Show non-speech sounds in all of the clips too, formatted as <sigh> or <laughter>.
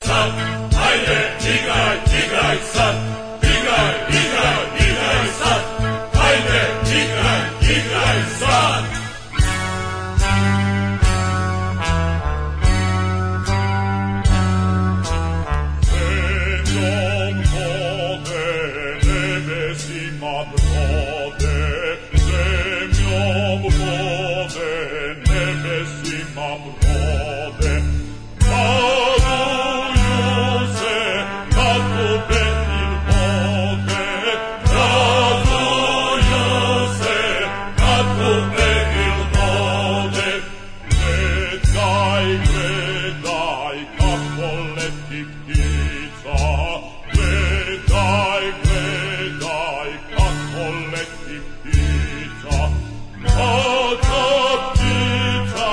sad, hajde igraj, igraj sad, igraj, igraj, igraj sad, hajde igraj, igraj sad. Zemljom vode, nebesima brode, zemljom vode, nebesima brode. Raduju se nad pobedim Boge, raduju se nad pobedim Boge. Gledaj, gledaj kako leti ptica, gledaj, gledaj kako leti ptica. Mlada ptica,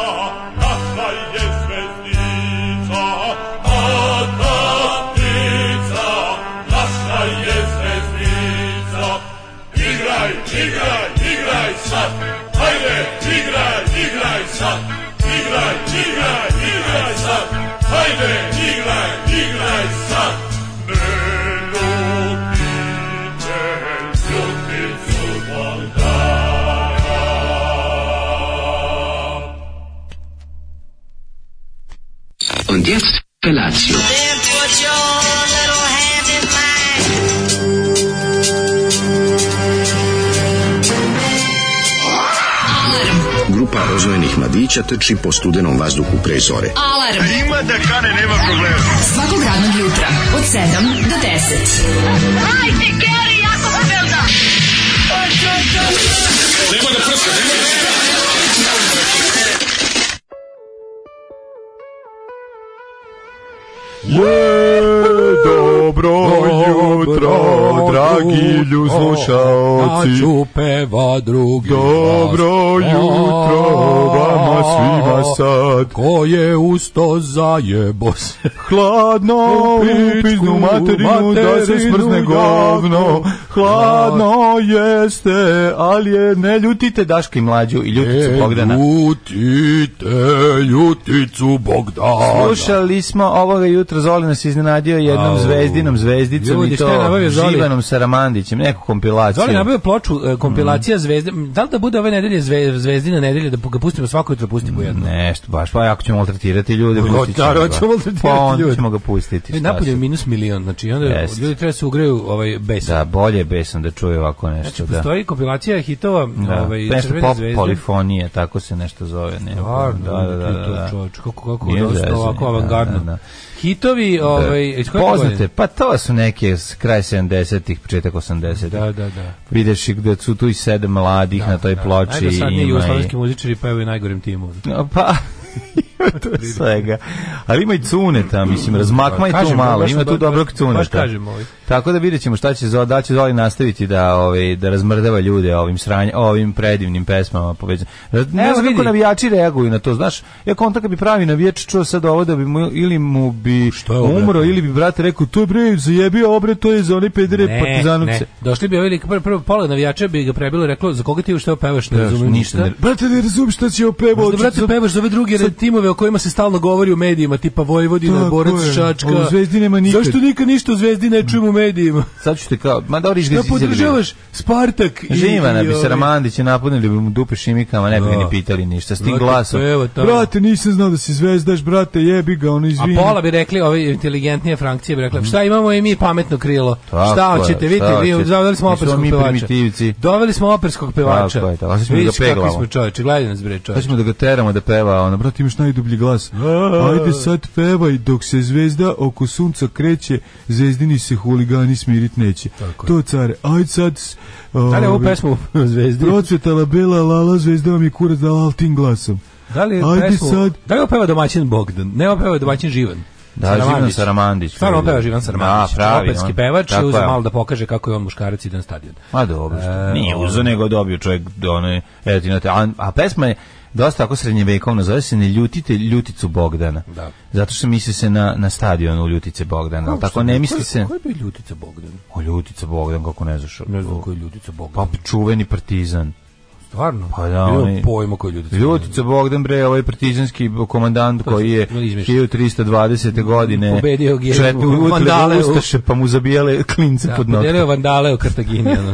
naša je zvezdica, mlada ptica, naša je zvezdica. Igraj, igraj, igraj sad, hajde, igraj, igraj sad, igraj, igraj, igraj sad, hajde, igraj, igraj sad. Ne ljutite, ljuticu vam dajem. Und jetzt Felatio. Then put your little hand in mine. Grupa rozvojenih mladića trči po studenom vazduhu pre zore. Alarm. A ima da kane, nema problema. Svakog radnog jutra, od 7 do 10. Hajde, Geri, jako se belda. Dobro jutro, dragi lju Ja slušaoci. ću peva drugi Dobro glas. jutro vama svima sad. Ko je usto zajebo se. Hladno U u pičku piznu materinu da se materinu smrzne jako. govno. Hladno jeste, ali je ne ljutite Daška i mlađu i ljuticu E, Bogdana. ljutite, ljuticu Bogdana. Slušali smo ovoga jutro, Zoli nas iznenadio jednom Au. zvezdinom zvezdicom Ljudi, i šta je to nabavio Zoli? Živanom Saramandićem, neku kompilaciju. Zoli nabavio ploču e, kompilacija Mm. zvezde. Da li da bude ove nedelje zve, zvezdina nedelje da ga pustimo svako jutro Mm. pustimo jedno. Nešto baš, pa jako ćemo maltretirati ljude, pustit ćemo naravno ga. ćemo maltretirati Pa onda ljude. ćemo ga pustiti. E, šta Napolje je sad. minus milion, znači onda Jeste. ljudi treba da se ugreju ovaj bes. Da, bolje besan da čuje ovako nešto, Znači, da. postoji kompilacija hitova Da. ovaj, nešto Crvene pop zvezde. polifonije, tako se nešto zove. Ne, Stvarno, da, da, da, da, to da. čovječ, kako, kako, Nije dosta zezanje, ovako da, avangardno. da, da. Hitovi, ovaj, iz koje godine? Poznate, pa to su neke s kraj 70-ih, početak 80-ih. Da, da, da. Vidiš ih da su tu i sedam mladih na toj ploči. Ajde sad Znači, ima nije i- <laughs> jugoslovenski muzičari pa pevaju najgorem timu. No, Pa, <laughs> ima tu svega. Ali ima i cuneta, mislim, razmakma je tu Pa, Kažem, malo, baš- ima tu baš- dobrog cuneta. Baš kažem ovaj. Tako da vidjet ćemo šta će Zoli, da li će Zoli nastaviti da, ovaj, da razmrdava ljude ovim, sranja, ovim predivnim pesmama. Poveđa. Ne Evo, znam kako vidi. navijači reaguju na to, znaš. Ja konta kad bi pravi navijač čuo sad ovo da bi mu, ili mu bi je ovo, bre? umro ili bi brate rekao to je bre zajebio obre, to je za one pedere partizanovce. Došli bi ovi lik, prvo, prvo pola navijača bi ga prebilo i reklo, za koga ti još što pevaš, ne razumijem ništa. ne- Brate, ne razumim šta će opevo. Možda, brate, pevaš za ove druge red timove o kojima se stalno govori u medijima, tipa Vojvodina, Tako Borac je. Šačka. A u Zvezdi nema nikad. Zašto nikad ništa u Zvezdi ne čujemo u medijima? Sad ću te kao, ma da oriš ga Da izizirili. podržavaš Spartak i... Živana i bi ovaj- Saramandić je napunili bi mu dupe šimikama, ne bi ga ni Da. pitali ništa. S tim Brate, glasom. evo tamo. Brate, nisam znao da si zvezdaš, brate, jebi ga, ono A izvini. pola bi rekli, ove inteligentnije Frankcije bi rekla, šta imamo i mi pametno krilo. Tako šta je, hoćete, šta vidite, vi hoćete? doveli smo Mi smo operskog mi pevača. primitivci. Doveli smo operskog pevača. Tako je, tako. A sad ćemo Vidiš da ga kakvi peglamo. Znači, smo čoveče, gledaj nas bre Sad čoveče. ćemo da ga teramo da peva, ono, brate, imaš najdublji glas. Ajde sad pevaj, dok se zvezda oko sunca kreće, zvezdini se huligani smirit neće. To, care, ajde sad... s- Da li je ovu ovi, pesmu <laughs> u Zvezdi? Procvetala bela lala, zvezda vam je kurac dala altim glasom. Da li je Ajde pesmu, sad. da li je opeva domaćin Bogdan? Ne opeva domaćin Živan. Da, Živan Saramandić. Stvarno opeva Živan Da, Saramandić. pravi, Operski on. pevač Tako je uzeo je. malo da pokaže kako je on muškarac i dan stadion. Ma dobro, što. E, nije uzo, nego dobio čovjek one, eto, ti na te- a, a pesma je dosta ako srednjevekovna, zove se Ne ljutite ljuticu Bogdana. Da. Zato što misli se na, na stadionu ljutice Bogdana, ali tako ne misli se... Ko je bio Ljutica Bogdan? O, ljutica Bogdan, kako ne znaš. Ne znam ko je Ljutica Bogdan. Pa čuveni partizan. Stvarno? Pa da, Nemam oni- pojma koji ljudi. Ljutica Bogdan Bre, ovaj partizanski komandant koji je no, izmišljen. 1320. godine Pobedio Gebu, čet- utle- vandale u- ustaše pa mu zabijale klince Da, pod nokte. podelio vandale u Kartagini. <laughs> Ono.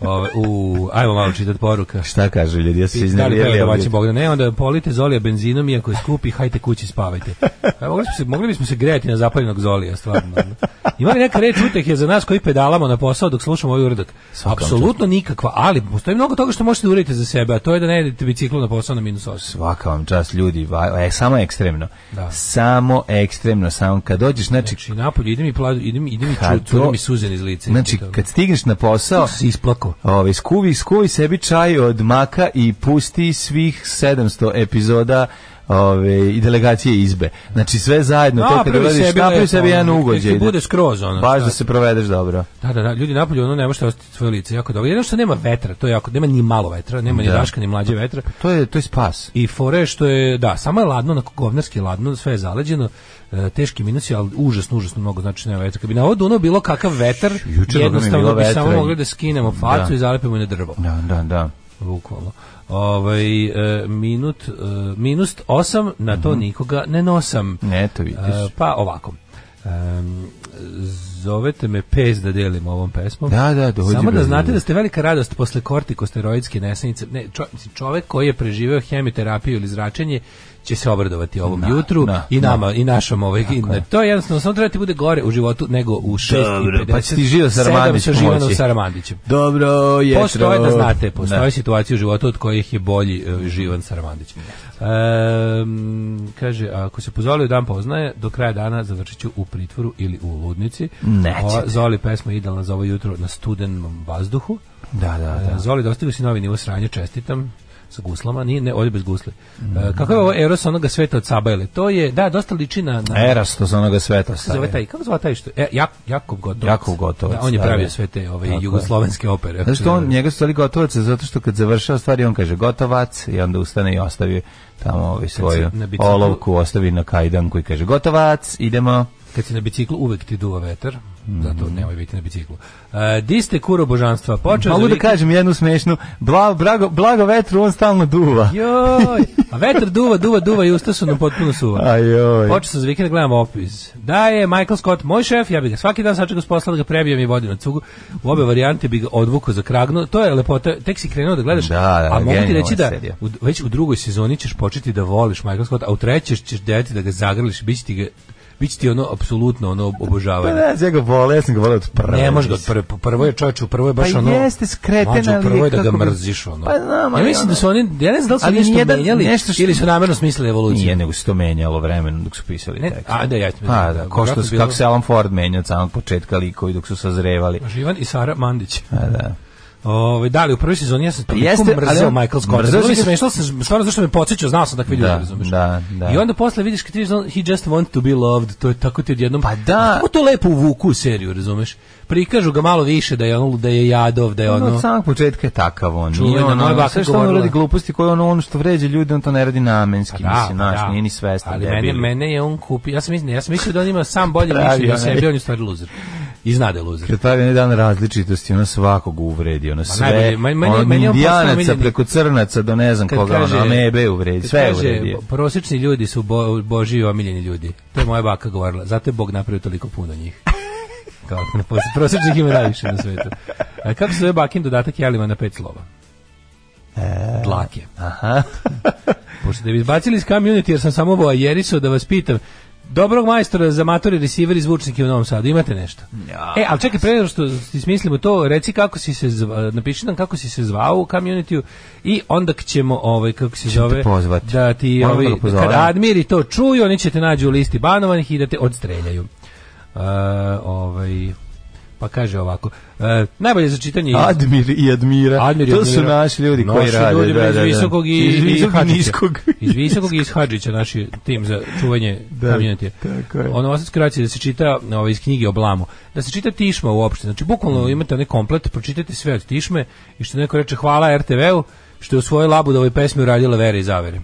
Ove, u, ajmo malo čitati poruka. Šta kaže ljudi, ja sam se Da li peva iznervirao. domaći Bogdan? Ne, onda polite Zolija benzinom, iako je skupi, hajte kući spavajte. A mogli, bismo se, mogli bismo se grejati na zapaljenog Zolija, stvarno. ono. Ima li neka reč uteh za nas koji pedalamo na posao dok slušamo ovaj uradak? Apsolutno nikakva, ali postoji mnogo toga što možete da uradite za sebe, a to je da ne jedete biciklu na posao na minus 8. Svaka vam čast ljudi, va- e, samo ekstremno. Da. Samo ekstremno, samo kad dođeš, znači, Znači, napolje, idem i, pla, idem, idem i Kad ču, cure to- mi suzen iz lice. znači kad stigneš na posao, se isplako. Ove, skuvi, skuvi sebi čaj od maka i pusti svih 700 epizoda ove, i delegacije izbe. Znači sve zajedno, to kad Napravi uradiš, sebi napravi lepo, sebi jedan ono, ugođaj. nek ti bude skroz, ono, Baš šta da ti. se provedeš dobro. Da, da, da, ljudi napolju ono ne možete ostati svoje lice, jako dobro. Jedno što nema vetra, to je jako, nema ni malo vetra, nema ni Da. daška, ni mlađe vetra. To je, to je spas. I fore je što je, da, samo je ladno, onako govnarski ladno, sve je zaleđeno, e, teški minusi, ali užasno, užasno mnogo znači nema vetra. Kad bi na ovo duno bilo kakav vetar, juče jednostavno dok nam je bilo bi samo vetra i- mogli da skinemo facu Da. i zalepimo je na drvo, Da, da, da. bukvalno. Ovaj, e, minut, e, minus 8, na Mhm. to nikoga ne nosam. Eto vidiš. E, pa ovako. Em, zovete me pes da delim ovom pesmom. Da, da, dođi, Samo da brate, znate dođi. da ste velika radost posle kortikosteroidske nesanice. Ne, čo, mislim, čovek koji je preživeo hemioterapiju ili zračenje će se obradovati ovom jutru da, i nama i našom ovaj i na- to je jednostavno samo treba ti bude gore u životu nego u 6 Dobro, i 50. pa će ti Živa Saramandić sa Živanom pomoći. Saramandićem. Dobro, jetro. Postoje da znate, postoje situacije u životu od kojih je bolji e, Živan Saramandić. Ehm, kaže, ako se pozoli u dan poznaje, do kraja dana završit ću u pritvoru ili u ludnici. Nećete. Ova Zoli pesma je idealna za ovo jutro na studenom vazduhu. Da, da, da. E, Zoli, dostigo si novi nivo sranja, čestitam sa guslama, nije, ne, ovdje bez gusle. E, Mm. kako je ovo Eros onoga sveta od Sabajle? To je, da, dosta liči na... na Eras to onoga sveta se zove stari. taj, kako zove taj što? E, Jak, Jakov Gotovac. pa Jakov Gotovac, Da, on je da, pravio da. sve te ove, Tako je. jugoslovenske opere. Pa Zato što on, njega su zvali gotovac, zato što kad završava stvari, on kaže gotovac i onda ustane i ostavi tamo ovaj svoju na biciklu- olovku, ostavi na kajdanku i kaže gotovac, idemo. Kad si na biciklu uvek ti duva vetar, Mhm. zato nemoj biti na biciklu. E, di ste kuro božanstva? Počeo Mogu za da vikend- kažem jednu smešnu, bla, brago, blago vetru, on stalno duva. Joj, a vetar duva, duva, duva i usta su nam potpuno suva. <laughs> Ajoj. Počeo sam za vikend da gledam opis. Da je Michael Scott moj šef, ja bih ga svaki dan sačekao s posla da ga prebijem i vodim na cugu. U obe varijante bih ga odvukao za kragnu. To je lepota, tek si krenuo da gledaš. Da, da, a mogu ti genijalna reći da serija. u, već u drugoj sezoni ćeš početi da voliš Michael Scott, a u trećoj ćeš deti da ga zagrliš, biće ti ga biće ti ono apsolutno ono Pa obožavanje. ne, ja ga vole, ja sam ga voleo od prve. Ne može ga prvo prvo je čovjek u prvo je baš Pa ono. jeste skreten, Mlađe, ali prvo je je da ga kako bi- mrziš ono. Pa znam, ja ali mislim da ono- su oni ja ne znam da li su Ali nešto nijedan- menjali nešto što- ili su namerno smislili evoluciju. Nije, nego se to menjalo vremenom dok su pisali Ne, tekst. a da ja Pa da, ko što, vjerojatno su- bilo- kako se Alan Ford menja od samog početka likovi dok su sazrevali. Živan i Sara Mandić. Pa da. Ovaj da li u prvoj sezoni ja sam toliko Jeste, ali mrzeo on- Michael Scott. mrzeo Mrzeo si sam ga- smešno sam stvarno zašto me podsećao, znao sam takve ljude, Da, razumeš. da, da. I onda posle vidiš kad ti vidiš on, he just want to be loved, to je tako ti odjednom. Pa da. Kako to lepo uvuku u seriju, razumeš? Prikažu ga malo više da je ono da je jadov, da je ono. Od samog početka je takav on. Čuvena Nije on, moja ono, baka sve što on govorila. radi gluposti koje ono, ono što vređa ljude, on to ne radi namenski, Pa da, mislim, pa naš, da. nije ni svestan. Ali mene, debil. mene je on kupio, ja sam mislio, ja sam mislio da on ima sam bolje Pravi mišljenje o onaj. sebi, on je u stvari loser. I zna da je loser. Kad pravi onaj dan različitosti, ono svakog uvredi, ono sve, Pa najbolje, meni- meni- ono, meni je on postao indijanaca omiljeni. preko crnaca do ne znam koga, ono, amebe uvredi, kad sve kaže, uvredi. bo- prosječni ljudi su bo, božiji omiljeni ljudi. To je moja baka govorila. Zato je Bog napravio toliko puno njih. <laughs> Kao, pos- prosječnih ima najviše na svetu. A kako se zove bakin dodatak jelima na pet slova? Dlake. Aha. <laughs> Pošto da bi izbacili iz community, jer sam samo voajerisao da vas pitam, Dobrog majstora za matore, receiver i zvučnike u Novom Sadu, imate nešto? e, ali čekaj, pre nego što ti smislimo to, reci kako si se, zva, napiši nam kako si se zvao u community i onda ćemo, ovaj, kako se zove, pozvati. da ti, Moramo ovaj, da ga pozovemo. kada admiri to čuju, oni će te nađu u listi banovanih i da te odstreljaju. E, ovaj, pa kaže ovako, e, najbolje za čitanje je- Admir i Admira. Admir je to su admiral. naši ljudi koji Naši rade. da, ljudi, bre, da, iz da. visokog i, iz visokog i Hadžića. niskog. iz visokog i iz Hadžića naš je tim za čuvanje da, community. tako je. Ono osnovno kraće da se čita ovaj, iz knjige o blamu. Da se čita Tišma uopšte. Znači, Mm. bukvalno imate onaj komplet, pročitajte sve od Tišme i što neko reče hvala RTV-u, što je u svojoj labu da ovoj pesmi uradila Vera i Zavere.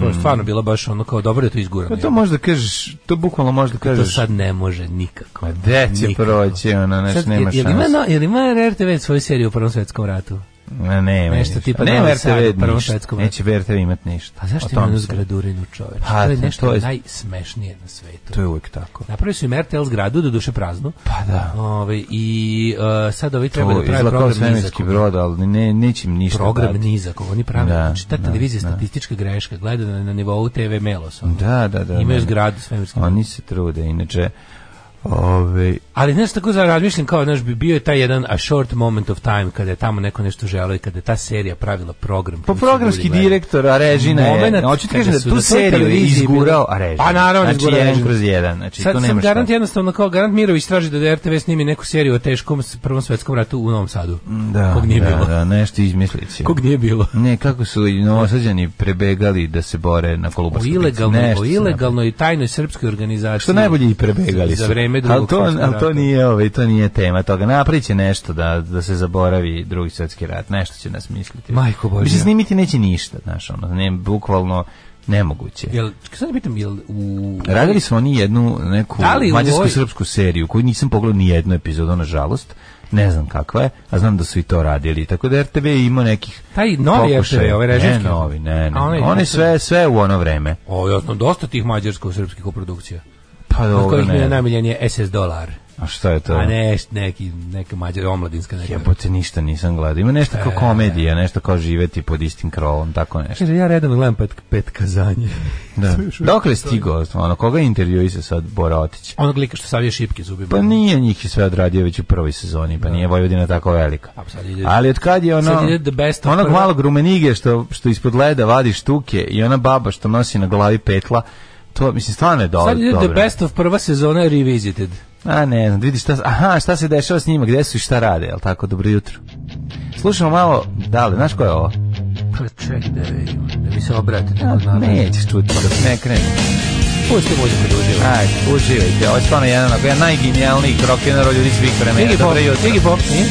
to je stvarno bila baš ono kao dobro je to izgurano. Mhm, Pa to možda kažeš, to bukvalno možda Pa to kažeš. sad ne može nikako. Ma gde će Nikako. proći, ono, neš, Sad, nema jel, jel ima, šanse. no- jel ima RTV svoju seriju o Prvom svetskom ratu? Ne, nema Nešto ništa. tipa Nema Novi RTV Sad u Prvom ništa. svetskom ratu. Neće VRTV imat ništa. Pa zašto O tom ima onu se- zgradurinu čoveč? Pa, to je to nešto je- najsmešnije na svetu. To je uvek tako. Napravili su im RTL zgradu, do duše praznu. Pa da. Ove, I e, sad ovi treba To da prave izgleda kao program svemirski nizak. brod, ali ne, neće im ništa Program dati. nizak, oni prave. Da, znači, ta da, televizija je da. statistička greška, gleda na, na nivou TV Melos. ono. Da, da, da. Imaju da. zgradu svemirsku. Oni se trude, inače... Ove, Ali znaš tako za razmišljam kao znaš bi bio je taj jedan a short moment of time kada je tamo neko nešto želeo i kada je ta serija pravila program. Pa koji su programski ljudi gledali. direktor, a Režina je... Momenat Hoću ti kada kažem da su tu na toj seriju je televiziji izgurao bilo- Režina. Pa naravno, znači, izgurao jedan Režina. kroz jedan. Znači, Sad tu sam nema šta. garant jednostavno kao garant Mirović traži da RTV snimi neku seriju o teškom s- prvom svetskom ratu u Novom Sadu. Mm, Da, Kog nije da, bilo. da, nešto izmislit će. <laughs> Kog nije bilo. Ne, kako su i novosađani prebegali da se bore na O Kolubarskoj ilegalnoj, Nešto o se ilegalnoj i tajnoj srpskoj organizaciji. Što najbolje i prebegali su. Za vreme ali drugog to, svjetskog ali to rata. nije, ovaj, to nije tema toga. Napravit će nešto da, da se zaboravi drugi svjetski rat. Nešto će nas misliti. <laughs> Majko Božja. Mislim, snimiti neće ništa, znaš, ono, ne, bukvalno nemoguće. Jel, sad pitam, jel u... Radili smo oni jednu neku Da li u mađarsko-srpsku seriju koju nisam pogledao ni jednu epizodu, nažalost. Ne znam kakva je, a znam da su i to radili. Tako da RTV je imao nekih Taj novi pokušaja. RTV, ovaj režimski? Ne novi, ne, ne. A onaj- Oni sve, sve u ono vreme. O, jasno, dosta tih mađarsko-srpskih koprodukcija. Pa Od dobro, kojih mi je ne. najmiljenije SS dolar. A šta je to? A ne, neki, neka mađar, omladinska neka. Jebote, ništa nisam gledao. Ima nešto E. kao komedija, nešto kao živeti pod istim krovom, tako nešto. Kaže, ja redom gledam pet, pet <laughs> kazanje. <laughs> Da. Dokle je stigao, ono, koga intervjui se sad Bora Otić? Onog lika što savije šipke zubima. Pa nije njih je sve odradio već u prvoj sezoni, pa nije Vojvodina tako velika. A, pa sad ide- Ali od kad je ono, sad ide the best of onog prva. malog rumenige što, što ispod leda vadi štuke i ona baba što nosi na glavi petla, to, mislim, stvarno je do- dobro. Sad ide the best of prva sezona je Revisited. A ne znam, vidi šta, aha, šta se dešava s njima, gde su i šta rade, jel tako, dobro jutro. Slušamo malo, dale, znaš ko je ovo? Pa ček da vidim, da mi se obrate. A, neko znate. Nećeš čuti, dok ne krenu. Pa Pusti muziku da uživa. Ajde, uživajte, ovo je stvarno jedan, ako je najgenijalniji rock'n'roll ljudi svih vremena. Iggy Pop, Dobro jutro. Iggy Pop, nije?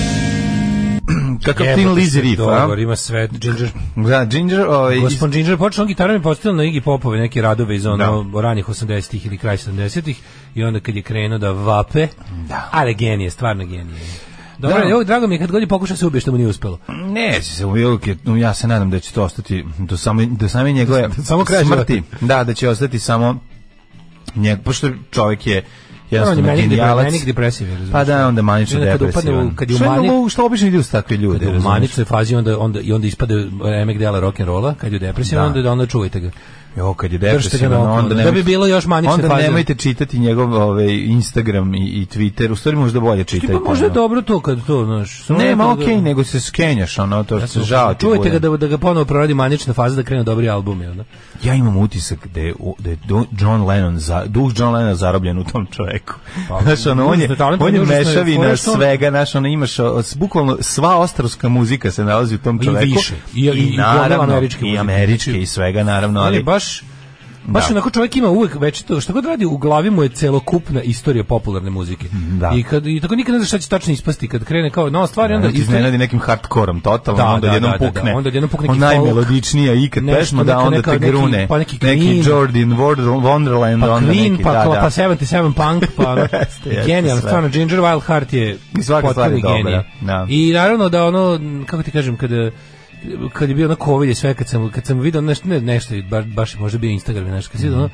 Kakav Tin Lizzy riff, a? Dobar, ima sve, Ginger. Da, Ginger, ovaj, iz- Gospodin Ginger počeo on gitarom i postavio na Iggy Popove neke radove iz ono ranih 80-ih ili kraj 70-ih i onda kad je krenuo da vape, da. ali genije, stvarno genije. Dobro, Da. evo, drago mi je kad god je pokušao se ubije što mu nije uspelo. Neće se uvijek, je- no, ja se nadam da će to ostati do same, do same <laughs> njegove samo kraja smrti. Da, da će ostati samo njeg, pošto čovjek je on je jednostavno manic, depre- genijalac. manic depresiv, je, razumiješ? Pa da, onda manično I onda kad upadne u- depresivan. kad je u Što mani- lu- Što obično ide uz takve ljude, Kada je u razumiješ? maničnoj fazi onda, onda, i onda ispade remek dela rock'n'rolla, kad je depresivan, Da. onda, onda čuvajte ga. Jo, kad je Držite ga na depresivan, oknu, onda da nemojte, bi bilo još manične onda faze. nemojte čitati njegov ovaj, Instagram i, i Twitter, u stvari možda bolje čitaj. Tipa, pa možda je ponovo. dobro to kad to, znaš... samo pa Nema, da- okej, nego se skenjaš, ono, to što se žao ti Čuvajte bude. ga da, da ga ponovo proradi manična faza da krene dobri album, jel da? Ja imam utisak da je, u- da je Do- John Lennon, za, duh John Lennona zarobljen u tom čovjeku. Pa, znaš, ono, on je, užasno je talentovan, on je užasno je fora mešavina što on- svega, znaš, ono, imaš, o, s- bukvalno, sva ostarska muzika se nalazi u tom I čoveku. više. I- i- i naravno, gomila američke i muzike. američke, i svega, naravno, ali ali... baš Baš Da. onako čovjek ima uvek već to što god radi u glavi mu je celokupna istorija popularne muzike. da. I kad i tako nikad ne znaš šta će tačno ispasti kad krene kao nova stvar i Onda onda ti iznenadi nekim hardkorom totalno, Da, onda da, jednom da, da, da. pukne. Onda odjednom pukne neki Ona folk, najmelodičnija ikad nešto, pesma, da, neka- onda neka- te neki- grune. pa neki Queen. Jordan Wonder- Wonderland, pa onda Queen, neki, pa, da, Kla- da. pa 77 Punk, <laughs> pa ono, Jeste, jeste, genijalno, sve. stvarno, Ginger Wild Heart je I svaka stvar je potpuni dobra, genije. da. I naravno da ono, m, kako ti kažem, kada kad je bio na COVID i sve, kad sam, kad sam vidio nešto, ne, nešto, baš, baš je možda bio Instagram i nešto, kad sam Mhm. vidio ono,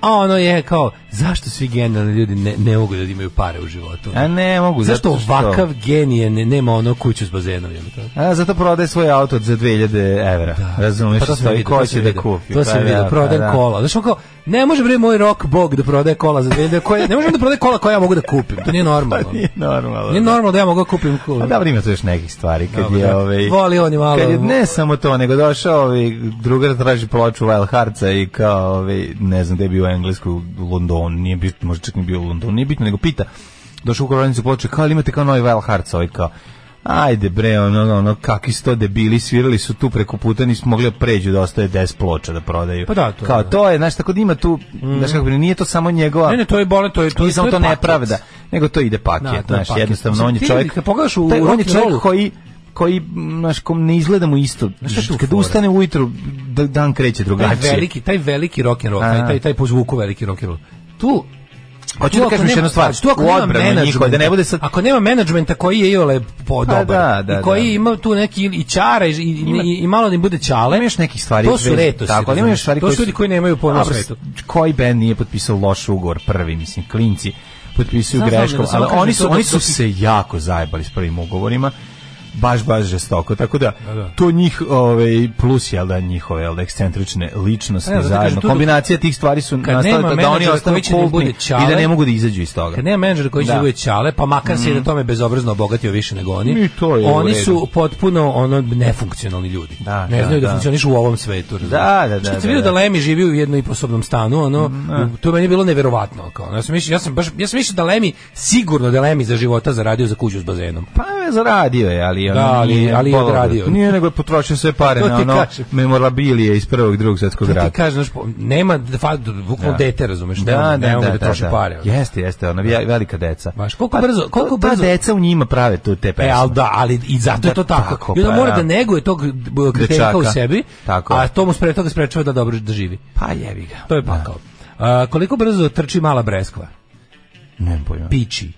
a ono je kao, zašto svi genijalni ljudi ne, ne mogu da imaju pare u životu? A E, ne mogu, Zašto zato što- ovakav genije ne, nema ono kuću s bazenom? Je to? A zato prodaje svoj auto za 2000 evra. Razumeš Pa to što sam stoji, vidio, to ko sam će da vidio. kupi. To se Pa vidio, da, prodajem pa da. kola. Znaš, on kao, ne može bre moj rok bog da prodaje kola za 2000 koje, ne možemo da prodaje kola koja ja mogu da kupim. To nije <laughs> normalno. Nije <laughs> normalno. Nije normalno da ja mogu da kupim A kola. Pa dobro ima tu još nekih stvari kad Dobro, je da. ovaj Voli on i malo- Kad je ne samo to, nego došao ovaj drugar traži ploču Wild Heartsa i kao ovaj ne znam gde je bio u Engleskoj u Londonu, nije bitno, možda čak ni bio u Londonu, nije bitno, nego pita. Došao u prodavnicu ploče, kao "Ali imate kao novi Wild Hearts, ovaj kao Ajde bre, ono, ono, kakvi sto debili svirali su tu preko puta, nisu mogli da pređu da ostaje 10 ploča da prodaju. Pa da, to je, Kao da. Mhm. to je, znaš, tako da ima tu, znaš kako bi, nije to samo njegova, Ne, ne, to je bole, to je to. nije je- samo je to paket. nepravda, nego to ide paket, Da, to je znaš, paket. jednostavno, Mislim, on je ti čovjek, kad pogledaš u taj, on je rock and čovjek rollu- koji koji m, znaš, kom ne izgleda mu isto. šta je tu Kad fora? ustane ujutru, da- dan kreće Taj drugačije. veliki, taj veliki rock and roll, A. taj, taj, taj po zvuku veliki rock and roll. Tu Hoću da ako kažem još nema- jednu stvar, znači, tu ako u nema odbranu njihove, da ne bude sad... Ako nema menadžmenta koji je iole po Pa dobar, da, da, i koji da. ima tu neki i čara i, i, i, i malo da im bude čale, Imaš nekih stvari... to su retosi. Tako, ali ima još stvari to su ljudi koji nemaju pojma o Dobro, svetu. ono, Koji band nije potpisao loš ugovor prvi, mislim, klinci potpisuju Znam, znam, greškom, nego samo ali kažem oni to su, da- oni da su si- se jako zajebali s prvim ugovorima baš baš žestoko tako da, to njih ovaj plus je da njihove jel da, ekscentrične ličnosti Ne, zato kažem, zajedno tu- kombinacija tih stvari su Kad nastale da, da nema oni menadžera ostanu koji će da im kultni bude i da čale- ne mogu da izađu iz toga Kad nema menadžera koji će Da. Mm. da bude čale, pa makar se i da tome bezobrazno obogatio više nego oni, I to je u oni redu. su potpuno ono nefunkcionalni ljudi. Da, ne da, znaju da, da. funkcionišu u ovom svetu. razumiješ? Da, da, da, Što da, sam vidio da. Mm, da, Lemi živi u jednoiposobnom stanu, ono, u- to je meni bilo neverovatno. Kao, ono. ja, sam mislio, ja, sam baš, ja sam mislio da Lemi, sigurno da Lemi za života zaradio za kuću s bazenom. Pa je zaradio je, ali ono Da, ali- nije, ali je pogledao. odradio. Nije nego je potrošio sve pare To na ti ono kažem. memorabilije iz prvog i drugog svetskog Da rata. ti kažem, znaš, po- nema, da fa- bukvalno Da. dete, razumeš, Da, da, da, da, da troši da. pare. ono. Jeste, jeste, ona vje- velika deca. Baš, koliko Pa brzo- to- koliko ta brzo- deca u njima prave tu te pesme. E, ali da, ali i zato Da, je to tako. tako, I onda pa mora da. da neguje tog b- Dečaka. kretenka u sebi, Tako. a to mu spre toga sprečava da dobro da živi. Pa jebi ga. To je pakao. A, koliko brzo trči mala breskva? Nemam pojma. Piči.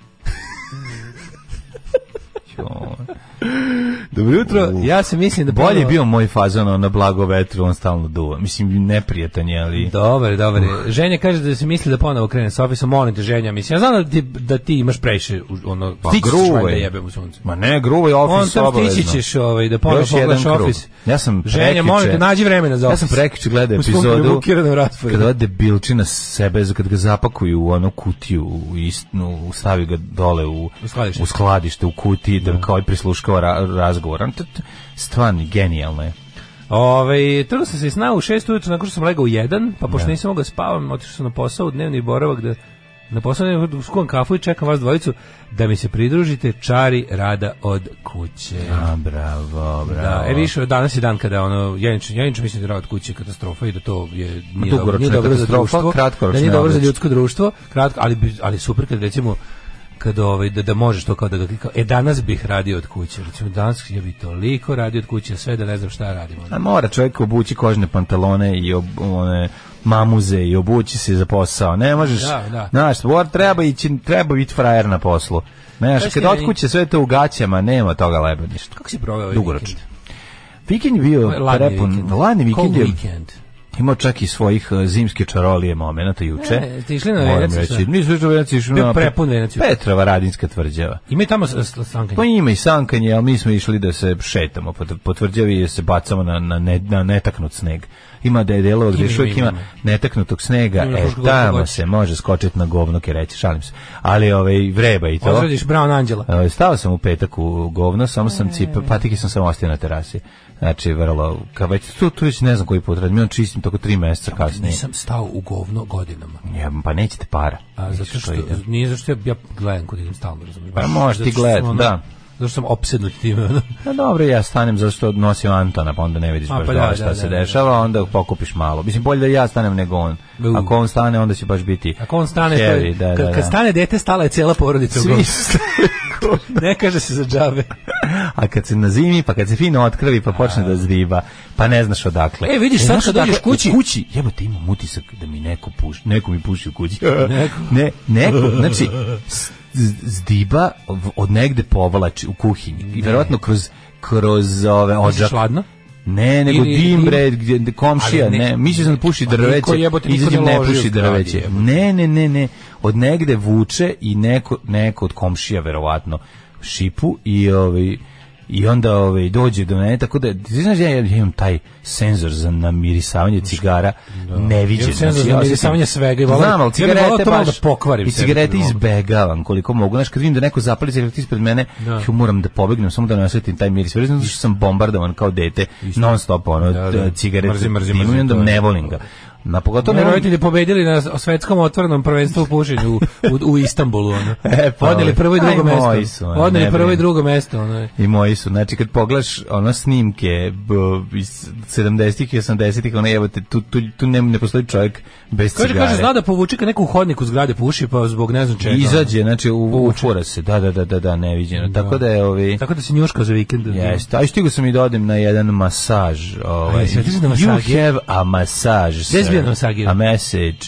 Dobro jutro. Pro- ja se mislim da... Bolje je ponovo- bio moj fazon ono, na blago vetru, on stalno duva. Mislim, neprijatan je, ali... Dobar, dobar. je. Ženja kaže da se misli da ponovo krene sa ofisom, molim te ženja, mislim. Ja znam da ti, da ti imaš previše u- ono, pa, gruvaj. da jebem u suncu. Ma ne, gruvo je On ofis tam obavezno. stići ćeš ovaj, da ponovo Još jedan pogledaš krug. ofis. Ja sam Ženja, molim te, prekjuče- nađi vremena za Ja ofis. sam prekjuče gledao U svom epizodu prebukiranom rasporedu. kada ova debilčina sebe, kad ga zapakuju u onu kutiju, u istnu, stavi ga dole u, U skladište. u skladište, u kutiji, da, kao i prisluškava ra, razgovor. On to- to- Stvarno, genijalno je. Ove, trlo Ovaj, sam se iz sna u šest ujutro nakon što sam legao u jedan, pa pošto nisam mogao da spavam, otišao sam na posao u dnevni boravak da na posao da skuvam kafu i čekam vas dvojicu da mi se pridružite čari rada od kuće. A, bravo, bravo. Da, e više, danas je dan kada ono, ja inače, ja inače mislim da rad od kuće je katastrofa i da to je nije, dobro, dugoročna nije dobro za katastrofa, društvo, kratkoročna da nije dobro za odlična. ljudsko društvo, kratko, ali, bi- ali super kad recimo kad ovaj, da, da možeš to kao da ga kao, e danas bih radio od kuće, recimo danas ja bih toliko radio od kuće, sve da ne znam šta radimo. A mora čovjek obući kožne pantalone i ob- one mamuze i obući se za posao. Ne možeš, Da, da. znaš, mora- treba, ići, treba biti frajer na poslu. Znaš, Znaš kad ti, otkud će sve to u gaćama, nema toga leba ništa. Kako si proveo ovaj Dugoročno. Vikend je bio Lani prepun, vikend. lani vikend Cold je weekend. imao čak i svojih eh, zimske čarolije momenata juče. E, ste išli na Moram Veneciju reći, sve? Nisu išli na Veneciju, išli Bio na prepun Veneciju. Petrova Radinska tvrđava. Ima i tamo s- s- stankanje. Pa ima i sankanje, ali mi smo išli da se šetamo po, po tvrđavi i da se bacamo na, na, ne, na netaknut sneg. Ima da je delova gde Ima, još uvijek ima, ima ima. netaknutog snega, Ima na e, Frušku Goru kako tamo hoćeš. se može skočiti na govnoke, reći, šalim se. Ali ovaj, vreba i to. Odrediš Brown Anđela. E, Stao sam u petak u govno, samo sam cipa, patike sam samo ostio na terasi. Znači, vrlo, kao već, tu, tu već ne znam koji put radim, on čistim tako tri meseca kasnije. Nisam stao u govno godinama. Jebam, pa nećete para. A, zato što, ide. nije zato što ja, ja gledam kod idem stalno, razumiješ. Pa Baš možeš ti zato što gledat, sam ono- da. Zato što sam opsednut time. ono. Pa dobro, ja stanem zato što nosim Antona, pa onda ne vidiš A, baš pa da, dobro da, šta da, se da, da. dešava, onda pokupiš malo. Mislim, bolje da ja stanem nego on. U. Ako on stane, onda će baš biti Ako on stane, to je- heavy, da, da, kad, da. kad stane dete, stala je cijela porodica u Svi govno. stane govno. Ne kaže se za džabe. <laughs> A kad se na zimi, pa kad se fino otkrvi, pa počne da zriba, pa ne znaš odakle. E, vidiš, sad znaš kad odakle? dođeš kući- U kući, jebote, imam utisak da mi neko puši, neko mi puši u kući. <laughs> Ne, neko, znači, s- z- zdiba v- od negde povlači u kuhinji. I verovatno kroz kroz ove Misliš odžak. hladno? Ne, nego Ili- dim ili- bre, gdje gdje komšija, Ali ne, ne- mislio sam da puši Pa niko drveće, jebote, niko izađem ne ne loži u puši zgradi, drveće. jebote. Ne, ne, ne, ne, od negde vuče i neko, neko od komšija verovatno šipu i ovaj i onda ovaj dođe do mene tako da ti znaš ja, ja imam taj senzor za namirisavanje cigara neviđen znači, Imam senzor za ja osjećam- namirisavanje svega i volim- znam ja ali bih cigarete volao to malo baš da pokvarim i sebi cigarete kad mogu. izbegavam koliko mogu znaš kad vidim da neko zapali cigaret ispred mene Da. ju moram da pobegnem samo da ne osetim taj miris verovatno zato što sam bombardovan kao dete non stop ono Da, da. t- cigarete Mrzim, mrzim, dimom i mrzim, onda to je- ne volim ga na To pogotovo ne ne volim roditelji pobedili na s- svetskom otvorenom prvenstvu u pušenju u, u, u Istanbulu. Ono. <laughs> E, pa, Odneli prvo i drugo aj, moji su, mesto. ono, ne Odneli prvo i brini. drugo mesto. Ono. I moji su, znači kad pogledaš ono snimke b, iz 70-ih i 80-ih, ono jebote, tu, tu, tu ne, ne postoji čovjek bez Kaže, cigare. kaže, zna da povuče kad neko u hodniku zgrade puši, pa zbog ne znam čega. ono. Izađe, znači u, ufora se, da, da, da, da, da, neviđeno. Tako da je ovi... Tako da se njuška za vikend. ono. Jeste, a i stigu sam i da odem na jedan masaž. Ovaj, Aj, sve, ti si na you masaži? have a massage. si bio sir. na masaži? A message.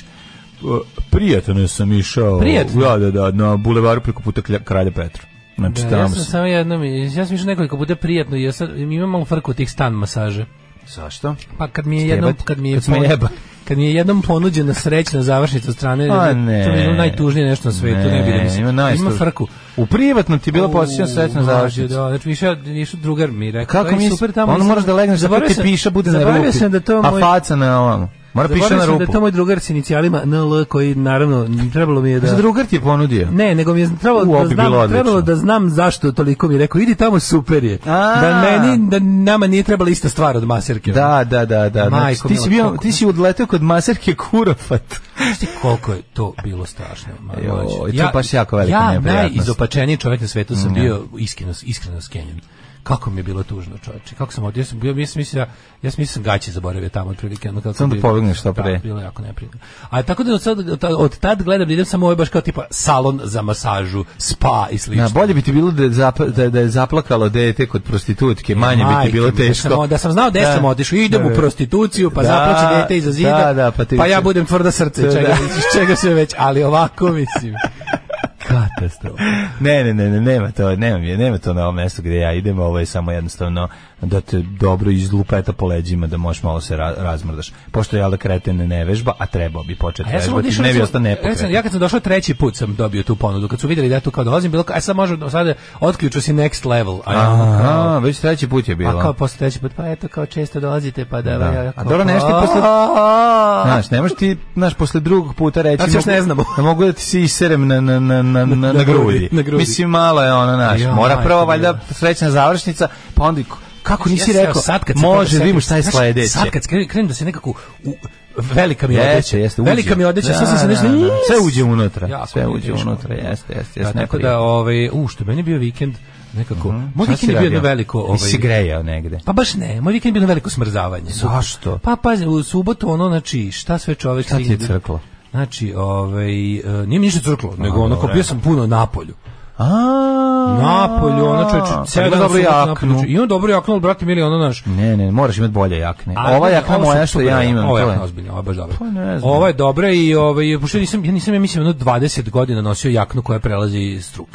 prijatno sam išao. Prijatno? Da, da, da, na bulevaru preko puta Klja- Kralja Petra. Znači, Da, tamo ja sam sam. samo jednom, ja sam išao nekoliko puta prijatno i ja sad mi imam malo frku od tih stan masaže. Zašto? Pa kad mi je jednom Jebat, kad mi je kad smo ponu- jeba. kad mi je jednom ponuđena srećna završnica od strane A, to mi je bilo ne. najtužnije nešto na svetu, ne, bi da mi se ima, najstuž- frku. U privatno ti je bila posjećena U, sretna mlađe, završnica. Da, znači više više drugar mi je rekao. Kako "Ej, mi super super tamo. Onda nisam- moraš da legneš da Zaboravio ti sam- piše bude na Zaboravio rupi. sam da to moj A faca na ovamo. Mora piše Zaboravio na sam da je rupu. to moj drugar s inicijalima NL koji naravno trebalo mi je da Znači, drugar ti je ponudio. Ne, nego mi je trebalo U, ovo da bi bilo znam, odlično. trebalo da znam zašto toliko mi je rekao idi tamo super je. A. Da meni da nama nije trebala ista stvar od maserke. Da, da, da, da. Znači, Majko ti si mila, bio, koliko- ti si odleteo kod maserke Kurofat. Znaš ti koliko je to bilo strašno. ma Joj, mlađe. to je baš jako velika Ja neprijatnost. Mm, najizopačeniji čovjek na svetu sam bio iskreno, iskreno skenjen. Kako mi je bilo tužno, čovječe. Kako sam odio, ja sam bio, ja sam mislio, ja sam mislio sam gaće zaboravio tamo otprilike. Ono kako Samo da bi- pobegneš što pre. Da, bilo je jako neprijatno. A tako da od, sad, od, od tad gledam da idem samo ovaj baš kao tipa salon za masažu, spa i slično. Na, bolje bi ti bilo da, je zapa, da, da je zaplakalo dete kod prostitutke, manje bi ti Majke bilo mi, Da teško. sam, da sam znao gde Da. sam otišao, idem Da, u da. prostituciju, pa Da, zaplaće dete iza zida, da, da, pa ti- ja budem tvrdo srce, Da. čega, iz čega se već, ali ovako mislim. Katastrofa. <laughs> Ne, ne, ne, ne, nema to, nema, mi- nema to na ovom mestu gde ja idem, ovo je samo jednostavno da te dobro izlupeta po leđima, da možeš malo se ra- razmrdaš. Pošto ja da kreten ne vežba, a trebao bi početi A ja sam vežbati, otišao, ne bi recimo, ostao recimo, nepokretan. Ja kad sam došao treći put sam dobio tu ponudu, kad su vidjeli da ja tu kao dolazim, bilo kao, aj sad možemo, sada otključu si next level, a ja ono kao, Aha, već treći put je bilo. a kao posle treći put, pa eto, kao često dolazite, pa da, Da. ja, ja A kao, dobro, nešto a, <laughs> posle- a, a, Znaš, ne možeš ti, znaš, posle drugog puta reći... Znači, još mogu- ne znamo. da mogu da ti se iserem na, na, na, na, na, na, na grudi, grudi. na grudi. Mislim, malo je ono, znaš, Ja, mora majko prvo mila. valjda srećna završnica, pa onda i k- kako nisi Jeste, rekao, evo sad kad se toga može, setim, vidimo šta je znaš, sledeće. Sad kad skrenem, krenem da se nekako u, velika mi Jeste, je jeste, odeća. jeste, uđe. velika mi je odeća, Da, sad sam se da, nešto... da, da. Sve uđe unutra, Jako sve mi je uđe teško. unutra, jeste, jeste, ono, Da, jeste. tako da, neprijatno. ovaj, u, što je meni bio vikend, nekako, moj Mhm. Šta si vikend je bio jedno radio? veliko... Ovaj, Nisi si grejao negde. Pa baš ne, moj vikend je bilo veliko smrzavanje. Zašto? Pa pazi, u subotu ono, znači, šta sve čovek... Šta ti je stigne- crklo? Znači, ovaj, e, nije mi ništa crklo, nego ono, kao dobro. bio sam puno napolju. A, Napolju, ono čoveče, ceo ceo dan dobro sam bio napolju. jaknu. I on dobro jaknu, ali, brate mili, ono, naš, Ne, ne, moraš imati bolje jakne. a, Ova ne, jakna ovo sam moja što super, ja imam, Ova to jakna je. ozbiljna, ova je baš dobra. Pa ne znam. Ova je dobra i ovaj pošto ja nisam ja nisam ja mislim jedno 20 godina nosio jaknu koja prelazi struk.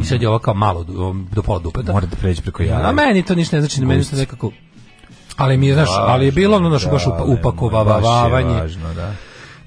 I sad je ova kao malo do, do pola dupeta. Mora da pređe preko A jaja. meni to ništa ne znači, meni to nekako Ali mi je, znaš, ali je bilo ono naše baš upa- Baš je upakovavanje. važno, da.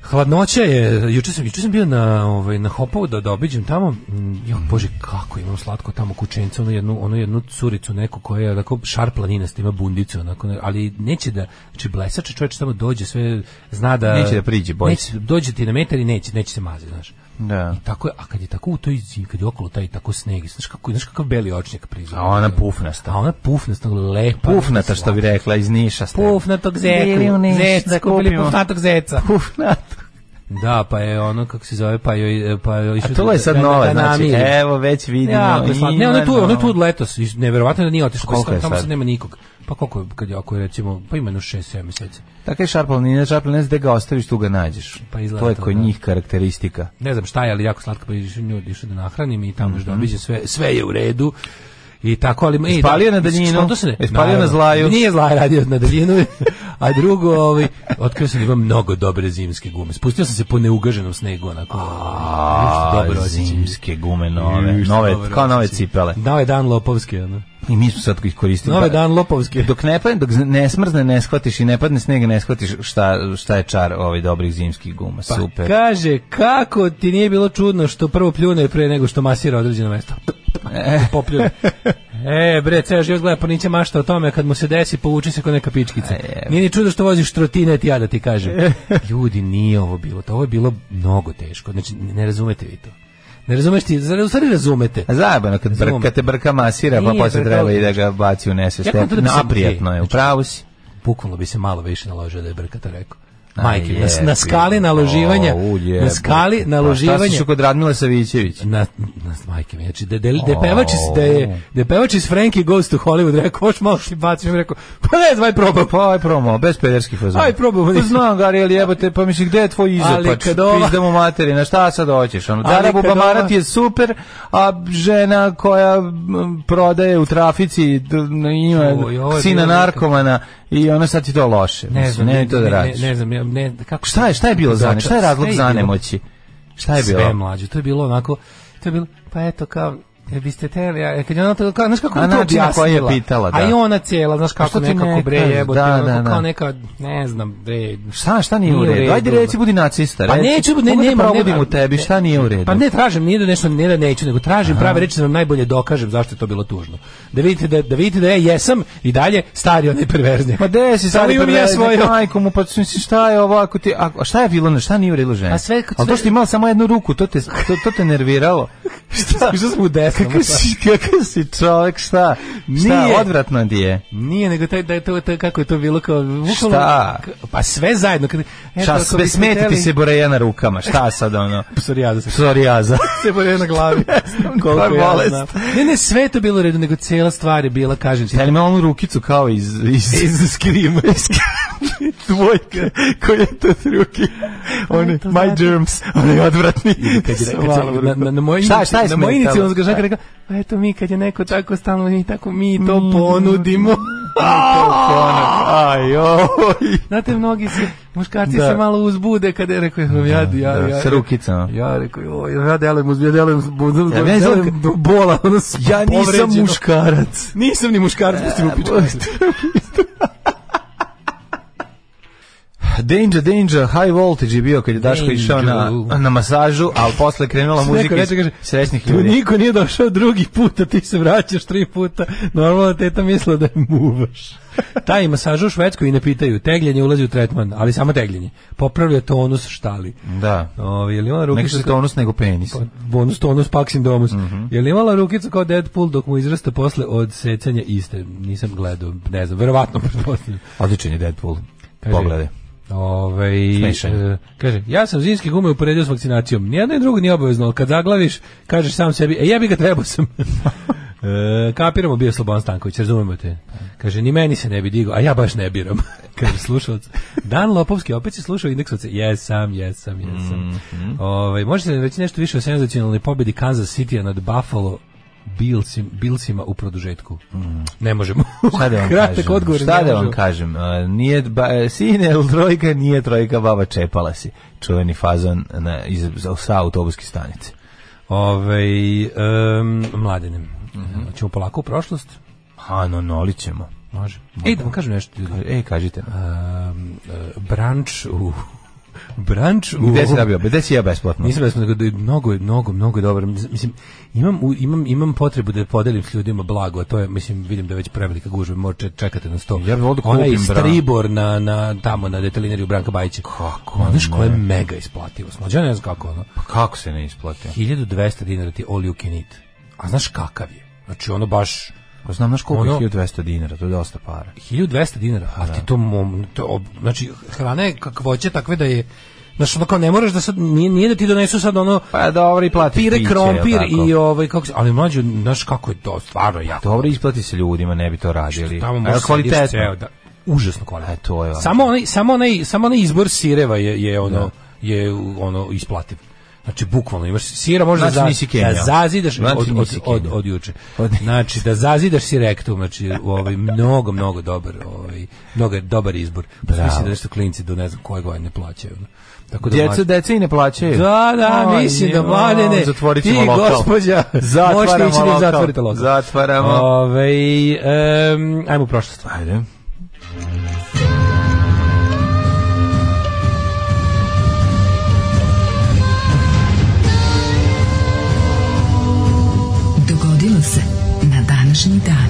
Hladnoća je, juče sam, juče sam bio na, ovaj, na Hopovu da, da obiđem tamo, Mm, jo, bože, kako imam slatko tamo kučenca, ono jednu, ono jednu curicu neku koja je onako šar planinasta, ima bundicu, onako, ne- ali neće da, znači blesače čovječ tamo dođe, sve zna da... Neće da priđe, boji se. neće, dođe ti na metar i neće, neće se mazi, znaš. Da. I tako je, a kad je tako u toj zimi, kad je okolo taj tako sneg, znaš, kako, znaš kakav beli očnjak prizor. A ona pufnasta. A ona pufnasta, lepa. Pufnata što bi rekla iz Niša. ste. Pufnatog Bili u zeku, Niš da zeca, kupili kupimo. pufnatog zeca. Pufnata. Da, pa je ono kako se zove, pa joj pa joj A to je sad nova, znači, evo već vidimo. Ja, ne, ono je tu, ima ono je nova. tu od letos, i neverovatno da nije otišao, Koliko je tamo sad sad? nema nikog. Pa koliko je, kad je, ako je recimo, pa ima jedno 6-7 meseci. Taka je šarplanina, šarplanina, gde ga ostaviš, tu ga nađeš. Pa izgleda to je to, kod da. njih karakteristika. Ne znam šta je, ali jako slatko, pa išao nju išao da nahranim i tamo još Mhm. da obiđem, sve, sve je u redu. I tako, ali... ej, Ispalio na daljinu? što to se ne- Ispalio na Naravno. zlaju? Nije zlaj radio na daljinu, <laughs> a drugo, ovaj, otkrio sam da imam mnogo dobre zimske gume. Spustio sam se po neugaženom snegu, onako. A, dobro osjećaj. zimske gume nove, Juš, nove, dobro kao nove osjećaj. cipele. Dao je dan Lopovski, ono. I mi smo sad ih koristili. Nove Pa- dan Lopovski. Dok ne padne, dok ne smrzne, ne shvatiš i ne padne snega, ne shvatiš šta, šta je čar ovih dobrih zimskih guma. Pa Super. Kaže, kako ti nije bilo čudno što prvo pljune pre nego što masira određeno mesto? <laughs> Popljune. E, bre, ceo život gleda porniće mašta o tome, kad mu se desi, povuče se ko neka pičkica. E, Nije ni čudo što voziš trotinet, ja da ti kažem. Ljudi, nije ovo bilo. To ovo je bilo mnogo teško. Znači, ne razumete vi to. Ne razumeš ti, zar- u stvari razumete. A zajebano, kad, brka, Razumem. kad te brka masira, pa Nije posle brka, treba ali- i da ga baci u nese Ja kontam da bi se- Naprijatno je, Ej, u pravu si. Pa, Bukvalno bi se malo više naložio da je Brkata rekao. A, Majke, mi, na, jebi na skali ga. naloživanja, O, u, na jebote. skali Pa šta naloživanja. si ću kod Radmila Savićević? na, na majke mi, znači da, da, da je pevač iz, da je, da je pevač iz Frankie Goes to Hollywood rekao, hoš malo ti bacim, rekao, pa ne, zvaj probaj, Pa aj promo, bez pederskih fazona. Aj, probamo. Pa znam, Gari, ali jebote, pa misli, gde je tvoj Ali izopač? kad ova- Pizda mu materi, na šta sad hoćeš? Ono, Ali Dara kad Bubamara ova- ti je super, a žena koja m, prodaje u trafici, d- n- Joj, ovo ima je sina bilo neka- narkomana i ona sad ti to loše. ne Mislim, znam, nemoj to da ne, radiš. ne, ne znam, ja, ne, kako Šta je, šta je bilo za ne? Doča- Šta je razlog sve za bilo- nemoći? Šta je bilo? Sve mlađe, to je bilo onako, to je bilo, pa eto kao, e, vi ste teli, a kad je ona to, kao, znaš kako A je to način na koji je objasnila? pitala, da. Pa A i ona cijela, znaš kako, što ti nekako ne bre kažeš, jebote, da, onako da, da. kao neka, ne znam, bre, Šta, šta nije, u redu? Ajde reci, budi nacista. Pa reci. neću, ne, Mogu da nemam, probudim nemam. u tebi, šta nije u redu? Pa ne tražim, nije da nešto ne da neću, nego tražim prave reči da vam najbolje dokažem zašto je to bilo tužno. Da vidite da, da vidite da ja jesam i dalje stari onaj perverzni. Ma de pa si sad Ali imam ja ja svoju. majku mu, pa mislim, šta je ovako ti, a, a šta je bilo, šta nije u redu žena? A sve- Ali to sve- što je imala samo jednu ruku, to te, to, to te nerviralo. šta? Išao sam u desno, <laughs> pa- Kakav si, kakav si čovjek, šta? Šta, Nije. odvratno ti je. Nije, nego taj, taj, to, to, kako je to bilo kao... bukvalno- Šta? k- Pa sve zajedno. Kad, eto, Šta, ako sve biste smeti ti hteli- <laughs> se boreja na rukama, šta sad ono? Psorijaza <laughs> se Psorijaza. se borio na <laughs> glavi. koja Koliko ja bolest. znam. Ne, ne, sve je to bilo u redu, nego cijela stvar je bila, kažem ti, Ja imam onu rukicu kao iz, iz, <laughs> iz skrima. Dvojka, koja je to ruki? On je, to my znate. germs, on je odvratni. kad je Sa kad malom se, na, rukom. na, na moj Šta, šta je na moj smetalo? inicijalno zgažak rekao, pa eto mi kad je neko tako stalno i tako mi to Mm. ponudimo. <laughs> Aj, oj. Znate, mnogi se, muškarci Da. se malo uzbude kada je rekao, ja, ja, da, ja, sa rukicama. Ja rekao, "Joj, ja delujem, uz- ja delujem, uz- Ja, ja ja nisam- delujem do bola, ono s- Ja nisam povređeno. muškarac. E, Nisam ni muškarac, pusti mu pičku. Danger, danger, high voltage je bio kad je Daško Danger. išao na, na masažu, ali posle je krenula muzika Neko iz reče, kaže, srećnih tu ljudi. niko nije došao drugi put, a ti se vraćaš tri puta. Normalno teta misla da je muvaš. Taj masaž u Švedskoj i ne pitaju. Tegljenje ulazi u tretman, ali samo tegljenje. Popravlja tonus štali. Da. Ovi, je li imala Nek rukicu se tonus nego penis. kao- bonus tonus paksin domus. Je li imala rukicu kao Deadpool dok mu izrasta posle od secanja iste? Nisam gledao, ne znam, verovatno <laughs> pretpostavljam. Odličan je Deadpool. Kaže, Pogledaj. Ovaj, Smešan. e, kaže, ja sam zimske gume uporedio s vakcinacijom. Nijedno i drugo nije obavezno, ali kad zaglaviš, kažeš sam sebi, e jebi ga, trebao sam. <laughs> e, kapiramo, bio je Slobodan Stanković, razumemo te. Kaže, ni meni se ne bi digao, a ja baš ne biram. <laughs> kaže, slušalac, Dan Lopovski, opet si slušao indeksovce? Jesam, jesam, jesam. Mhm. Ovaj, možete li reći nešto više o senzacionalnoj pobedi Kansas City nad Buffalo Billsim, Billsima u produžetku? Ne možemo. Mhm. Šta da vam <laughs> Kratak kažem? odgovor, Šta ne da vam možemo. kažem? E, Nije ba, e, sine, el trojka, nije trojka, baba čepala si. Čuveni fazon na, iz, sa autobuske stanice. Ove, um, mladene, ćemo polako u prošlost? A, no, nolićemo. Može. Ej, da vam kažem nešto. ljudi. E, kažite. Um, e, branč u... <laughs> Branč u... Gde si rabio? Gde si ja besplatno? Nisam da smo nego da je mnogo, je- mnogo, mnogo je dobar. Mislim, imam, u- imam, imam potrebu da podelim s ljudima blago, a to je, mislim, vidim da je već prevelika gužva, možete čekate na sto. Ja bih volio da Onaj kupim bran. stribor na, na, tamo, na detalineriju Branka Bajića. Kako? Znaš koja je mega isplativa? Mlađe, ja ne znam kako ono. Pa, Kako se ne isplati? 1200 dinara ti all you can eat. A znaš kakav je? Znači ono baš Ko Pa, znam, znaš koliko Ono- je 1200 dinara, to je dosta para. 1200 dinara, a ti to, mom, to ob, znači hrana je kakvoće takve da je Znači, ono kao ne moraš da sad, nije, nije da ti donesu sad ono Pa dobro, i platiš pire, piće, krompir jel tako? i ovaj, kako se, ali mlađo, znaš kako je to, stvarno jako. Dobro, isplati se ljudima, ne bi to radili. Tamo A možeš kvalitetno? kvalitetno. Ceo, da, užasno kvalitetno. E, to je važno. Samo onaj, samo onaj, samo onaj izbor sireva je, je ono, je ono isplativ. Znači, bukvalno imaš sira, možda Znači, nisi da Kenjao. zazidaš Znači, od, nisi od, od, Kenjao. od juče. Znači, da zazidaš si rektum, znači, u ovaj, mnogo, mnogo dobar, ovaj, mnogo je dobar izbor. Pa Mislim da nešto klinci do ne znam koje godine plaćaju. ono. Tako da Djeca, mlađe- deca i ne plaćaju. da, da, Aj, mislim joj, da mlade ne. Zatvorit ti, ćemo lokal. gospođa, Zatvaramo možete ići da im lokal. zatvorite lokal. Zatvaramo. Ove, em, ajmo u prošlost. Ajde. Dogodilo se na današnji dan.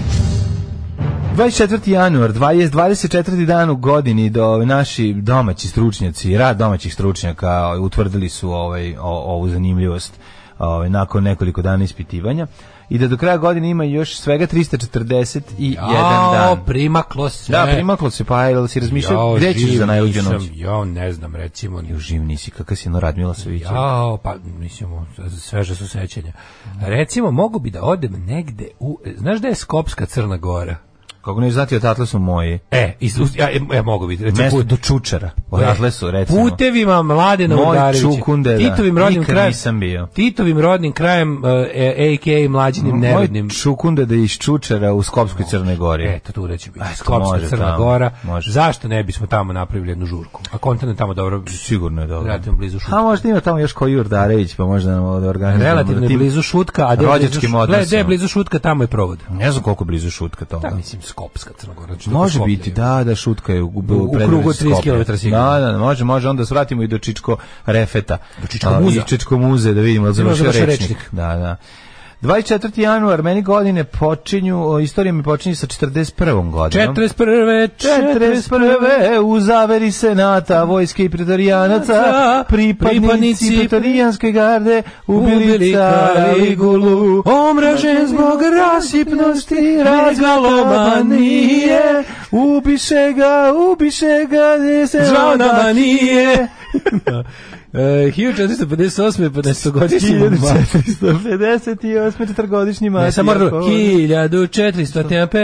24. januar, 20, 24. dan u godini do naši domaći stručnjaci, rad domaćih stručnjaka utvrdili su ovaj, o- ovu zanimljivost ovaj, nakon nekoliko dana ispitivanja i da do kraja godine ima još svega 341 Jao, dan. primaklo se. Da, primaklo se, pa jel si razmišljao Jao, gde ćeš živ za najluđu nisam, noć? Jao, ne znam, recimo. ni- Ju, živ nisi, kakav si ono Norad Milosević. Jao, pa mislim, sveže su sećanja. Recimo, mogu bi da odem negde u... Znaš da je Skopska Crna Gora? Kako ne znati, odatle su moji. E, iz, uz- ja, ja, ja mogu biti. Recimo, Mesto put- do Čučara. E, Odatle su, recimo. Putevima Mladena Moj Udarevića. Čukunde, da. Titovim rodnim Nikad krajem. nisam bio. Titovim rodnim krajem, uh, e, a.k.a. mlađinim nerodnim. Moj Čukunde da je iz Čučara u Skopskoj Crnoj Gori. Eto, tu reći bi. Skopska može Crna tamo, Gora. može. Zašto ne bismo tamo napravili jednu žurku? A kontinent tamo dobro... Sigurno je dobro. Relativno blizu šutka. A možda ima tamo još koji Urdarević, pa možda nam ovo da organizujemo. Relativno Da je tim- blizu šutka, a gde je blizu, rođačkim Šu- Gle, gde je odnosima. blizu šutka, tamo je provod. Ne znam koliko blizu šutka to. Da, mislim, Skopska Crna Gora. Znači, Može dok Skoplje biti, je. da, da, šutka je u, u, u krugu od 30 kilometara sigurno. Da, da, da, može, može, onda svratimo i do Čičko refeta. Do Čičko muza. Čičko muze, da vidimo, da završio završio rečnik. rečnik. Da, da. 24. januar, meni godine počinju, o, istorija mi počinje sa 41. godinom. 41. 41. 41. u zaveri senata, vojske i pretorijanaca, pripadnici Pripadnici- pretorijanske garde ubili Ubili Kaligulu. Kaligulu. Omražen zbog rasipnosti, megalomanije. ubiše ga, ubiše ga, ne se Zvana <laughs> nije. E, 1458. 15-godišnji 1458. četvrgodišnji Ne, Matija Pa samo rr- Kovač.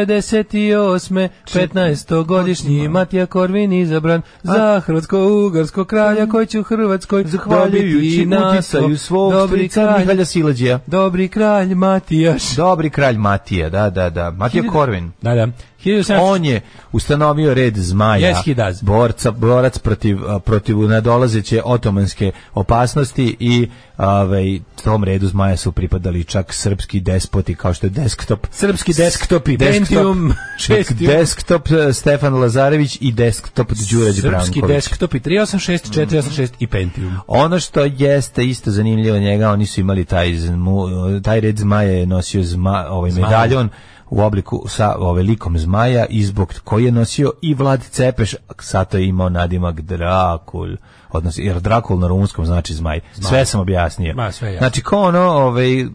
1458. 15-godišnji Matija Korvin izabran za Hrvatsko-Ugarsko kralja koji će u Hrvatskoj dobiti Zahvaljujući uticaju naslov svog Dobri strica kralj, Mihalja Silađija. dobri kralj Matijaš. Dobri kralj Matija, da, da, da. Matija Korvin. Da, da. 1700 On je ustanovio red zmaja. Yes, he does. Borca, borac protiv, a, protiv nadolazeće otomanske opasnosti i ovaj, tom redu zmaja su pripadali čak srpski despoti kao što je desktop. Srpski desktopi, Desktop- Pentium, <laughs> Šestium. Desktop eh, Stefan Lazarević i desktop Đurđ Srpski Branković. desktopi 386, 486 i Pentium. Ono što jeste isto zanimljivo njega, oni su imali taj, zmu- taj red zmaja je nosio zma, ovaj medaljon u obliku sa ovaj, likom zmaja i zbog koji je nosio i Vlad Cepeš, sato je imao nadimak Drakul, odnosno, jer Drakul na rumunskom znači zmaj. Sve sam objasnio. Ma, sve je jasno. znači, kao ono ovaj, v-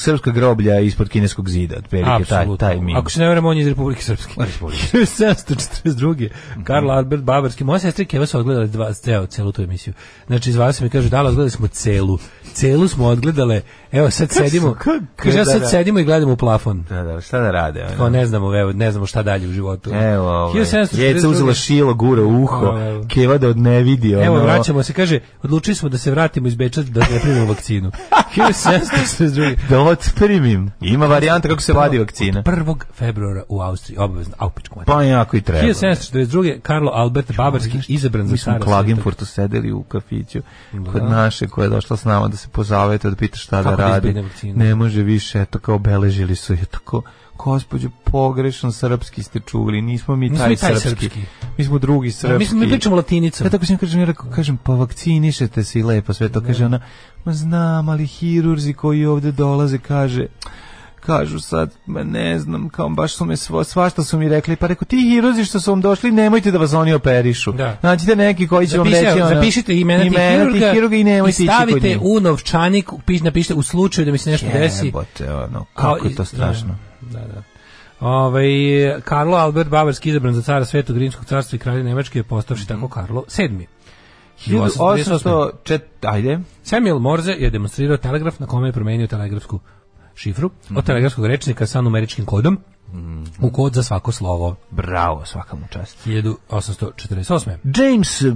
srpska groblja ispod kineskog zida, otprilike taj, Apsolutno. taj mim. Ako se ne vjerujem, on je iz Republike Srpske. <laughs> 1742. Mhm. Karl Albert Bavarski. Moja sestra i Keva su odgledali dva, ceo, celu tu emisiju. Znači, izvali se mi kaže, da, odgledali smo celu. Celu smo odgledale. Evo, sad sedimo. kako- Kaže, ja da, da. sad sedimo i gledamo u plafon. Da, da, šta da rade? ono? Kao ne znamo, evo, ne znamo šta dalje u životu. Evo, ovaj, 1742. jeca uzela šilo, gura u uho, Evo, evo. keva da od ne vidi. Evo, ono. vraćamo se, kaže, odlučili smo da se vratimo iz Beča da ne primimo <laughs> vakcinu. 1742. da otprimim. Ima varijanta kako se vadi vakcina. 1. februara u Austriji, obavezno, a u pičku mater. Pa jako i treba. 1742. Karlo Albert Bavarski izabran za Mi smo u cara. Klagenfurtu sedeli u kafiću kod naše koja je došla s nama da se pozavete, da pita šta da Kako da radi. izbjegne vakcinu? Ne može više, eto kao obeležili su je tako gospođo, pogrešan srpski ste čuli, nismo mi Nismo taj, mi taj srpski. srpski. Mi smo drugi srpski. Mi, smo- mi pričamo latinicom. Ja tako sam kažem, ja rekao, kažem, pa vakcinišete se i lepo sve to, kaže ona, ma znam, ali hirurzi koji ovde dolaze, kaže, kažu sad, ma ne znam, kao baš su me, svo, svašta su mi rekli, pa rekao, ti hirurzi što su vam došli, nemojte da vas oni operišu. Da. Nađite Znači, neki koji će Zapišite- vam reći, ono, zapišite imena, tih tih hirurga, hirurga i i nemojte ići kod stavite njih. u novčanik, piš, napišite u slučaju da mi se nešto desi. Jebote, ono, Kao kako je i- to strašno. Da, da. Ovaj Karlo Albert Bavarski izabran za cara Svetog rimskog carstva i kralja Nemačke je postavši tako Karlo VII. 1838. 1804, ajde, Samuel Morze je demonstrirao telegraf na kome je promenio telegrafsku šifru Mhm. od telegrafskog rečnika sa numeričkim kodom u kod za svako slovo. bravo, svaka mu čast. 1848. James V.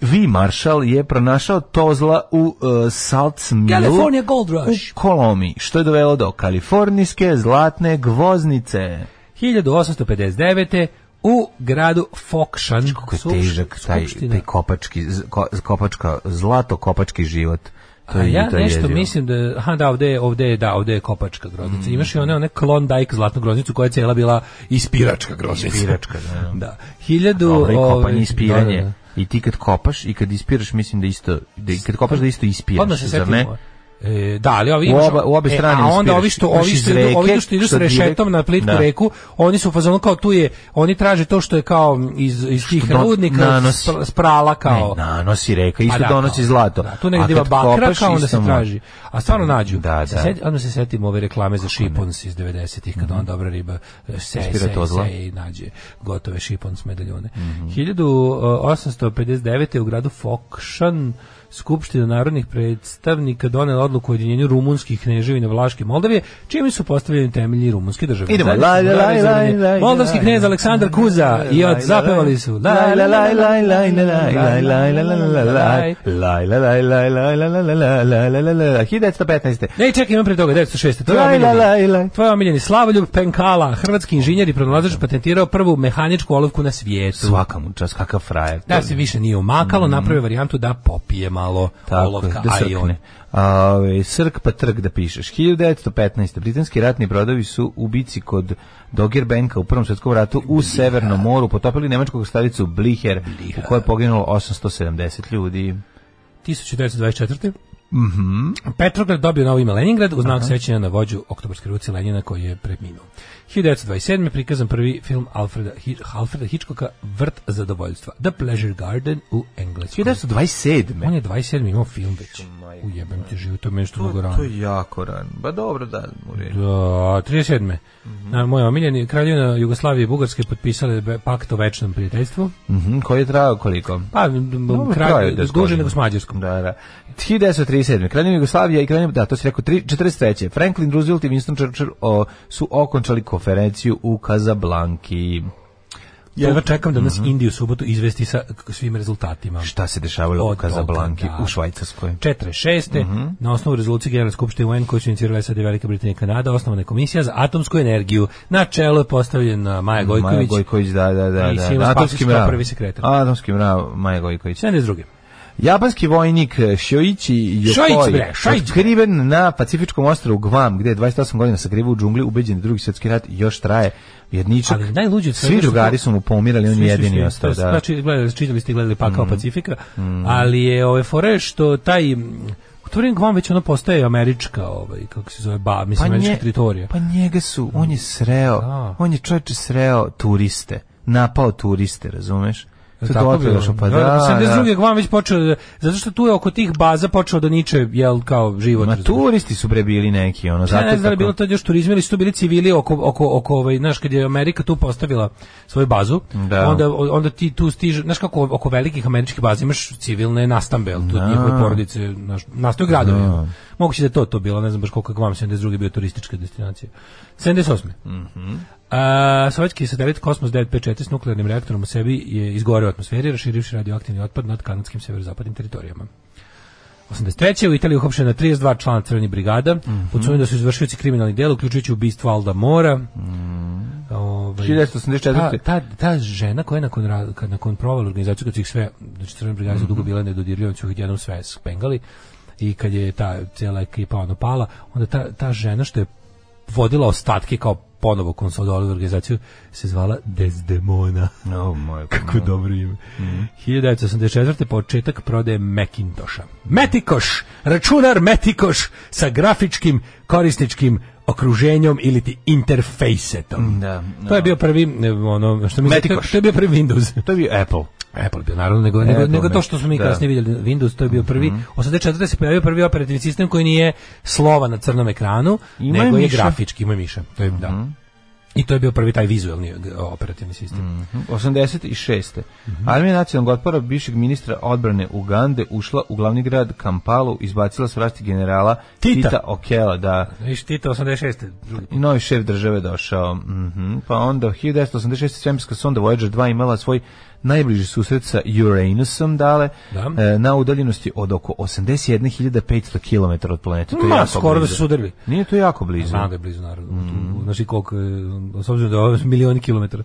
v. Marshall je pronašao tozla u uh, Salts Millu California Gold u Rush. Kolomi, što je dovelo do kalifornijske zlatne gvoznice. 1859. u gradu Fokšan. Kako je težak taj, taj kopački, z- ko, kopačka, zlato kopački život. To A je, ja to je nešto jezivo. mislim da, ha da, ovde je, ovde je, da, ovde je kopačka groznica. Mhm. Imaš i one, one Klondike zlatnu groznicu koja je cijela bila ispiračka groznica. Ispiračka, da, da. da. Hiljadu... Dobro, i ovaj, kopanje, ispiranje. da, da, da. I ti kad kopaš i kad ispiraš, mislim da isto, da, i kad kopaš da isto ispiraš, Odmah se zar setimo. ne? E, da, ali ovi e, U oba- u obe strane a onda ispiraš. ovi što Imaš ovi što iz idu, ovi reke, što idu što sa rešetom direkt- na plitku da. reku, oni su u fazonu kao tu je, oni traže to što je kao iz iz tih Što don- rudnika nanosi. spra- sprala kao. Ne, nanosi reka, isto Pa da, donosi kao, zlato. Da, tu A negdje ima kad bakra kopaš, kao onda isto se mu- traži. A stvarno nađu. Da, Se da. sjeti- odmah se setim ove reklame za šipons iz 90-ih, kad on dobra riba se, se, Ispira Mhm. to Mhm. zla. se i nađe gotove šipons medaljone. e, 1859. u gradu Fokšan Skupština narodnih predstavnika donela odluku o jedinjenju rumunskih kneževina Vlaške i Moldavije, čime su postavljeni temelji rumunske države. Idemo, Zajedno su laj, laj, Moldavije laj, zabranili- laj, laj, Moldavski laj. knez Aleksandar Kuza i od zapevali su. laj, laj, laj, laj, laj, laj, laj, laj, laj, laj, laj. 1915. Ne, čekaj, imam pre toga, 906. Tvoj Laj, omiljeni, laj, laj, laj. tvoj omiljeni Slavoljub Penkala, hrvatski inženjer i pronalazač patentirao prvu mehaničku olovku na svijetu. Svaka mu čast, kakav frajer. Da se više nije umakalo, napravio varijantu da popije malo Mm. Tako, olovka, da a i on. srkne. A, ovaj, srk pa trg da pišeš. 1915. Britanski ratni brodovi su u bici kod Doggerbanka u Prvom svjetskom ratu u Severnom moru potopili nemačku krstavicu Bliher, u kojoj je poginulo 870 ljudi. 1924. Mhm. Petrograd dobio novo ime Leningrad u znak sećanja na vođu oktobarske ruci Lenina koji je preminuo. 1927. prikazan prvi film Alfreda, Hi- Alfreda Hitchcocka Vrt zadovoljstva. The Pleasure Garden u Engleskoj. 1927. On je 27 imao film već. Ujebem ti život, to je meni što mnogo rano. To je jako ran. Ba dobro, da, u redu. Da, 37. Mhm. Na moj omiljeni kraljevina Jugoslavije i Bugarske potpisale be- pakt o večnom prijateljstvu. Mhm, koji je trajao koliko? Pa, m- m- Dobro, trajao je kralj, deset duže godina. nego s Mađarskom. Da, da. 1937. Kraljevina Jugoslavija i kraljevina, da, to si rekao, tri- 43. Franklin Roosevelt i Winston Churchill o, su okončali konferenciju u Kazablanki. Ja jedva čekam da nas Indiju u subotu izvesti sa k- svim rezultatima. Mhm. Šta se dešavalo u Od toga, Kazablanki, da. u Švajcarskoj? 46. Mhm. na osnovu rezolucije Generalne skupštine UN koju su inicirale SAD, Velika Britanija i Kanada, osnovana je komisija za atomsku energiju. Na čelo je postavljen a, Maja Gojković. Maja Gojković, da, da, da. I da. Simo Spasić Atomski kao mrav. prvi sekretar. Atomski mrav, Maja Gojković. 72. Japanski vojnik Šioichi Šoić, Yokoi bre, Šoić, bre. otkriven na Pacifičkom ostrovu Guam, gde je 28 godina sakrivao u džungli, ubeđen da drugi svjetski rat još traje. Jedničak. Ali najluđe od svega Svi što- drugari su mu pomirali, on Svi je su jedini svi- ostao. Da. Mm. Znači, gledali, čitali ste i gledali pakao Pacifika, ali je ove fore što taj m, u Turin Guam već ono postaje američka, ovaj, kako se zove, ba, mislim, američka nje- teritorija. Pa njega su, on je sreo, Da. on je čovječe sreo turiste, napao turiste, razumeš? To je Tako dotle bilo. došlo, pa da, Da, da, da. 72. Guam već počeo, da- zato što tu je oko tih baza počeo da niče, jel, kao život. Ma razumeš? turisti su bre bili neki, ono, Ja zato ne znam da li je tako- bilo to još turizam ili su to bili civili oko, oko, oko ovaj, znaš, kad je Amerika tu postavila svoju bazu, Da. onda, onda ti tu stiže, znaš kako oko velikih američkih baza imaš civilne nastambe, jel, tu njihove porodice, znaš, nastaju gradovi. jel. Moguće da je to to bilo, ne znam baš koliko je vam 72. bio turistička destinacija. 78. Mhm. A, sovjetski satelit Kosmos 954 s nuklearnim reaktorom u sebi je izgoreo u atmosferi, raširivši radioaktivni otpad nad kanadskim severozapadnim teritorijama. 83. u Italiji uhopšena 32 člana crvenih brigada, mm da su izvršioci kriminalnih dela, uključujući ubistvo Alda Mora. Ovaj, 1984. Ta, ta, ta žena koja je nakon, ra- kad- nakon provala organizaciju, kad su ih sve, znači crvene brigade su dugo bile nedodirljive, oni su ih jednom sve spengali, i kad je ta cijela ekipa ono pala, onda ta, ta žena što je vodila ostatke kao ponovo konsolidovali organizaciju, se zvala Desdemona. No, moj, Kako dobro ime. Mhm. 1984. početak prodaje Macintosha. Metikoš, računar Metikoš sa grafičkim korisničkim okruženjem ili ti interfejsetom. Da, To je bio prvi ne, ono što mi Metikoš. to je bio prvi Windows. To je bio Apple. Apple bio naravno nego nego, Apple, nego to što smo mi da. Mhm. kasnije vidjeli Windows to je bio prvi 84 se pojavio prvi operativni sistem koji nije slova na crnom ekranu Ima nego je je miša. Mhm. grafički ima miša. To je da. I to je bio prvi taj vizuelni g- operativni sistem. 86. Mhm. Armija nacionalnog otpora bivšeg ministra odbrane Ugande ušla u glavni grad Kampalu, izbacila s vlasti generala Tita. Tita, Okela, da. Viš ti to 86. drugi. I novi šef države došao. Mhm. Pa onda 1986. svemirska sonda Voyager 2 imala svoj najbliži susret sa Uranusom dale Da. e, na udaljenosti od oko 81.500 km od planete. To je Ma, jako skoro da blizu. su se udarili. Nije to jako blizu. Znam da je blizu, naravno. Mhm. Znači koliko, je, s obzirom da je ovo milioni kilometara.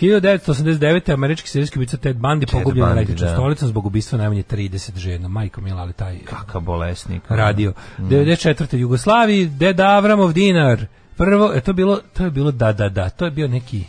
1989. američki serijski ubica Ted Bundy pogubljen na Bundy, električnom da. stolicom zbog ubistva najmanje 30 žena. Majko mila, ali taj Kakav bolesnik. radio. Mhm. 94. Jugoslaviji, Deda Avramov dinar. Prvo, e, to, je bilo, to je bilo da, da, da. To je bio neki...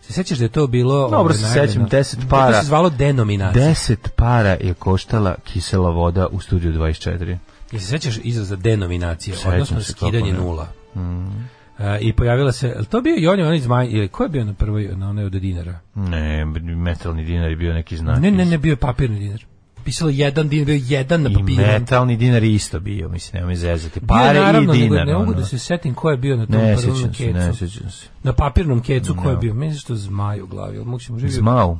Se sećaš da je to bilo... Mhm. Dobro ovaj, se najavljeno? sećam, 10 To para. se zvalo denominacija. 10 para je koštala kisela voda u studiju 24. Jel se sećaš izraza denominacije, Sećam odnosno se, skidanje kako ne. Mm. nula? E, I pojavila se, jel to bio i on je onaj zmaj, ili ko je bio na prvoj, na onaj od dinara? Ne, metalni dinar je bio neki znak. Ne, ne, ne, bio je papirni dinar. Pisalo jedan dinar, bio je jedan na I papiru. metalni dinar je isto bio, mislim, nema mi zezati. Bio je, Pare naravno, i nego dinar. Ne mogu ono. da se setim ko je bio na tom Ne prvom sjećam se, ne kecu. sjećam se. Na papirnom kecu ko je bio? Meni se to zmaj u glavi, ali moguće može bio. Zmau.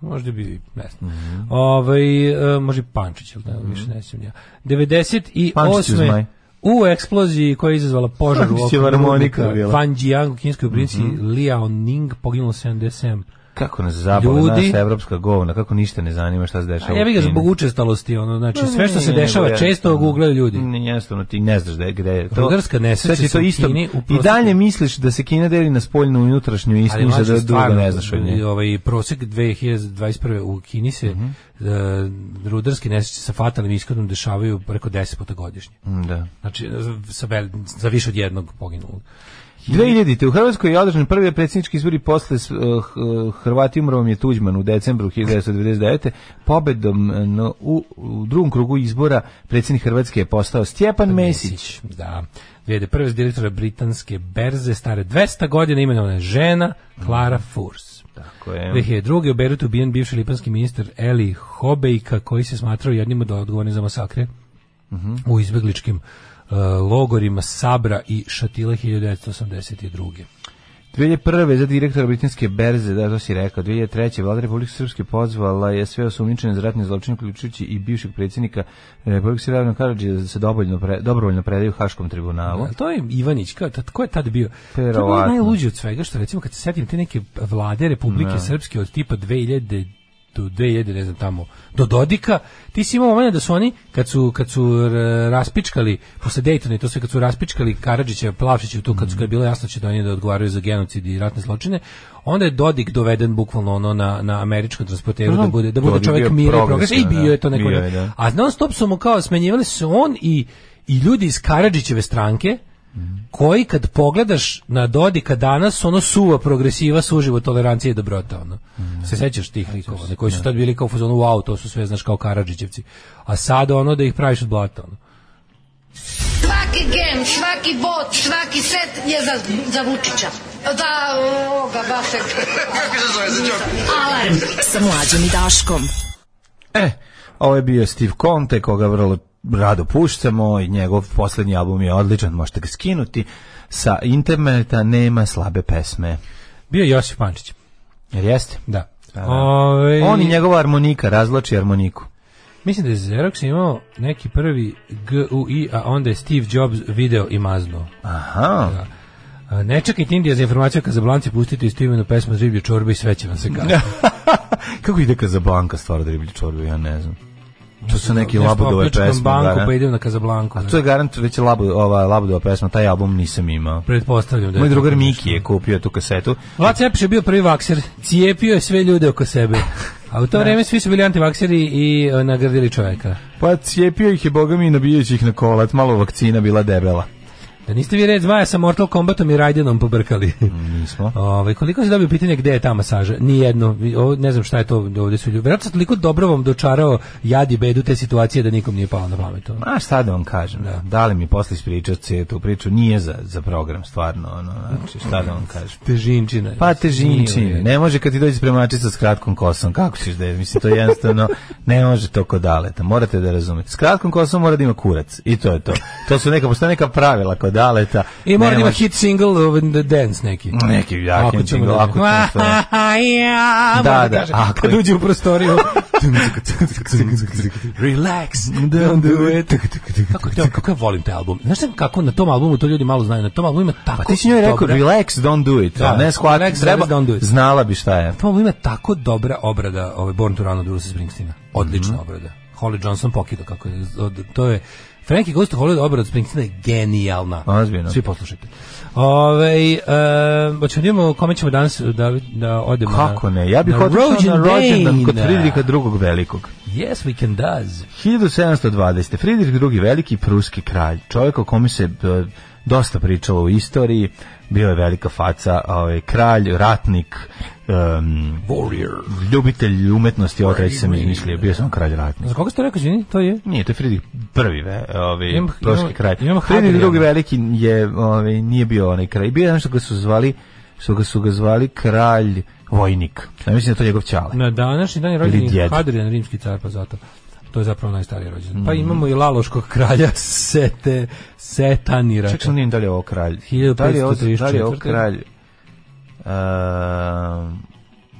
Možda bi, ne znam. Mhm. Ovaj, e, može i Pančić, ili ne, više ne sjećam ja. 98. Pančić je zmaj. U eksploziji koja je izazvala požar u Pančićeva harmonika je bila. Mhm. Vanjiang u kineskoj provinciji Liaoning poginulo 77. Kako nas zabava Ljudi- naša evropska govna, kako ništa ne zanima šta se dešava. A ja bih ga u Kini. zbog učestalosti, ono, znači, Pa sve što se nije, dešava nego ja- često googlaju ljudi. Ne, jednostavno ti ne znaš da je gde je to. Rudarska nesreća Sve ti se u Kini u I prosjeku- dalje misliš da se Kina deli na spoljnu i unutrašnju i Ali istinu mlađe, da drugo stvarno, ne znaš od nje. Mhm. Ovaj prosek 2021 u Kini se e, rudarski nesreće sa fatalnim ishodom dešavaju preko 10 puta godišnje. Da. Znači sa vel, za više od jednog poginulog. 2000. U Hrvatskoj je održan prvi predsjednički izbori posle s- eh, h- Hrvati umro vam je Tuđman u decembru 1999. Pobedom eh, no, u, u drugom krugu izbora predsjednik Hrvatske je postao Stjepan Mesić. Da. 2001 za direktora britanske berze stare 200 godina imenovana je žena Clara Furs. Tako je. 2002. u Beirutu ubijen bivši lipanski ministar Eli Hobejka koji se smatrao jednim od odgovornih za masakre u izbegličkim e, logorima Sabra i Šatila 1982. 2001. za direktora britanske berze, da, to si rekao, 2003. vlada Republike Srpske pozvala je sve osumnjičene za ratne zločine, uključujući i bivšeg predsjednika Republike Srpske Ravno Karadžija, da se dobrovoljno, pre, dobrovoljno predaju Haškom tribunalu. To je Ivanić, kao, tad, ko je tad bio? To je bilo Verovatno. najluđe od svega, što recimo kad se setim te neke vlade Republike Srpske od tipa 2000 do 2000, ne znam tamo, do Dodika, ti si imao moment da su oni, kad su, kad su r- raspičkali, posle Daytona i to sve, kad su raspičkali Karadžića, Plavšića, i tu kad su kad je bilo jasno će da oni da odgovaraju za genocid i ratne zločine, onda je Dodik doveden bukvalno ono na, na američkom transporteru da Znam, bude, da bude Dodik čovjek Pa bio mira i progresa, i progresivan, bio je to da. neko. Bio je, da. A non stop su mu kao smenjivali se on i, i ljudi iz Karadžićeve stranke, koji kad pogledaš na Dodika danas, ono suva progresiva, suživo tolerancije i dobrota, ono. Se sećaš tih likova, ne, koji su tad bili kao u fazonu, wow, to su sve, znaš, kao Karadžićevci. A sad ono da ih praviš od blata, ono. Svaki gem, svaki bot, svaki set je za, za Vučića. Da, ovoga, Basek. Kako se zove za Alarm sa mlađom i Daškom. E, ovo je bio Steve Conte, koga vrlo rado puštamo i njegov posljednji album je odličan, možete ga skinuti. Sa interneta nema slabe pesme. Bio je Josif Pančić, Jer jeste? da. da. Ovaj, On i njegova harmonika, razlači harmoniku. Mislim da je Xerox imao neki prvi GUI, a onda je Steve Jobs video i maznuo. Aha, A, Ne čekajte Indija za informaciju kad za blanci pustite Stevenu pesmu Zriblje čorbe i sve će vam se kaži. Kako ide Kazablanka stvar da riblji čorbe, ja ne znam. To su neki labudove pesme. banku da, pa ne? idem na Kazablanku. A to je garant već labu, ova labudova pesma, taj album nisam imao. Pretpostavljam da je Moj to drugar nešto. Miki je kupio tu kasetu. Vlad Cepiš je bio prvi vakser, cijepio je sve ljude oko sebe. A u to vrijeme svi su bili antivakseri i e, nagradili čovjeka. Pa cijepio ih je bogami i nabijajući ih na kolat, malo vakcina bila debela. Da niste vi red zmaja sa Mortal Kombatom i Raidenom pobrkali. <laughs> Nismo. Ovaj koliko se dobio pitanje gde je ta masaža? Nijedno. Vi- ovo- ne znam šta je to ovdje su ljudi. Verovatno sam toliko dobro vam dočarao jadi bedu te situacije da nikom nije palo na pamet. ono. A šta da vam kažem, da, da li mi posle ispričati cijelu tu priču, nije za, za program stvarno, ono, znači šta da vam kažem. Težinčina. Pa Nije u težinčine, redu. ne može kad ti dođe spremačica s kratkom kosom, kako ćeš da je, mislim, to je jednostavno, ne može to kod aleta, morate da razumete. S kratkom kosom mora da ima kurac, i to je to. To su neka, postoje neka pravila kod aleta. I mora Ne da ima može- hit single uh, the dance neki. Neki jaki Ako ćemo Mm, single, da- ako <laughs> ćemo to. ja, Da, mora da, kaže, ako Kad je- uđe u <laughs> prostoriju. Relax, don't do it. kako, to, kako ja volim taj album. Znaš sam kako na tom albumu, to ljudi malo znaju, na tom albumu ima tako Pa ti si njoj rekao, dobra- relax, don't do it. Da, a ne shvati, relax, treba, don't do it. znala bi šta je. Na tom albumu ima tako dobra obrada ove Born to Run od Bruce Springsteena. Mhm. Odlična obrada. Holly Johnson pokido kako je. od- to je Frankie Ghost to Hollywood obrada od Springsteena je genijalna. Ozbiljno. Svi poslušajte. Ove, e, hoćemo da idemo, kome ćemo danas da, da odemo na- Kako ne? Ja bih na otišao na Rođendan. rođendan kod Fridrika drugog velikog. Yes, we can does. 1720. Fridrik II. veliki pruski kralj, čovjek o kome se e, dosta pričalo u istoriji, bio je velika faca, ovaj, kralj, ratnik, em, ljubitelj umetnosti, ovaj sam izmislio, bio sam kralj ratnik. Za koga ste rekao, izvini? To je? Nije, to je Fridrik prvi, ve, ovaj, Imam- pruski imam- kralj. imam Fridrik Hadrijan. II. veliki je, ovaj, nije bio onaj kralj, bio je nešto ga su zvali, što ga su ga zvali kralj vojnik. Ja mislim da je to njegov ćale. Na današnji dan je Ili rođen djed. Hadrian, rimski car, pa zato. To je zapravo najstariji rođen. Pa imamo i Laloškog kralja <laughs> Sete, Setanira. Čak sam nijem da li je ovo kralj. Da li je ovo, da li je ovo kralj? Um,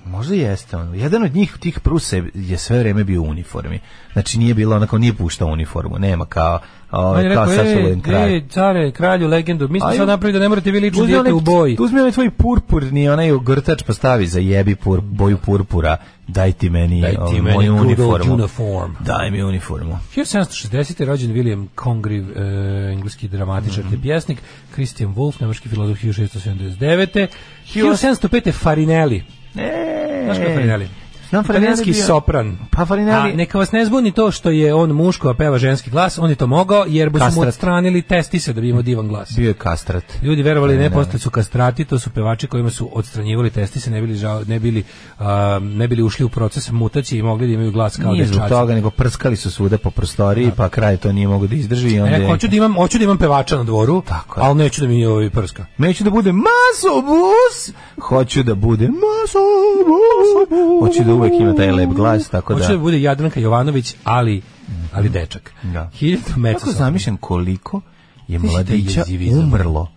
Možda jeste ono. Jedan od njih tih Prusa je- je sve vreme bio u uniformi. Znači nije bilo onako nije puštao uniformu, nema kao On je ovaj kao rekao, "E, sad su ej, volim kralj. ej, care, kralju, legendu, mi smo Aj, sad napravili da ne morate vi lično Uzmi onaj- dijete u boji. Uzmi onaj tvoj purpurni, onaj ogrtač postavi za jebi pur, boju purpura. Daj ti meni, Daj ti ovaj, meni moju good old uniformu. uniform. Daj mi uniformu. 1760. je rođen William Congreve, e, engleski dramatičar Mhm. te pjesnik, Christian Wolff, nemački filozof 1679. 1705. je Farinelli. E, Znaš ko je Farinelli? Znam Farinelli Italijanski bio- sopran. Pa Farinelli- A neka vas ne zbuni to što je on muško, a peva ženski glas, on je to mogao, jer bi su mu Kastrat. odstranili testise da bi imao divan glas. Bio je kastrat. Ljudi verovali ne, postali su kastrati, to su pevači kojima su odstranjivali testise, ne bili žao- ne bili a, ne bili ušli u proces mutacije i mogli da imaju glas kao Nije zbog dečaci. toga, nego prskali su svuda po prostoriji, pa kraj to nije mogo da izdrži i onda... E, je- hoću da imam, hoću da imam pevača na dvoru, Tako je. ali neću da mi ovaj prska. Neću da budem masobus, hoću da budem masobus. Hoću da uvek ima taj lep glas, tako Pa da... Hoću da bude Jadranka Jovanović, ali ali dečak. Da. Hiljadu Kako meca. zamišljam koliko je Sviđa taj mladića jezivizam. umrlo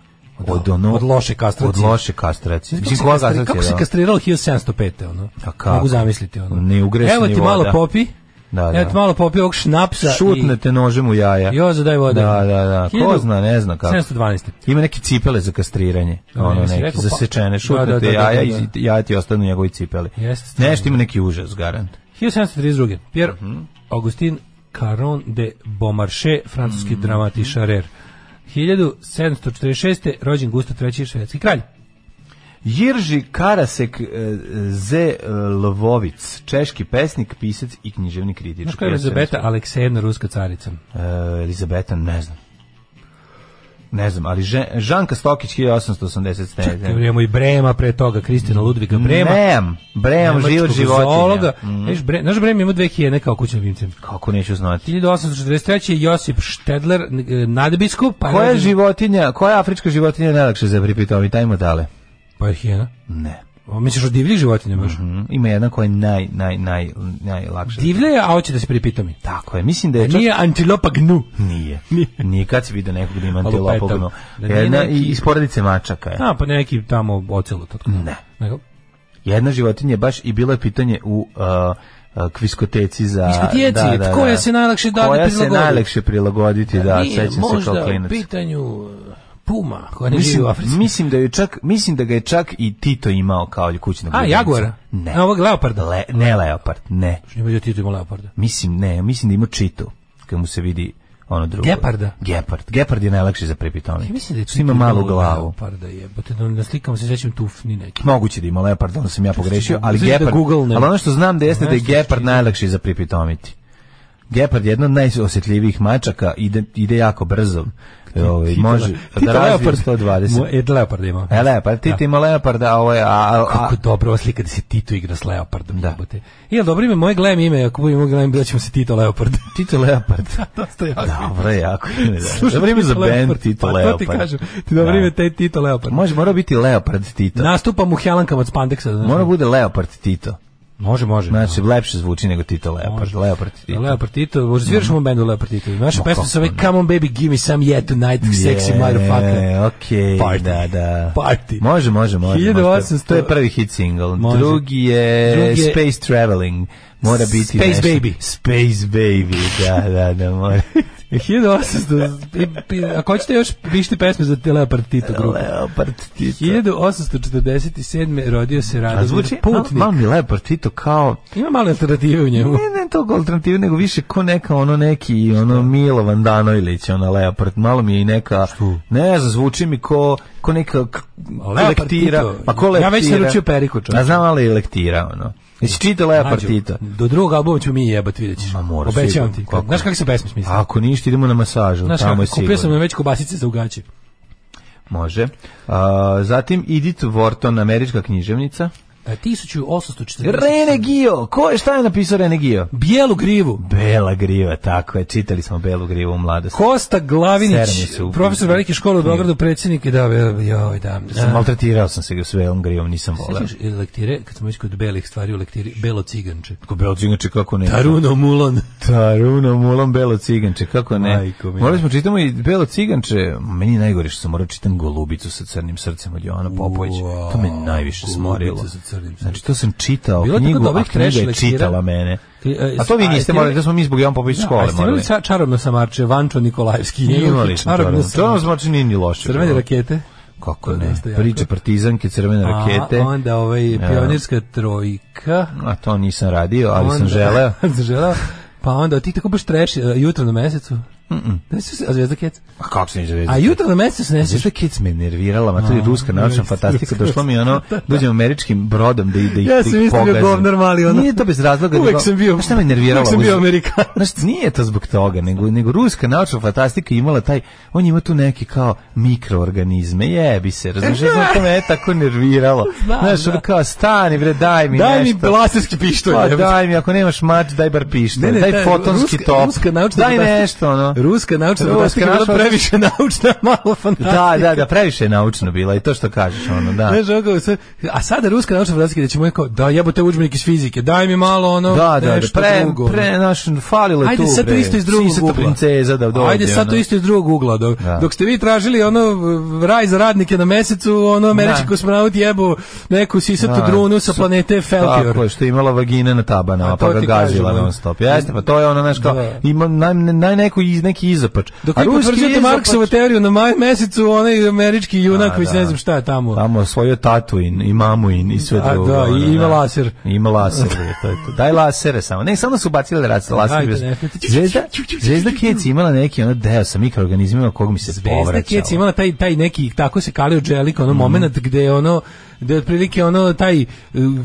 od ono... od loše kastracije. Od loše kastracije. Kako Mislim, se, koja kastri- kastracija, kako se da? kastriralo 1705. Ono? A Pa kako? Mogu zamisliti. Ono. Neugresni Evo ti voda. malo popi. Da, da. Evo ti malo popi ovog šnapsa. Šutnete nožem u jaja. I, Jozo, daj vode. Da, da, da. Ko Hiljadu- zna, ne zna kako. 712. Ima neke cipele za kastriranje, Da, ono ja sam neke, rekao, pa- zasečene, šutnete Da, da, da, da, jaja da, i da. jaja ti ostanu u njegovoj cipeli. Jeste, stvarno. Nešto ima neki užas, garant. 1732. Pierre Mhm. Augustin Caron de Beaumarchais, Mhm. francuski dramatišarer. 1746. rođen Gustav III. švedski kralj. Jirži Karasek e, Z. e, Lvovic, češki pesnik, pisac i književni kritič. Znaš koja je Elizabeta Aleksejevna, ruska carica? E, Elizabeta, ne znam. Ne znam, ali Žen, Žanka Stokić 1880 Čekaj, stene. imamo i Brema pre toga, Kristina Ludviga Brema. Brem, Brem, nemačkog Mm. život zoologa. životinja. Mm. Znaš, Bre- Znaš, Brem ima dve hijene kao kućnog ljubimcem. Kako neću znati. 1843. je Josip Štedler, n- nadbiskup, pa je Koja rođen- životinja, koja afrička životinja je najlakše za pripitomi? Tajmo dale. Pa je hijena. Ne. O, misliš o divljih životinja baš? Mm, Ima jedna koja je naj, naj, naj, najlakša. Divlja je, a hoće da se pripitomi. Tako je, mislim da je čak... Nije antilopa gnu. <laughs> Nije. Nije kad si vidio nekog da ima Lupetamo. antilopognu. Da nije Jedna neki- i iz porodice mačaka je. A, pa neki tamo ocelot. otkud. Ne. Nego, Jedna životinja je baš i bilo je pitanje u uh, uh, kviskoteci za... Kviskoteci, koja se najlakše da Koja se prilagodi? najlakše prilagoditi, da, nije sećam se možda kao u klinac. pitanju e, puma koja ne živi Mislim, u Africi. mislim da je čak mislim da ga je čak i Tito imao kao kućnog A, ljubimca. jaguara? Ne. A, ovog leoparda? Le, ne leopard, ne. Što Ima da ti ima leoparda. Mislim, ne, mislim da ima čitu, kad mu se vidi ono drugo. Geparda? Gepard. Gepard je najlakše za prepitomiti. Ja mislim da je Što ima malu glavu. Leoparda je, bote, na, na slikama se sećam tufni neki. Moguće da ima leopard, onda sam ja pogrešio, ali Znači da gepard, googlnem. ali ono što znam da jeste da je Nešto gepard što- najlakši za pripitomiti. Gepard je jedna od najosjetljivijih mačaka, ide, ide jako brzo. Ovaj, može da razvije 120. Mo, e, leoparda ima. E, leopard, ti ima leoparda, a ovo je... A, a, a, Kako dobro ova slika da se Tito igra s Leopardom. Da. Da. Je li dobro ime? Moje glem ime, ako budem moj glem, da ćemo se Tito Leopard. <laughs> Tito Leopard. Dosta jako. Dobro, je, jako. ime, da. <laughs> Slušaj, Dobro ime Tito za band Leopard. Tito Pa, Leopard. To ti kažem. Ti dobro Da. ime, taj Tito Leopard. Može, mora biti Leopard Tito. Nastupam u helankama od spandeksa. znaš. Mora bude Leopard Tito. Može, može. Znači, lepše zvuči nego Tito Leopard. Može. Leopard Tito. Leopard Tito, može sviraš u mom bendu Leopard Tito. Naša Ma, pesma se zove kako ne. Come on baby, give me some yeah tonight, sexy Je, motherfucker. okej, Party. da, da. Party. Može, može, može. 1800 može. To je prvi hit single. Može. Drugi je Drugi je- Space Traveling. Mora biti Space nešto. Baby. Space Baby, da, da, da, <laughs> mora. 1800, E, i- pi- ako hoćete još pišite pesme za te Leopard Tito grupu. Leopard Tito. 1847. rodio se A Radomir zvuči, malo, Putnik. Pa, malo mi je Leopard Tito kao, Ima malo alternative u njemu. ne, ne toliko alternativ, nego više ko neka ono neki, ono Milovan Danojlić, ono Leopard, malo mi je i neka, ne znam, zvuči mi ko, ko neka k- Leopard lektira, Tito. pa ko Ja već lektira. naručio periku, čovječe. A znam, ali i lektira, ono. Jesi čitao Leopard Mađo, Tito? Do drugog albuma ćemo mi jebat, vidjet ćeš. Ma, mora, Obećavam sigurno. ti. Kako? Znaš kako se pesme smisla? A ako ništa, idemo na masažu, Znaš tamo kako, je kupio sam sigurno. joj već kobasice za ugaće. Može. A, zatim Edith Wharton, američka književnica. E, 1840. Rene Gio, ko je, šta je napisao Rene Gio? Bijelu grivu. Bela griva, tako je, čitali smo Belu grivu u mladosti. Kosta Seranje Glavinić, se u- profesor velike škole u Beogradu, predsjednik i da, be- joj, da. Sam maltretirao sam se ga s Belom grivom, nisam voleo. Sećaš lektire, kad smo već kod belih stvari u lektiri, belo ciganče. Ko belo ciganče, kako ne? Taruno Mulon. Taruno, mulam belo ciganče, kako ne? Majko mila. Morali smo čitamo i belo ciganče, meni je najgore što sam morao čitam golubicu sa crnim srcem od Jovana Popović. to me najviše Golubica smorilo. sa tvrdim. Znači, to sam čitao Bilo je tako knjigu, a dobrih trash knjiga je lektira. čitala mene. E, e, A to vi a niste jeste morali, imali- da smo mi zbog Jovan Popović Da, a škole jeste morali. imali ča- čarobno samarče, Vančo Nikolajevski. njegov Imali smo čarobno. Čarobno samarče. samarče nije ni loše. Crvene bilo. rakete. Kako To je ne? dosta jako. Priče partizanke, crvene rakete. A, onda ovaj pionirska trojka. A to nisam radio, ali sam Onda- <laughs> želeo. Želeo. Pa onda, ti tako baš treš e, jutro na mesecu. Mm -mm. A Zvezda Kec? A kako se nije želeo? A jutro na mesecu se ne sjećaš. Zvezda Kids me nervirala, ma to je ruska naučna fantastika, došlo mi je ono, dođem američkim brodom da, i- da ih, Ja sam da ih isto bio pogazim. govnar mali, ono. Nije to bez razloga. Uvek nego- sam bio- Znaš Šta me nerviralo? uvek sam bio Amerikanac. Znaš, nije to zbog toga, nego, nego ruska naučna fantastika imala taj, on ima tu neki kao mikroorganizme, jebi se, razumiješ, ja znam, to me je tako nerviralo. E, <laughs> Znam, Znaš, ono da. kao, stani bre, daj <laughs> mi Daj mi nešto. laserski pištolj. Pa jebote. daj mi, ako nemaš mač, daj bar pištolj, Ne, ne, daj ta fotonski ruska- top, ruska naučna daj fantastika- nešto, ono. Ruska naučna Ruska fantastika je bila naučna- previše <laughs> naučna, malo fantastika. Da, da, da, previše je naučno bila i to što kažeš, ono, da. Znaš, ono kao sve- a sada ruska naučna fantastika da će mu kao, da jebote udžbenik iz fizike, daj mi malo ono, Da, da, da, nešto pre, drugo. ono." pre, naš, falilo je Pa tu, Ajde sad to bre, isto iz drugog sisata ugla. princeza da dođe, Ajde sad ono. to isto iz drugog ugla. Dok, Da. dok ste vi tražili ono raj za radnike na mesecu, ono američki Da. kosmonaut jebu neku sisatu Da, drunu sa su- planete Feltior. Tako je, što je imala vagina na tabanama, A to pa ga ti gazila kažem, ono. non stop. Jeste, pa to je ono, znaš, kao, Da. ima naj, naj neko, iz, neki izopač. Dok A vi ruski potvrđujete izopač- Marksovu teoriju na maj mesecu, onaj američki junak Da, koji se ne da. znam šta je tamo. Tamo svoje tatuin i mamuin i sve A, drugo. da, i ono, ima laser. Ima laser, bre, to je to. Daj lasere samo. Ne, samo su bacili ras- laser. Ajde, bez- ne. Zvezda, Zvezda Kec je imala neki ono deo sa mikroorganizmima kog mi se povraćalo. Zvezda Kec imala ono taj taj neki tako se kalio dželik Mhm. ono momenat gde ono gde otprilike ono taj e,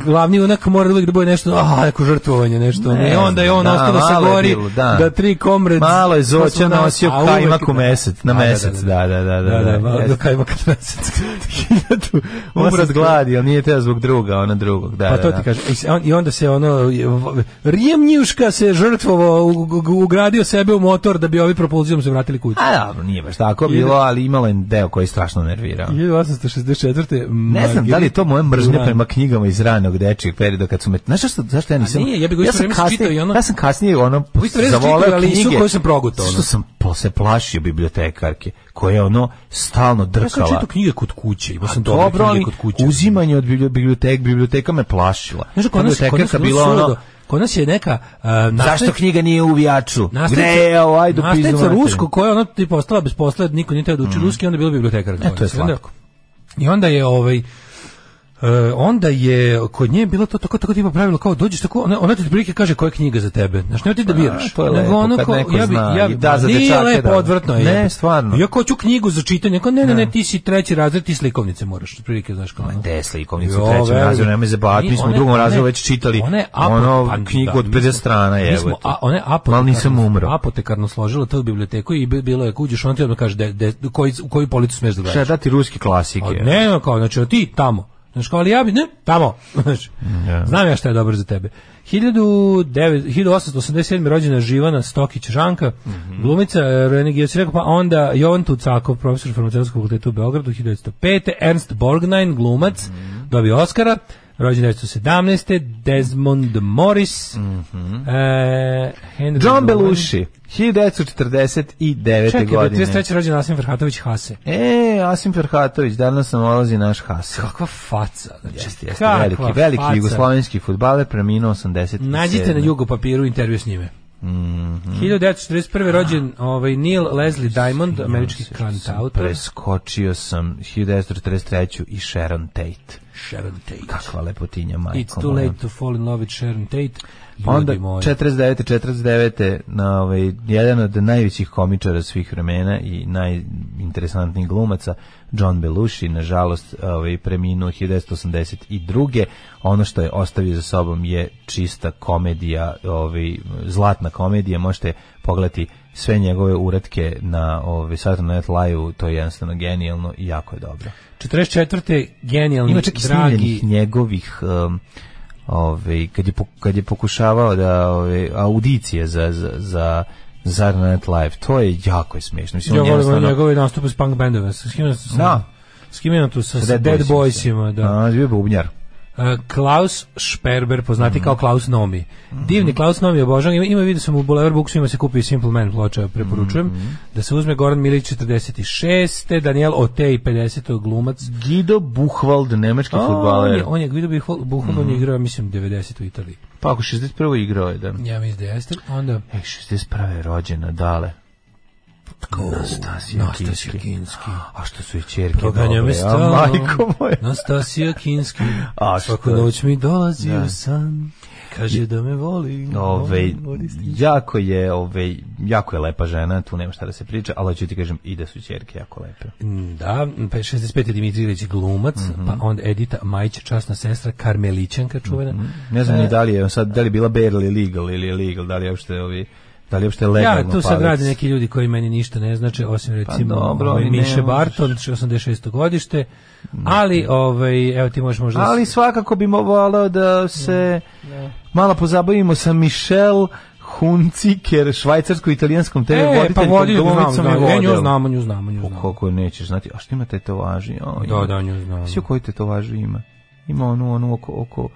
glavni junak mora uvijek da bude nešto a neko žrtvovanje nešto ono, Ne i onda je on znam, da, ostao da se malo je gori bilo, da. tri komre Malo je Zoća nosio kajmak u mesec, na mesec, da, da, da, da, da, malo jeste. do kajmak na <laughs> mesec Umrat gladi, ali nije teo zbog druga, ona drugog, da, Pa da, to da. ti kaže. I s- on- I onda se ono je, v- Rijem Njuška se žrtvovao, u- u- ugradio sebe u motor da bi ovi propulzijom se vratili kući. A dobro, nije baš tako bilo, ali imalo je deo koji je strašno nervirao. 1864. Ne znam da li je to moja mržnja Duran. prema knjigama iz ranog dečijeg perioda kad su me... Znaš zašto, zašto ja nisam... nije, ja bi ga u isto vrijeme čitao i ono- Ja sam kasnije ono U isto vrijeme sam zavoleo čitao, ali nisu knjige. koje sam progutao, ono. Što sam po- se plašio bibliotekarke koja je ono stalno drkala. Ja sam čitao knjige kod kuće, imao sam A dobre dobro, ali knjige kod kuće. uzimanje od biblio- bibliotek, biblioteka me plašila. Znaš, kod nas, kod nas, bibliotekarka je bilo bila ono, suludo. kod nas je neka... Uh, zašto knjiga nije u vijaču? Gde Nastavnica, je ovo, ajde u pizdu nastavnica materinu. rusko koja je ono tipa ostala bez posla, niko nije teo da uči ruski, onda je bila bibliotekar. E, to je slatko. I onda je ovaj e, onda je kod nje bilo to tako tako tipa pravilo kao dođeš tako ona, ona ti otprilike kaže koja je knjiga za tebe znači nemoj ti da biraš Pa, ono to je lepo, kad neko zna i da, za nije dečake, lepo da. odvratno je Ne, jebote. stvarno. ja hoću knjigu za čitanje kao ne ne ne ti si treći razred ti slikovnice moraš otprilike znaš kao ono. Tesla i komnicu Jo, trećem verujem. razredu, nemoj zabavati, mi smo u One- drugom one- razredu već čitali one apo- ono pa, da, knjigu od mi 50 smo- strana, mi smo- je. A one Malo apotekarno, nisam umro. apotekarno složila to u biblioteku i bi- bilo je kuđeš, on ti odmah kaže de, de, koji, u koju policu smeš Šta da gledaš. dati ruske klasike? A ne, no, kao, znači, a ti tamo. Znaš, kao, ali ja bi, ne, tamo. <laughs> Znaš, znam ja šta je dobro za tebe. 1900 1887. rođena Živana Stokić Žanka, Mhm. glumica, e, Rene Gijos rekao, pa onda Jovan Tucakov, profesor farmaceutskog fakulteta u Beogradu, 1905. Ernst Borgnine, glumac, Mhm. dobio Oscara, rođen 1917. Desmond Morris, e, Henry Mhm. John Nolan. Belushi, 1949. Čekaj, godine. 33. rođen Asim Ferhatović Hase. E, Asim Ferhatović, danas nam olazi naš Hasa. Kakva faca. Znači, Jeste, jeste, kakva veliki, veliki faca. jugoslovenski futbaler, preminuo 87. Nađite na jugo papiru intervju s njime. Mhm. Ah. 1941. rođen ovaj Neil Leslie Diamond, američki kantautor. Preskočio sam 1943. i Sharon Tate. Sharon Tate. Kakva lepotinja, majko. It's too moja. Pa late to fall in love with Sharon Tate. Ljudi Onda moji. 49. 49. na ovaj jedan od najvećih komičara svih vremena i najinteresantnijih glumaca John Belushi nažalost ovaj preminuo 1982. Ono što je ostavio za sobom je čista komedija, ovaj zlatna komedija, možete pogledati sve njegove uretke na ovaj Saturday Night Live, to je jednostavno genijalno i jako je dobro. 44. genijalni, Ima čak i dragi, snimljenih njegovih um, ovaj, kad, je, poku- kad je pokušavao da ovaj, audicije za, za, za Saturday Night Live, to je jako je smiješno. Mislim, ja on volim jednostavno- njegove nastupe s punk bendove. S kim je- s- Da. S kim je tu? Sa, Sa sa Dead Dead Boysima. Boysima, da. A, bio je bubnjar. E, Klaus Sperber, poznati kao Klaus Nomi. Divni Klaus Nomi obožavam. Ima, ima vidio sam u Boulevard Booksu, ima se kupio Simple Man ploča, preporučujem. Da se uzme Goran Milić 46. Daniel Otej 50. glumac. Gido Buchwald, nemački A, On futbaler. je, on je Guido Buchwald, Buchwald, on je igrao, mislim, 90. u Italiji. Pa ako 61. igrao je, da. Ja mislim da jeste. Onda... E, 61. je rođena, dale. Nastasija Nastasija Kinski. Ah, Kinski. A što su je čerke Proganja me dobre, a stalo. majko moja. Nastasija Kinski. A, Svaku što? noć mi dolazi Da. u san. Kaže da me voli. Ove, voli, voli. jako je, ove, jako je lepa žena, tu nema šta da se priča, ali hoću ti kažem i da su ćerke jako lepe. Da, pa 65. je Dimitri Ilić glumac, Mhm. pa onda Edita Majić, časna sestra, Karmelićanka čuvena. Ne E. znam ni da li je sad da li je bila barely legal ili je legal, da li je uopšte ovi da li je uopšte legalno. Ja, tu sad palic. rade neki ljudi koji meni ništa ne znače, osim recimo Pa dobro, ovaj, ali ne Miše možeš. Barton, 86. godište, ali ovaj, evo ti možeš možda... Ali svakako bi mo- voleo da se malo pozabavimo sa Michel Hunziker, švajcarsko-italijanskom TV E, pa vodi, voditeljkom, glumicom i znamo, da, ja nju vodel. znamo, nju znamo, nju O, znamo. Koliko nećeš znati, a što ima tetovaži? O, Da, ima. da, nju znamo. Svi koji tetovažu ima. Ima onu, onu oko, oko,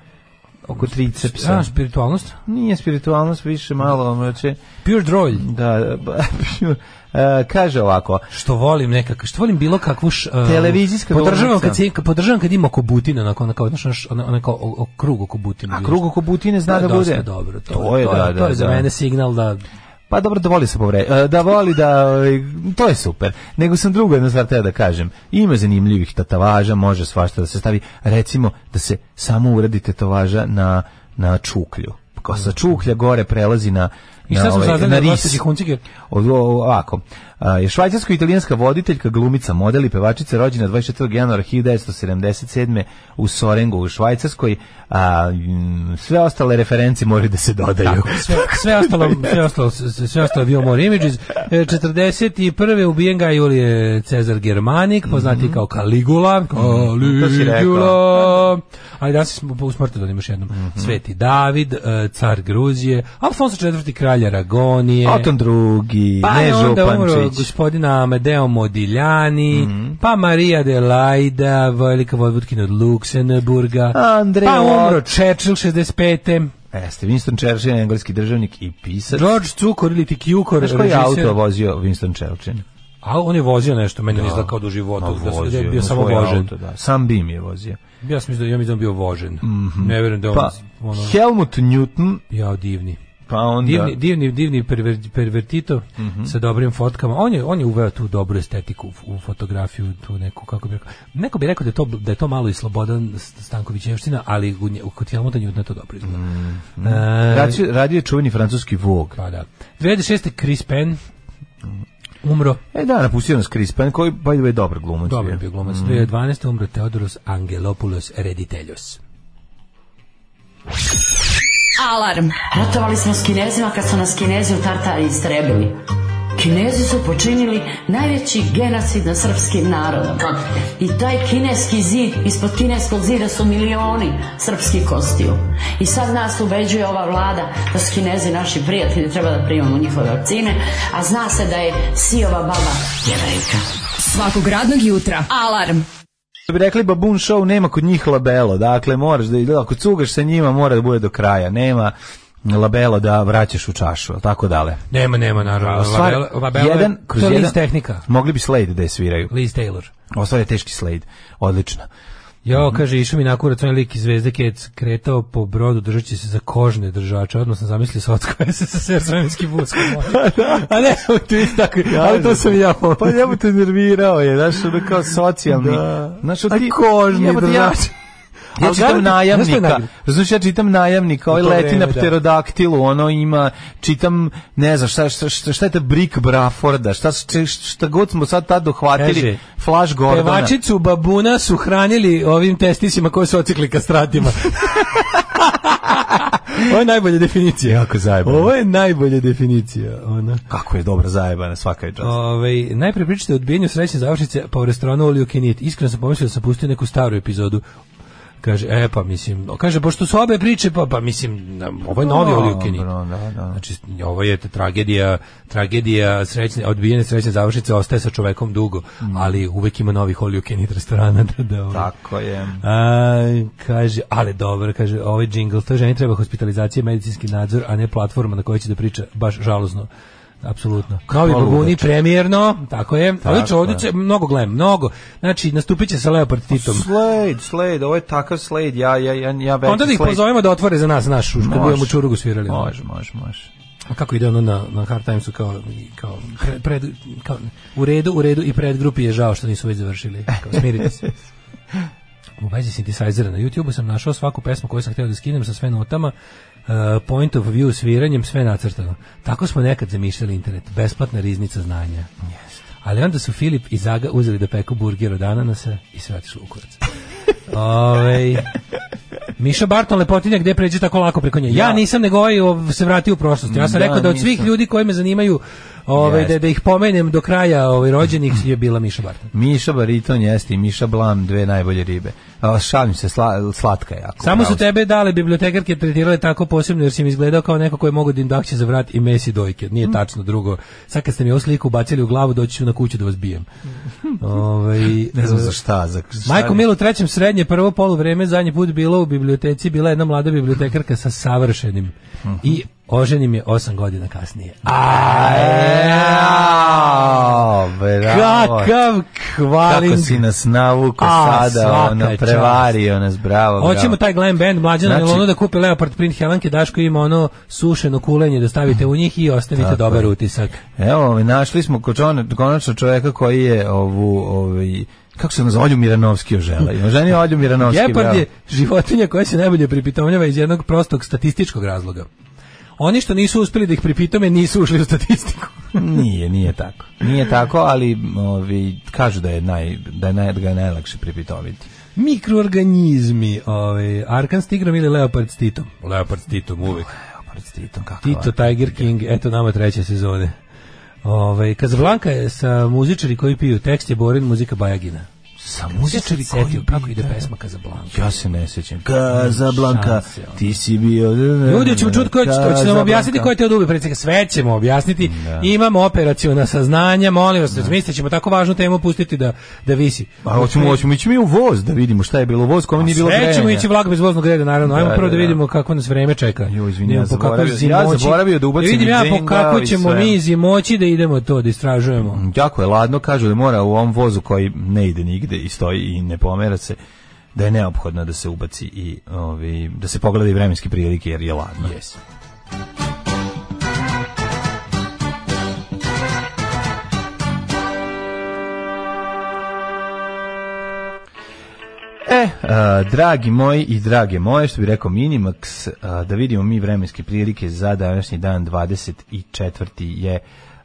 oko tricepsa. Sam spiritualnost? Nije spiritualnost, više malo, mrače. Pure drolj. Da, ba, <laughs> e, kaže ovako, Što volim nekako, što volim bilo kakvu š, uh, Televizijska podržavam glumica. kad, se- podržavam kad ima oko Butina, onako, onako, znaš, onako, onako, o- o- krug oko Butina. a krug oko butine To zna je da dosta bude. dobro, to, To je, da, da, to je za da. mene signal da Pa dobro da voli se povre, e, da voli da ovaj, to je super. Nego sam drugo jednu stvar teo da kažem. Ima zanimljivih tatavaža, može svašta da se stavi, recimo da se samo uradi tetovaža na na čuklju. Kao sa čuklja gore prelazi na I na šta sam ovaj, saznali na na ris. gospođi Hunciger? Od- o- Ovako. A, je švajcarsko-italijanska voditeljka, glumica, model i pevačica rođena 24. januara 1977. u Sorengu u Švajcarskoj. A, mm, sve ostale referenci moraju da se dodaju. sve, sve ostalo sve ostalo sve, sve ostalo je bio more images E, 41. ubijen ga je Julije Cezar Germanik poznati kao Caligula Mhm. to si Caligula ali danas smo po smrti da imaš jednom Mhm. Sveti David e, car Gruzije Alfonso IV kralj Aragonije Oton drugi, pa je Nežo onda umro Pančić. gospodina Amadeo Modiljani, Mhm. pa Marija de Lajda, velika vodbutkina od Luksemburga, Andrej pa umro Lott. Churchill 65. Jeste, E, Winston Churchill, engleski državnik i pisac. George Cukor ili ti Kjukor, Znaš koji je režiser. auto vozio Winston Churchill? A on je vozio nešto, meni da. izgleda kao da u životu, da, su- da je bio na samo svoje vožen. auto, da. Sam Bim je vozio. Ja sam mislio da ja mislim da je on bio vožen. Ne verujem da je on, Pa, ono, Helmut Newton, jao divni. pa onda... Divni, divni, divni perver, pervertito Mhm. sa dobrim fotkama. On je on je uveo tu dobru estetiku u, u fotografiju, tu neku kako bi rekao. Neko bi rekao da je to da je to malo i Slobodan Stankovićevština, ali u, nje- u kod Helmuta Newtona to dobro izgleda. Mhm. E, Radio, radio je čuveni francuski Vogue. pa da. 2006. Chris Penn Mhm. umro. E da, napustio nas Chris Penn, koji by the way dobar glumac. Dobar je. je bio Mm. glumac. 2012. umro Teodoros Angelopoulos Reditelios. Alarm! Ratovali smo s Kinezima kad su nas Kinezi u Tartari istrebili. Kinezi su počinili najveći genocid nad srpskim narodom. I taj kineski zid, ispod kineskog zida su milioni srpskih kostiju. I sad nas ubeđuje ova vlada da su Kinezi naši prijatelji, treba da primamo njihove vakcine, a zna se da je Sijova baba jevrejka. Svakog radnog jutra. Alarm. Što bi rekli Babun Show, nema kod njih labelo. Dakle, moraš da, ako cugaš sa njima, mora da bude do kraja. Nema labelo da vraćaš u čašu, jel tako dale. Nema, nema, naravno. A stvar, Labela- Labela je- jedan, kroz to je jedan, Liz tehnika. Mogli bi Slade da je sviraju. Liz Taylor. Ostvar je teški Slade. Odlično. Jo, kaže, išao mi na kurac, onaj lik iz Zvezde Kec kretao po brodu držeći se za kožne držače, odmah sam zamislio <laughs> Sotsko SSSR svemirski bus. <laughs> A ne, tu isto tako, ali to sam i ja Pa pomislio. ja bi te nervirao je, znaš, ono kao socijalni. Da. Znaš, A ti, kožni jebote, ja- <laughs> držač. Ja Ali čitam garanti- znaš šta je najamnika, najbolje? razumiješ, ja čitam najamnika, ovaj U to leti vreme, na da. pterodaktilu, ono ima, čitam, ne znam, šta, šta, šta, šta je to Brick Braforda, šta, šta, šta god smo sad tad dohvatili, Kaže, Flash Gordona. Pevačicu babuna su hranili ovim testisima koje su ocikli kastratima. Ovo je najbolja definicija. Jako zajebano. Ovo je najbolja definicija. ono. Ona. Kako je dobra zajebana, svaka je čast. Ove, najpre pričate o odbijenju srećne završnice pa u restoranu Olio Kenit. Iskreno sam pomislio da sam pustio neku staru epizodu Kaže, e pa mislim, kaže, pošto su obe priče, pa, pa mislim, na- ovo je novi Dobro, Oljukini. Znači, ovo je tragedija, tragedija srećne, odbijene srećne završnice, ostaje sa čovekom dugo, ali uvek ima novih Oljukini restorana. <laughs> Da, da, ovaj. Mm. Tako je. A, kaže, ali dobro, kaže, ovaj džingl, to ženi treba hospitalizacija, medicinski nadzor, a ne platforma na kojoj će da priča, baš žalozno. Apsolutno. Kao i Polu Boguni, uveče. premijerno, tako je. Tako Ali ovdje ovdje je. će mnogo glem, mnogo. Znači, nastupit će sa Leopard Titom. Slade, Slade, ovo je takav Slade, ja, ja, ja, ja veći Onda da ih Slade. pozovemo da otvore za nas, naš, kad Može. budemo u Čurugu svirali. Može, može, može. A kako ide ono na, na Hard Timesu kao, kao, pre- pred, kao u redu, u redu i pred grupi je žao što nisu već završili. Kao, smirite se. U vezi sintisajzera na YouTube sam našao svaku pesmu koju sam htio da skinem sa sve notama, e, point of view sviranjem, sve nacrtano. Tako smo nekad zamišljali internet, besplatna riznica znanja. Ali onda su Filip i Zaga uzeli da peku burger od ananasa i sve otišlo u kurac. Ovaj, Miša Barton lepotinja gde pređe tako lako preko nje. Ja, Ja. Mm, nisam nego ovaj ov- se vratio u prošlost. Ja sam Da, rekao da od svih nisam. ljudi koji me zanimaju, ovaj, da, da ih pomenem do kraja ovaj, rođenih je bila Miša Barton. Miša Bariton jeste i Miša Blam, dve najbolje ribe. A, šalim se, sla, slatka je jako. Samo su bravo. tebe dale bibliotekarke tretirale tako posebno jer si mi izgledao kao neko koji mogu da indakće za vrat i mesi dojke. Mm. Nije tačno drugo. Sad kad ste mi ovu sliku bacili u glavu, doći ću na kuću da vas <laughs> bijem. Ovaj, Ne znam za šta. Za, šta Majko Milo u trećem srednje prvo poluvreme zadnji put bilo u biblioteci bila je jedna mlada bibliotekarka sa savršenim i oženim je osam godina kasnije. Ajao, bravo. Kakav kvalin. Kako si nas navuko A, sada, svaka ono, čast. prevario nas, bravo, bravo. Hoćemo taj glam band, mlađe nam je Znači- ono da kupe Leopard print Helanke, Daško ima ono sušeno kulenje da stavite u njih i ostavite Tako dobar je. utisak. Evo, ovaj, našli smo kod čovne- konačno čoveka koji je ovu, ovaj, kako se nazva, Olju Miranovski ožela. Oženi je Olju Miranovski, Gepard bravo. je životinja koja se najbolje pripitomljava iz jednog prostog statističkog razloga. Oni što nisu uspeli da ih pripitome nisu ušli u statistiku. Nije, nije tako. Nije tako, ali ovi, kažu da je, naj, da, je naj, da ga je najlakše pripitoviti. Mikroorganizmi, ovaj, Arkan s tigrom ili Leopard s Titom? Leopard s Titom uvijek. Evo, pa pred Titom, kakva. Tito Tiger King, eto nama treće sezone. Ovaj Casablanca je sa muzičari koji piju, tekst je Borin, muzika Bajagina. Sa Muzičari muzičari koji koji kako bi- ide pesma Casablanca. Ja se ne sjećam. Kazablanka, Šanse, ono. ti si bio... Ljudi, hoćemo čuti ko je, hoćete nam Kazablanka. objasniti ko je te odube predsjednika, sve ćemo objasniti, imamo operacijona saznanja, molim vas, razmislite, ćemo tako važnu temu pustiti da, da visi. A hoćemo, hoćemo ići mi u voz da vidimo šta je bilo u voz, kome nije bilo Sve ćemo grejanja. ići vlak bez voznog reda, naravno. Ajmo Da, prvo da da, da. vidimo kako nas vreme čeka. Jo, izvini, Da, ja po kakvoj zaboravio- ja zimoći- E, zaboravio da ubacim vidim ja po džingl kako i ćemo sve. mi zimoći da idemo to, da istražujemo. Jako je ladno, kažu da mora u ovom vozu koji ne ide nigde i stoji i ne pomera se, da je neophodno da se ubaci i ovi, da se pogleda i vremenske prilike jer je ladno. Yes. E, a, dragi moji i drage moje, što bi rekao Minimax, a, da vidimo mi vremenske prilike za današnji dan 24. je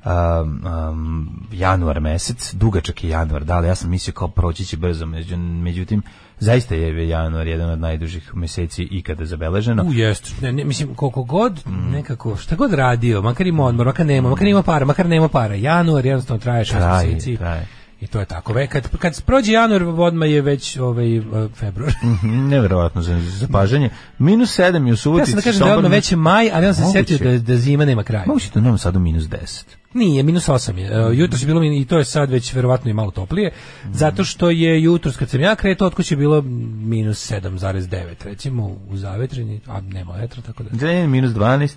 um, um, januar mesec, dugačak je januar, da, ali ja sam mislio kao proći će brzo, među- međutim, zaista je januar jedan od najdužih meseci ikada zabeleženo. U, jest. Ne, ne, mislim, koliko god, Mm. nekako, šta god radio, makar ima odmor, makar nema, makar ima para, makar nema para. Januar jednostavno traje šest Traje, mjeseci. traje. I to je tako. Ve, kad, kad prođe januar, odmah je već ovaj, eh, februar. <laughs> <laughs> Nevjerovatno za zapažanje. Minus 7 je u Ja Subotici. sam da kažem da je odmah Sombor- već je maj, ali on se Moguće. sjetio da, da zima nema kraja. Moguće da nam sad u minus 10. Nije, minus 8 je. E, Jutros je bilo min- i to je sad već verovatno i malo toplije, zato što je jutros kad sam ja kretao od kuće bilo minus 7,9 recimo u zavetrini, a nema vetra tako da. Zrenjanin minus 12,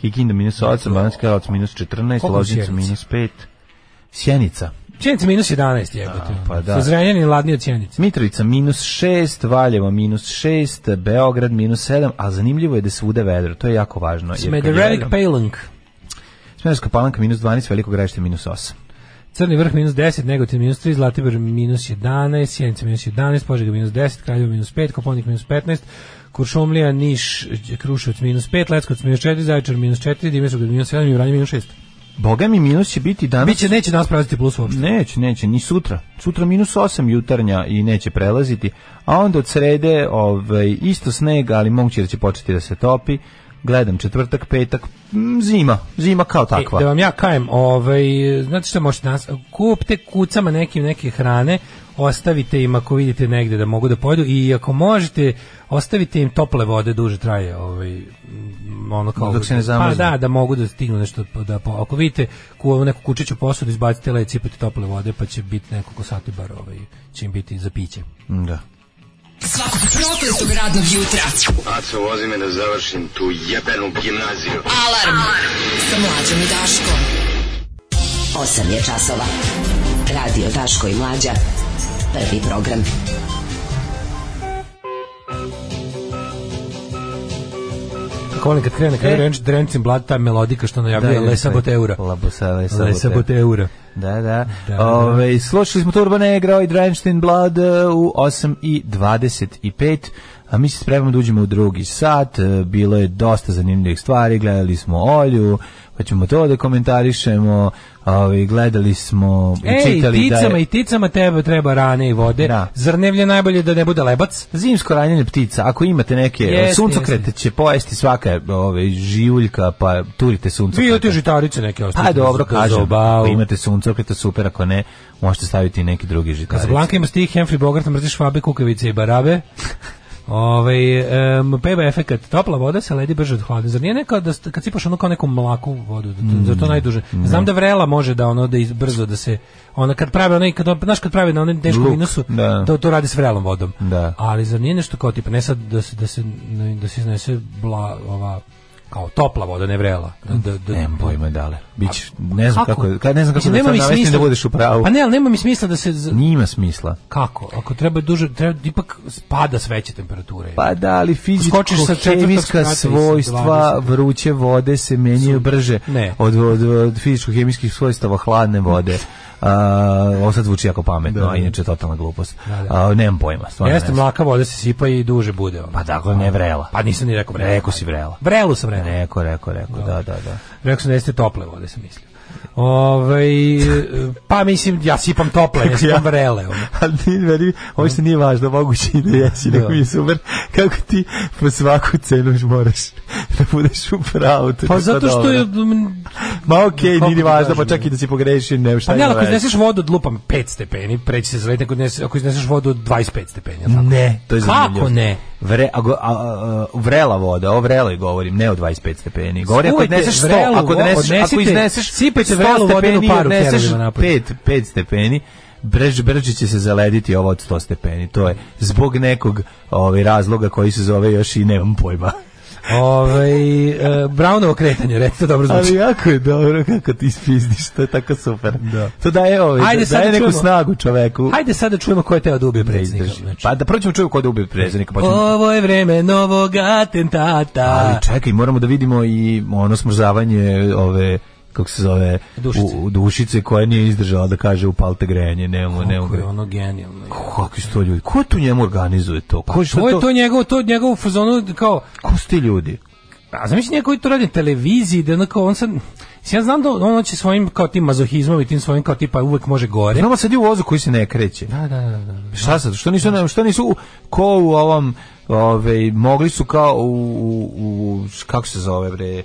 Kikinda minus 8, Banatski Karlovac minus 14, Koliko u Loznica Sjenici? minus 5, Sjenica. Čenica minus 11 je. pa da. Sa Zrenjanin ladni od Čenice. Mitrovica minus 6, Valjevo minus 6, Beograd minus 7, a zanimljivo je da je svuda vedro, to je jako važno. jer kad je pa Smederevik vedro- Palank. Smederevska palanka minus 12, Veliko gradište minus 8. Crni vrh minus 10, Negotin minus 3, Zlatibor minus 11, Sjenica minus 11, Požega minus 10, Kraljevo minus 5, Koponik minus 15, Kuršumlija, Niš, Kruševac minus 5, Leskovac minus 4, Zaječar minus 4, Dimitrovgrad minus 7 i Vranje minus 6. Boga mi minus će biti danas... Biće, neće nas praviti plus uopšte. Neće, neće, ni sutra. Sutra minus 8 jutarnja i neće prelaziti, a onda od srede ovaj, isto sneg, ali moguće da će početi da se topi, gledam četvrtak, petak, mm, zima, zima kao takva. E, da vam ja kajem, ovaj, znate što možete nas, kupte kucama nekim neke hrane, ostavite im ako vidite negde da mogu da pojedu i ako možete, ostavite im tople vode, duže traje, ovaj, m, ono kao... Dok se ne Pa zamrznu. da, da mogu da stignu nešto, po- da, po, ako vidite ku ovu neku kučiću posudu, izbacite led, cipate tople vode, pa će biti nekoliko sati bar, ovaj, će im biti za piće. Da. Svakog prokletog radnog jutra. Aco, vozi me da završim tu jebenu gimnaziju. Alarm. Sa mlađom i Daškom. 8 je časova. Radio Daško i Mlađa. Prvi program. Kako volim kad krene, kad E. e? Ranch Drencin Blood, ta melodika što najavljuje Da, Le je, Saboteura. Le Saboteura. Le Saboteura. Da, da. Da. Ove, slušali smo Turbo Negro i Drenstein Blood e, u 8 i 25, a mi se spremamo da uđemo u drugi sat. E, Bilo je dosta zanimljivih stvari, gledali smo Olju, pa ćemo to da komentarišemo, ove, gledali smo i Ej, čitali da ticama je... i ticama tebe treba rane i vode. Da. Zrnevlje najbolje da ne bude lebac. Zimsko ranjenje ptica, ako imate neke Jeste, suncokrete će pojesti svaka ove, živuljka, pa turite suncokrete. Vi od te žitarice neke ostavite. Pa dobro, za- za kažem, obalu. ako imate suncokreta, super, ako ne, možete staviti i neki drugi žitaric. Casablanca Pa ima stih, Humphrey Bogart, mrzi švabe, kukavice i <laughs> barabe. Ove, um, peva efekat, topla voda se ledi brže od hladne. Zar nije neka, da, st- kad sipaš ono kao neku mlaku vodu, da, to- Mm, zar to najduže? Znam da vrela može da ono, da iz, brzo da se, ona kad prave onaj, kad, on- znaš kad prave na onaj dečku Luk, minusu, da. to, to radi s vrelom vodom. Da. Ali zar nije nešto kao tipa, ne sad da se, da se, da se iznese bla, ova, kao topla voda, ne vrela. Da, da, da, Nemam pojma dale. Bić, ne znam kako, ka- ne znam kako Mislim, da nema sad mi namestim da smisla- budeš u pravu. Pa ne, ali nema mi smisla da se... z- Nima smisla. Kako? Ako treba duže, treba ipak pada s veće temperature. Pa da, ali Skočiš sa četvrtog fizičko-hemijska sprata i sa svojstva 20. vruće vode se menjaju brže Ne. od, od, od fizičko-hemijskih svojstava hladne vode. Uh, ovo sad zvuči jako pametno, a inače je totalna glupost. da. A, nemam pojma, stvarno Pa, Jeste, ne znam. mlaka voda se sipa i duže bude. ono. Pa dakle, ne vrela. Pa nisam ni rekao vrela. Rekao si vrela. Vrelu sam rekao. Rekao, rekao, rekao, da, da, da. Rekao sam da jeste tople vode, sam mislio. Ovaj, pa mislim, ja sipam tople, ja sipam vrele. ono. ali ti veri, ovo što nije važno, moguće i da jesi, Da. nego mi je super, kako ti po svaku cenu moraš da budeš u pravu. to je Pa tako zato što je... dobro. Ma okej, Kako nije ni ti važno, kažem, pa čak i da si pogrešio, nema šta Pa ima ne, ali ako veze. izneseš vodu od lupam 5 stepeni, preći se zaleti, ako, izneseš, ako izneseš vodu od 25 stepeni. jel tako? Ne, to je Kako zanimljivo. ne? Vre, a, go- a, a, vrela voda, o vreloj govorim, ne o 25 stepeni. Govorim ako Skuvajte odneseš 100, vrelu ako, vo- odneseš, ako odnesite, izneseš sipajte 100 vrelu vodenu stepeni i paru odneseš kerovima napolje. 5, 5 stepeni, brže, brže će se zalediti ovo od 100 stepeni. To je zbog nekog ovaj, razloga koji se zove još i nemam pojma. Ovaj, e, Brownovo kretanje, reći to dobro zvuči. Ali jako je dobro kako ti ispizdiš, to je tako super. Da. To daje, ovaj, Ajde, sad daje da neku čujemo. snagu čoveku. Hajde sad da čujemo ko je teo da ubije da predsjednika. izdrži. znači. Pa da proćemo čovjek ko da ubije predsjednika, pa ćemo Ovo je vreme novog atentata. Ali čekaj, moramo da vidimo i ono smrzavanje ove kako se zove Dušice. u- u dušice koja nije izdržala da kaže upalte grejanje, nemamo nemamo. Kako je gre- ono genijalno. Kakvi su to ljudi? Ko tu njemu organizuje to? Ko šta To je to njegov, to njegov u fazonu kao, Ko su ti ljudi? a zamisli njegov koji to radi na televiziji, da ono kao on sad, mislim, ja znam da on hoće svojim kao tim mazohizmom i tim svojim kao tipa uvek može gore. Znamo sad je u vozu koji se ne kreće. Da, da, da, da. Šta sad? Što nisu, što nisu u- ko u ovom ove, mogli su kao u, u, u kako se zove bre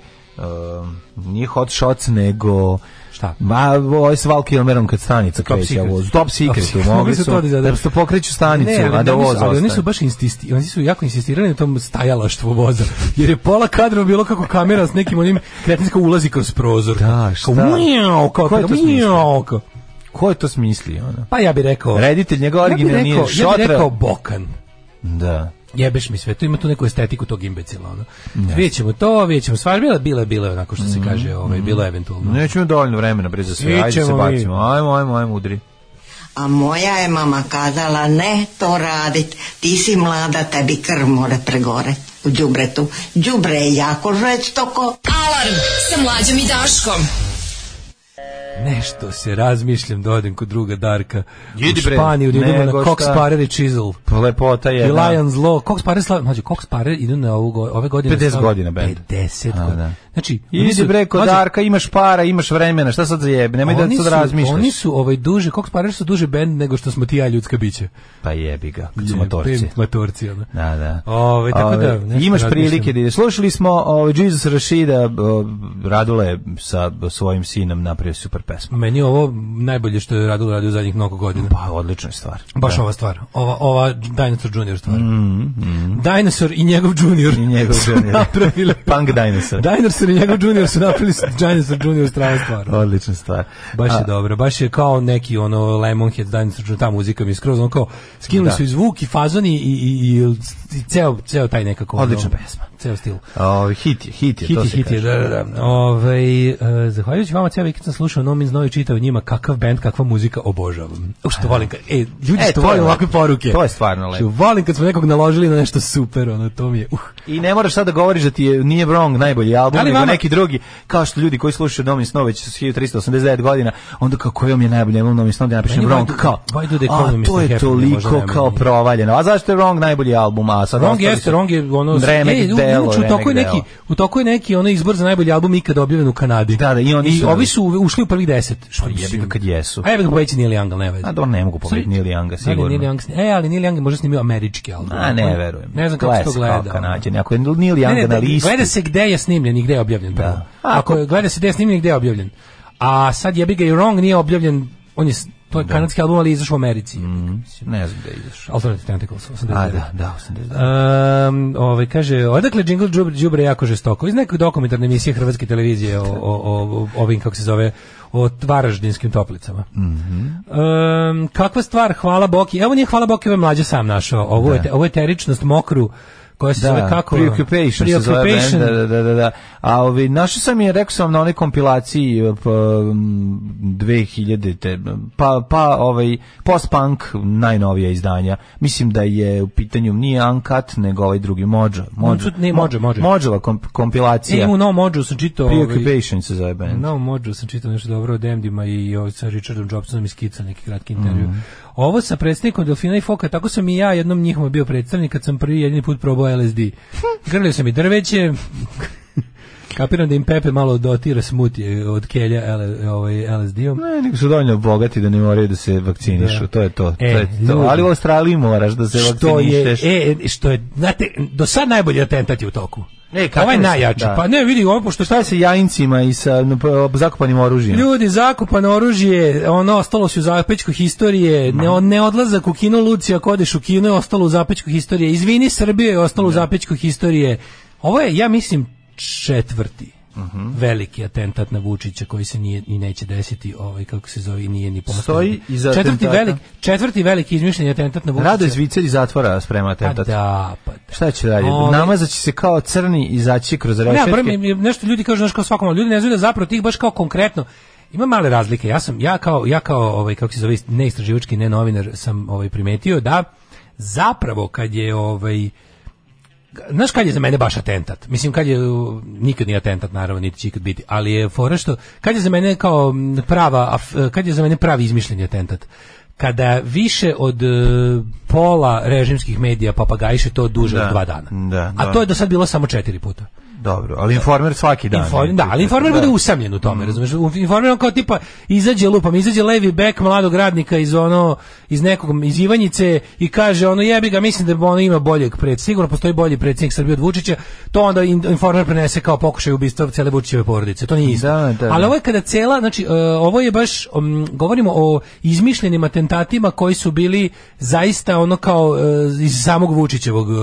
um, nije hot shots nego Šta? Ma, ovo je s Val Kilmerom kad stanica Top kreće, a Secret. voz. Top Top Secret, Secret, mogli mogli su su, to da izvedu. da su pokreću stanicu, Ne, ali a da oni su- voz ali oni su ostane. baš insisti, oni su jako insistirali na tom stajalaštvu voza. Jer je pola kadra bilo kako kamera s nekim onim kretinska ulazi kroz prozor. Da, šta? Kao mjau, kao, Ko je to kao smislio? mjau, kao. Ko je to smislio? Ono? Pa ja bih rekao, Reditelj, njegov ja bih originalni rekao, je ja bih šotra. rekao Bokan. Da. jebeš mi sve, to ima tu neku estetiku tog imbecila, ono. Vidjet ćemo to, vidjet ćemo stvar, bila, bila, bila, je onako što Mhm. se kaže, ovaj, bilo je eventualno. Nećemo dovoljno vremena bre za sve. Svi Ajde se ćemo mi. bacimo. Ajmo, ajmo, ajmo, udri. A moja je mama kazala ne to radit, ti si mlada, tebi krv mora pregore u đubretu. Đubre je jako žestoko. Alarm sa mlađom i Daškom. Nešto se razmišljam da odem kod druga Darka Idi u bre, Španiju, da idemo na nego šta. Cox Parer i Chisel. Pa lepota je, I da. Lions Law. Cox Parer, slavi, mlađe, Cox Parer idu na ovu, go- ove godine. 50 slave- godina bend. 50 A, godina. da. Znači, oni Idi su- bre kod mlađe, Darka, imaš para, imaš vremena, šta sad zajebe, nemoj da oni sad su- razmišljaš. Oni su ovaj duže, Cox Parer su duže bend nego što smo ti i ja ljudska bića. Pa jebi ga, kad su Jebem motorci. Motorci, ono. Da, da. Ove, tako da, Ove, nešto imaš razmišljam. prilike da ideš. Slušali smo ove, Jesus Rashida, o, Radule sa svojim sinom napravio super pesmu. Meni je ovo najbolje što je Radul radio zadnjih mnogo godina. Pa, odlična je stvar. Baš Da. Mm, ova stvar. Ova, ova Dinosaur Junior stvar. Dinosaur i njegov Junior. I njegov Junior. napravili. pa- Punk Dinosaur. Dinosaur i njegov Junior su napravili s- Dinosaur Junior stranu stvar. Odlična stvar. Baš je A- dobro, baš je kao neki ono Lemonhead, Dinosaur Junior, ta muzika mi je skroz ono kao, skinuli Da. su i zvuk i fazon i, i, i, i- i ceo, ceo taj nekako. ono, Odlična pesma. Ceo stil. Ove, hit je, hit je, Hit to je, se hit je, kaže. da, da, da. Ove, zahvaljujući vama, cijel vikend sam slušao No Means No i čitao o njima kakav band, kakva muzika obožavam. U, što volim, kad, e, ljudi E, što to je volim lepo. ovakve poruke. To je stvarno lepo. Što volim kad smo nekog naložili na nešto super, ono, to mi je, uh. I ne moraš sad da govoriš da ti je, nije Wrong najbolji album, Ali nego vama- neki drugi, kao što ljudi koji slušaju Domin Snow već s 1389 godina, onda kao koji vam je najbolji album Domin Snow da napišem Meni why Wrong, do- kao, why do they call a me to Mr. Happy, je ne može toliko najbolji. kao provaljeno, a zašto je Wrong najbolji album, a sad Wrong ostali jeste, su- Wrong je ono... remek e, u- delo, inače, u toku je remek neki, delo. u toku je neki ono izbor za najbolji album ikada objavljen u Kanadi. Da, da, i oni su- ovi su ušli u prvih deset. Što Pa jebi ga kad jesu. A jebe ga poveći Neil Young, ali ne veze. A da ne mogu pobediti Neil Younga, sigurno. Ali Neil Young, sni- e, ali Neil Young je možda snimio američki album. A ne, verujem. Ne znam kako se to gleda. ono. Kanađen. Ako je Neil Young Ne, na ne, listi, Pa gleda se gde je snimljen i gde je objavljen. prvo. Ako je- gleda se gde je snimljen i gde je objavljen. A sad jebi ga i Wrong nije objavljen, on je, s- to je kanadski album, ali je izašao u Americi. Mm. ne znam gde izašao. Alternative Tentacles, 89. A da, da, 89. Um, ovaj kaže, odakle Jingle Džubre, Džubre jako žestoko? Iz nekog dokumentarne emisije Hrvatske televizije o, o, o, o ovim, kako se zove, o varaždinskim toplicama. Mhm. Um, kakva stvar, hvala Boki. Evo nije hvala Boki, ovo je mlađe sam našao. Ovo, je, te- ovo je teričnost mokru koja se zove kako? Preoccupation, se zove Preoccupation. band, da, da, da, da. A ovi, našao sam je, rekao sam na onoj kompilaciji pa, mm, 2000 te, pa, pa ovaj, post-punk najnovija izdanja. Mislim da je u pitanju nije Uncut, nego ovaj drugi Mođo. Mođo, Uncut, ne, Mođo, Mođo. Mođova komp- kompilacija. E, u No Mođu sam čitao... ovaj, Preoccupation se zove band. No, možda sam čitao nešto dobro o Demdima i o, sa Richardom Jobsonom i skica neki kratki intervju. Mhm. Ovo sa predstavnikom Delfina i Foka, tako sam i ja jednom njihovom bio predstavnik kad sam prvi i jedini put probao LSD. <laughs> Grlio sam i drveće, kapiram da im Pepe malo dotira smutje od kelja L- ovaj, LSD-om. Ne, nego su dovoljno bogati da ne moraju da se vakcinišu, Da. to je to. E, to, je to. ljudi. Ali u Australiji moraš da se Što je, vakcinišeš. e, što je, znate, do sad najbolji atentat je u toku. E, kako ovaj je- najjači. da. Pa ne, vidi, ovo pošto Šta je sa jajincima i sa n- p- zakopanim oružjem? Ljudi, zakupano oružje, ono ostalo se u zapećku historije, ne, ne odlazak u kino Lucija, ako odeš u kino je ostalo u zapećku historije, izvini Srbije je ostalo u zapećku historije. Ovo je, ja mislim, četvrti Mhm. veliki atentat na Vučića koji se nije i neće desiti, ovaj kako se zove, i nije ni postoji. Stoji iza četvrti atentata. veliki, četvrti veliki izmišljeni atentat na Vučića. Rado je zvicer iz zatvora sprema Pa atentat. da, pa da. Šta će raditi? Ovi- Namazaće se kao crni i izaći kroz Ne, rešetke. bar mi- mi- nešto ljudi kažu znaš kao svakom, ljudi ne znaju da zapravo tih baš kao konkretno Ima male razlike. Ja sam ja kao ja kao ovaj kako se zove ne istraživački ne novinar sam ovaj primetio da zapravo kad je ovaj znaš kad je za mene baš atentat. Mislim kad je uh, nikad nije atentat naravno niti će ikad biti, ali je fora što kad je za mene kao m, prava af- kad je za mene pravi izmišljeni atentat. Kada više od e, pola režimskih medija papagajiše to duže Da. od dva dana. Da, A da. to je do sad bilo samo četiri puta. Dobro, ali informer svaki dan. Inform, da, Mm. ali informer bude usamljen u tome, razumeš? U- Informer on kao tipa izađe lupam, izađe levi bek mladog radnika iz ono iz nekog iz Ivanjice i kaže ono jebi ga, mislim da ono ima boljeg pred sigurno postoji bolji predsjednik Srbije od Vučića. To onda in- informer prenese kao pokušaj ubistva cele Vučićeve porodice. To nije isto. Da, da, da. ali ovo je kada cela, znači e, ovo je baš mm, govorimo o izmišljenim atentatima koji su bili zaista ono kao e, iz samog Vučićevog e,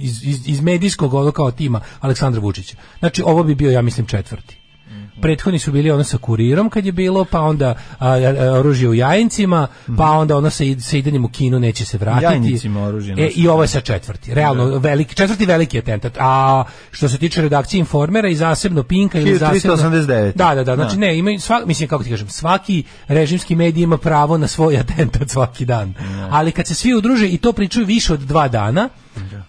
iz, iz, iz medijskog ono kao tima Aleksandra Vučića. Znači ovo bi bio ja mislim četvrti. Mhm. Prethodni su bili ono sa kurirom kad je bilo, pa onda a, a, oružje u jajincima, pa onda ono sa, id- sa idenjem u kinu neće se vratiti. Mhm. Jajnicima oružje E, nosi. i ovo je sa četvrti. Realno, veliki, četvrti veliki atentat. A što se tiče redakcije Informera i zasebno Pinka ili zasebno... 1389. Da, da, da. Znači, Da. ne, imaju svak, mislim, kako ti kažem, svaki režimski medij ima pravo <laughs> na svoj atentat svaki dan. Ali kad se svi udruže i to pričaju više od dva dana,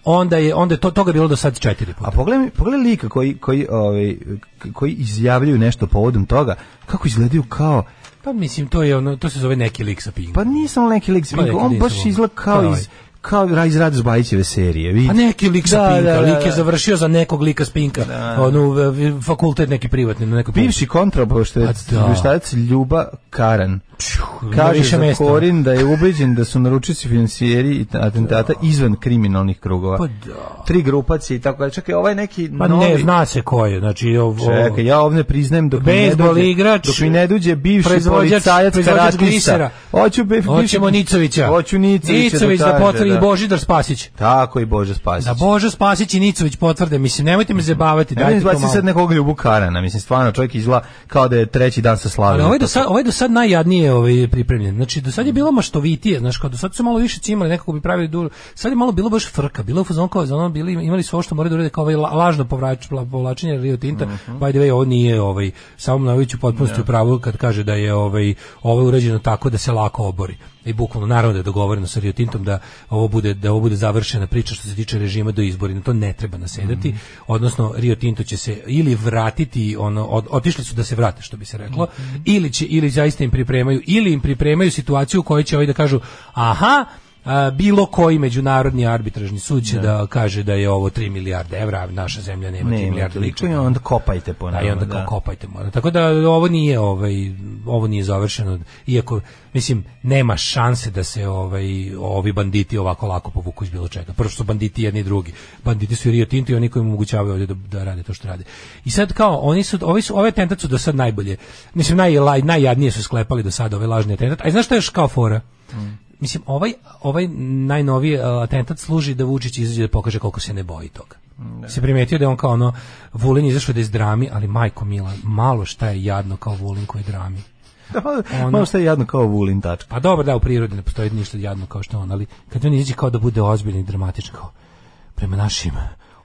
onda je onda je to toga bilo do sad četiri puta. A pa- pogledaj, pogledaj lika koji, koji, ovaj, k- koji izjavljuju nešto povodom toga, kako izgledaju kao Pa mislim to je ono to se zove neki lik sa pingom. Pa nisam neki lik sa Pa Pinkom, neki on lik baš sa- izgleda Pa kao ovaj. iz kao ra- iz Rade Zbajićeve serije. vidi. A Pa neki lik sa Da, Pinka, da, da, lik je da. završio za nekog lika s Pinka, onu e, vi- fakultet neki privatni, na nekoj Bivši kontraobaveštajac A da. obaveštajac Ljuba Karan ima kaže više za mesta. Korin da je ubeđen da su naručici financijeri i atentata izvan kriminalnih krugova. Pa Tri grupacije i tako dalje. Čekaj, ovaj neki Pa novi... ne, zna se ko je, znači ovo... Čekaj, ja ovdje priznajem dok mi ne Bejsbol dođe, igrač, dok mi ne dođe bivši proizvođač- policajac proizvođač glisera. karatista. Hoću be, Hoćemo Nicovića. Hoću Nicovića. Nicović da kaže, potvrdi Božidar Spasić. Tako i Bože Spasić. Da Božo Spasić i Nicović potvrde, mislim, nemojte me zabavati, Ne dajte to znam malo. sad nekog Ljubu Karana, mislim stvarno čovjek izgleda kao da je treći dan sa Ali slavim. ovaj do sad, ovaj do sad najjadnije ovaj pripremljen. Znači do sad je bilo maštovitije, znači kao do sad su malo više cimali, nekako bi pravili duru. Sad je malo bilo baš frka, bilo je u fazonu kao za ono bili imali su ovo što moraju da urede kao ovaj la- lažno povrač, pla- povlačenje Rio Tinta. By the way, ovo nije ovaj samo Mlavić u potpunosti u pravu kad kaže da je ovaj ovo je urađeno tako da se lako obori. I bukvalno naravno da je dogovoreno sa Rio Tintom da ovo bude da ovo bude završena priča što se tiče režima do izbora, na to ne treba nasedati. Odnosno Rio Tinto će se ili vratiti ono od, otišli su da se vrate što bi se reklo ili će ili zaista im pripremaju ili im pripremaju situaciju u kojoj će ovi da kažu aha a, bilo koji međunarodni arbitražni sud će da kaže da je ovo 3 milijarde evra, a naša zemlja nema 3 ne, milijarde liča. i onda kopajte po nama. A i onda kao kopajte mora. Tako da ovo nije ovaj ovo nije završeno. Iako mislim nema šanse da se ovaj ovi banditi ovako lako povuku iz bilo čega. Prvo što su banditi jedni i drugi. Banditi su i Rio Tinto i oni koji im omogućavaju ovdje da, da rade to što rade. I sad kao oni su ovi su ove tentat su do sad najbolje. Mislim naj najjadnije su sklepali do sada ove lažne tentat. A znaš šta je još kao fora? Mislim ovaj ovaj najnoviji uh, atentat služi da Vučić izađe da pokaže koliko se ne boji toga. Se primetio da je on kao ono Vulin je izašao da iz drami, ali majko mila, malo šta je jadno kao Vulin koji drami. Da, Ono- Malo Ono- što je jadno kao Vulin tačka. Pa dobro da u prirodi ne postoji ništa jadno kao što je on, ali kad on izađe kao da bude ozbiljan i dramatičan kao prema našim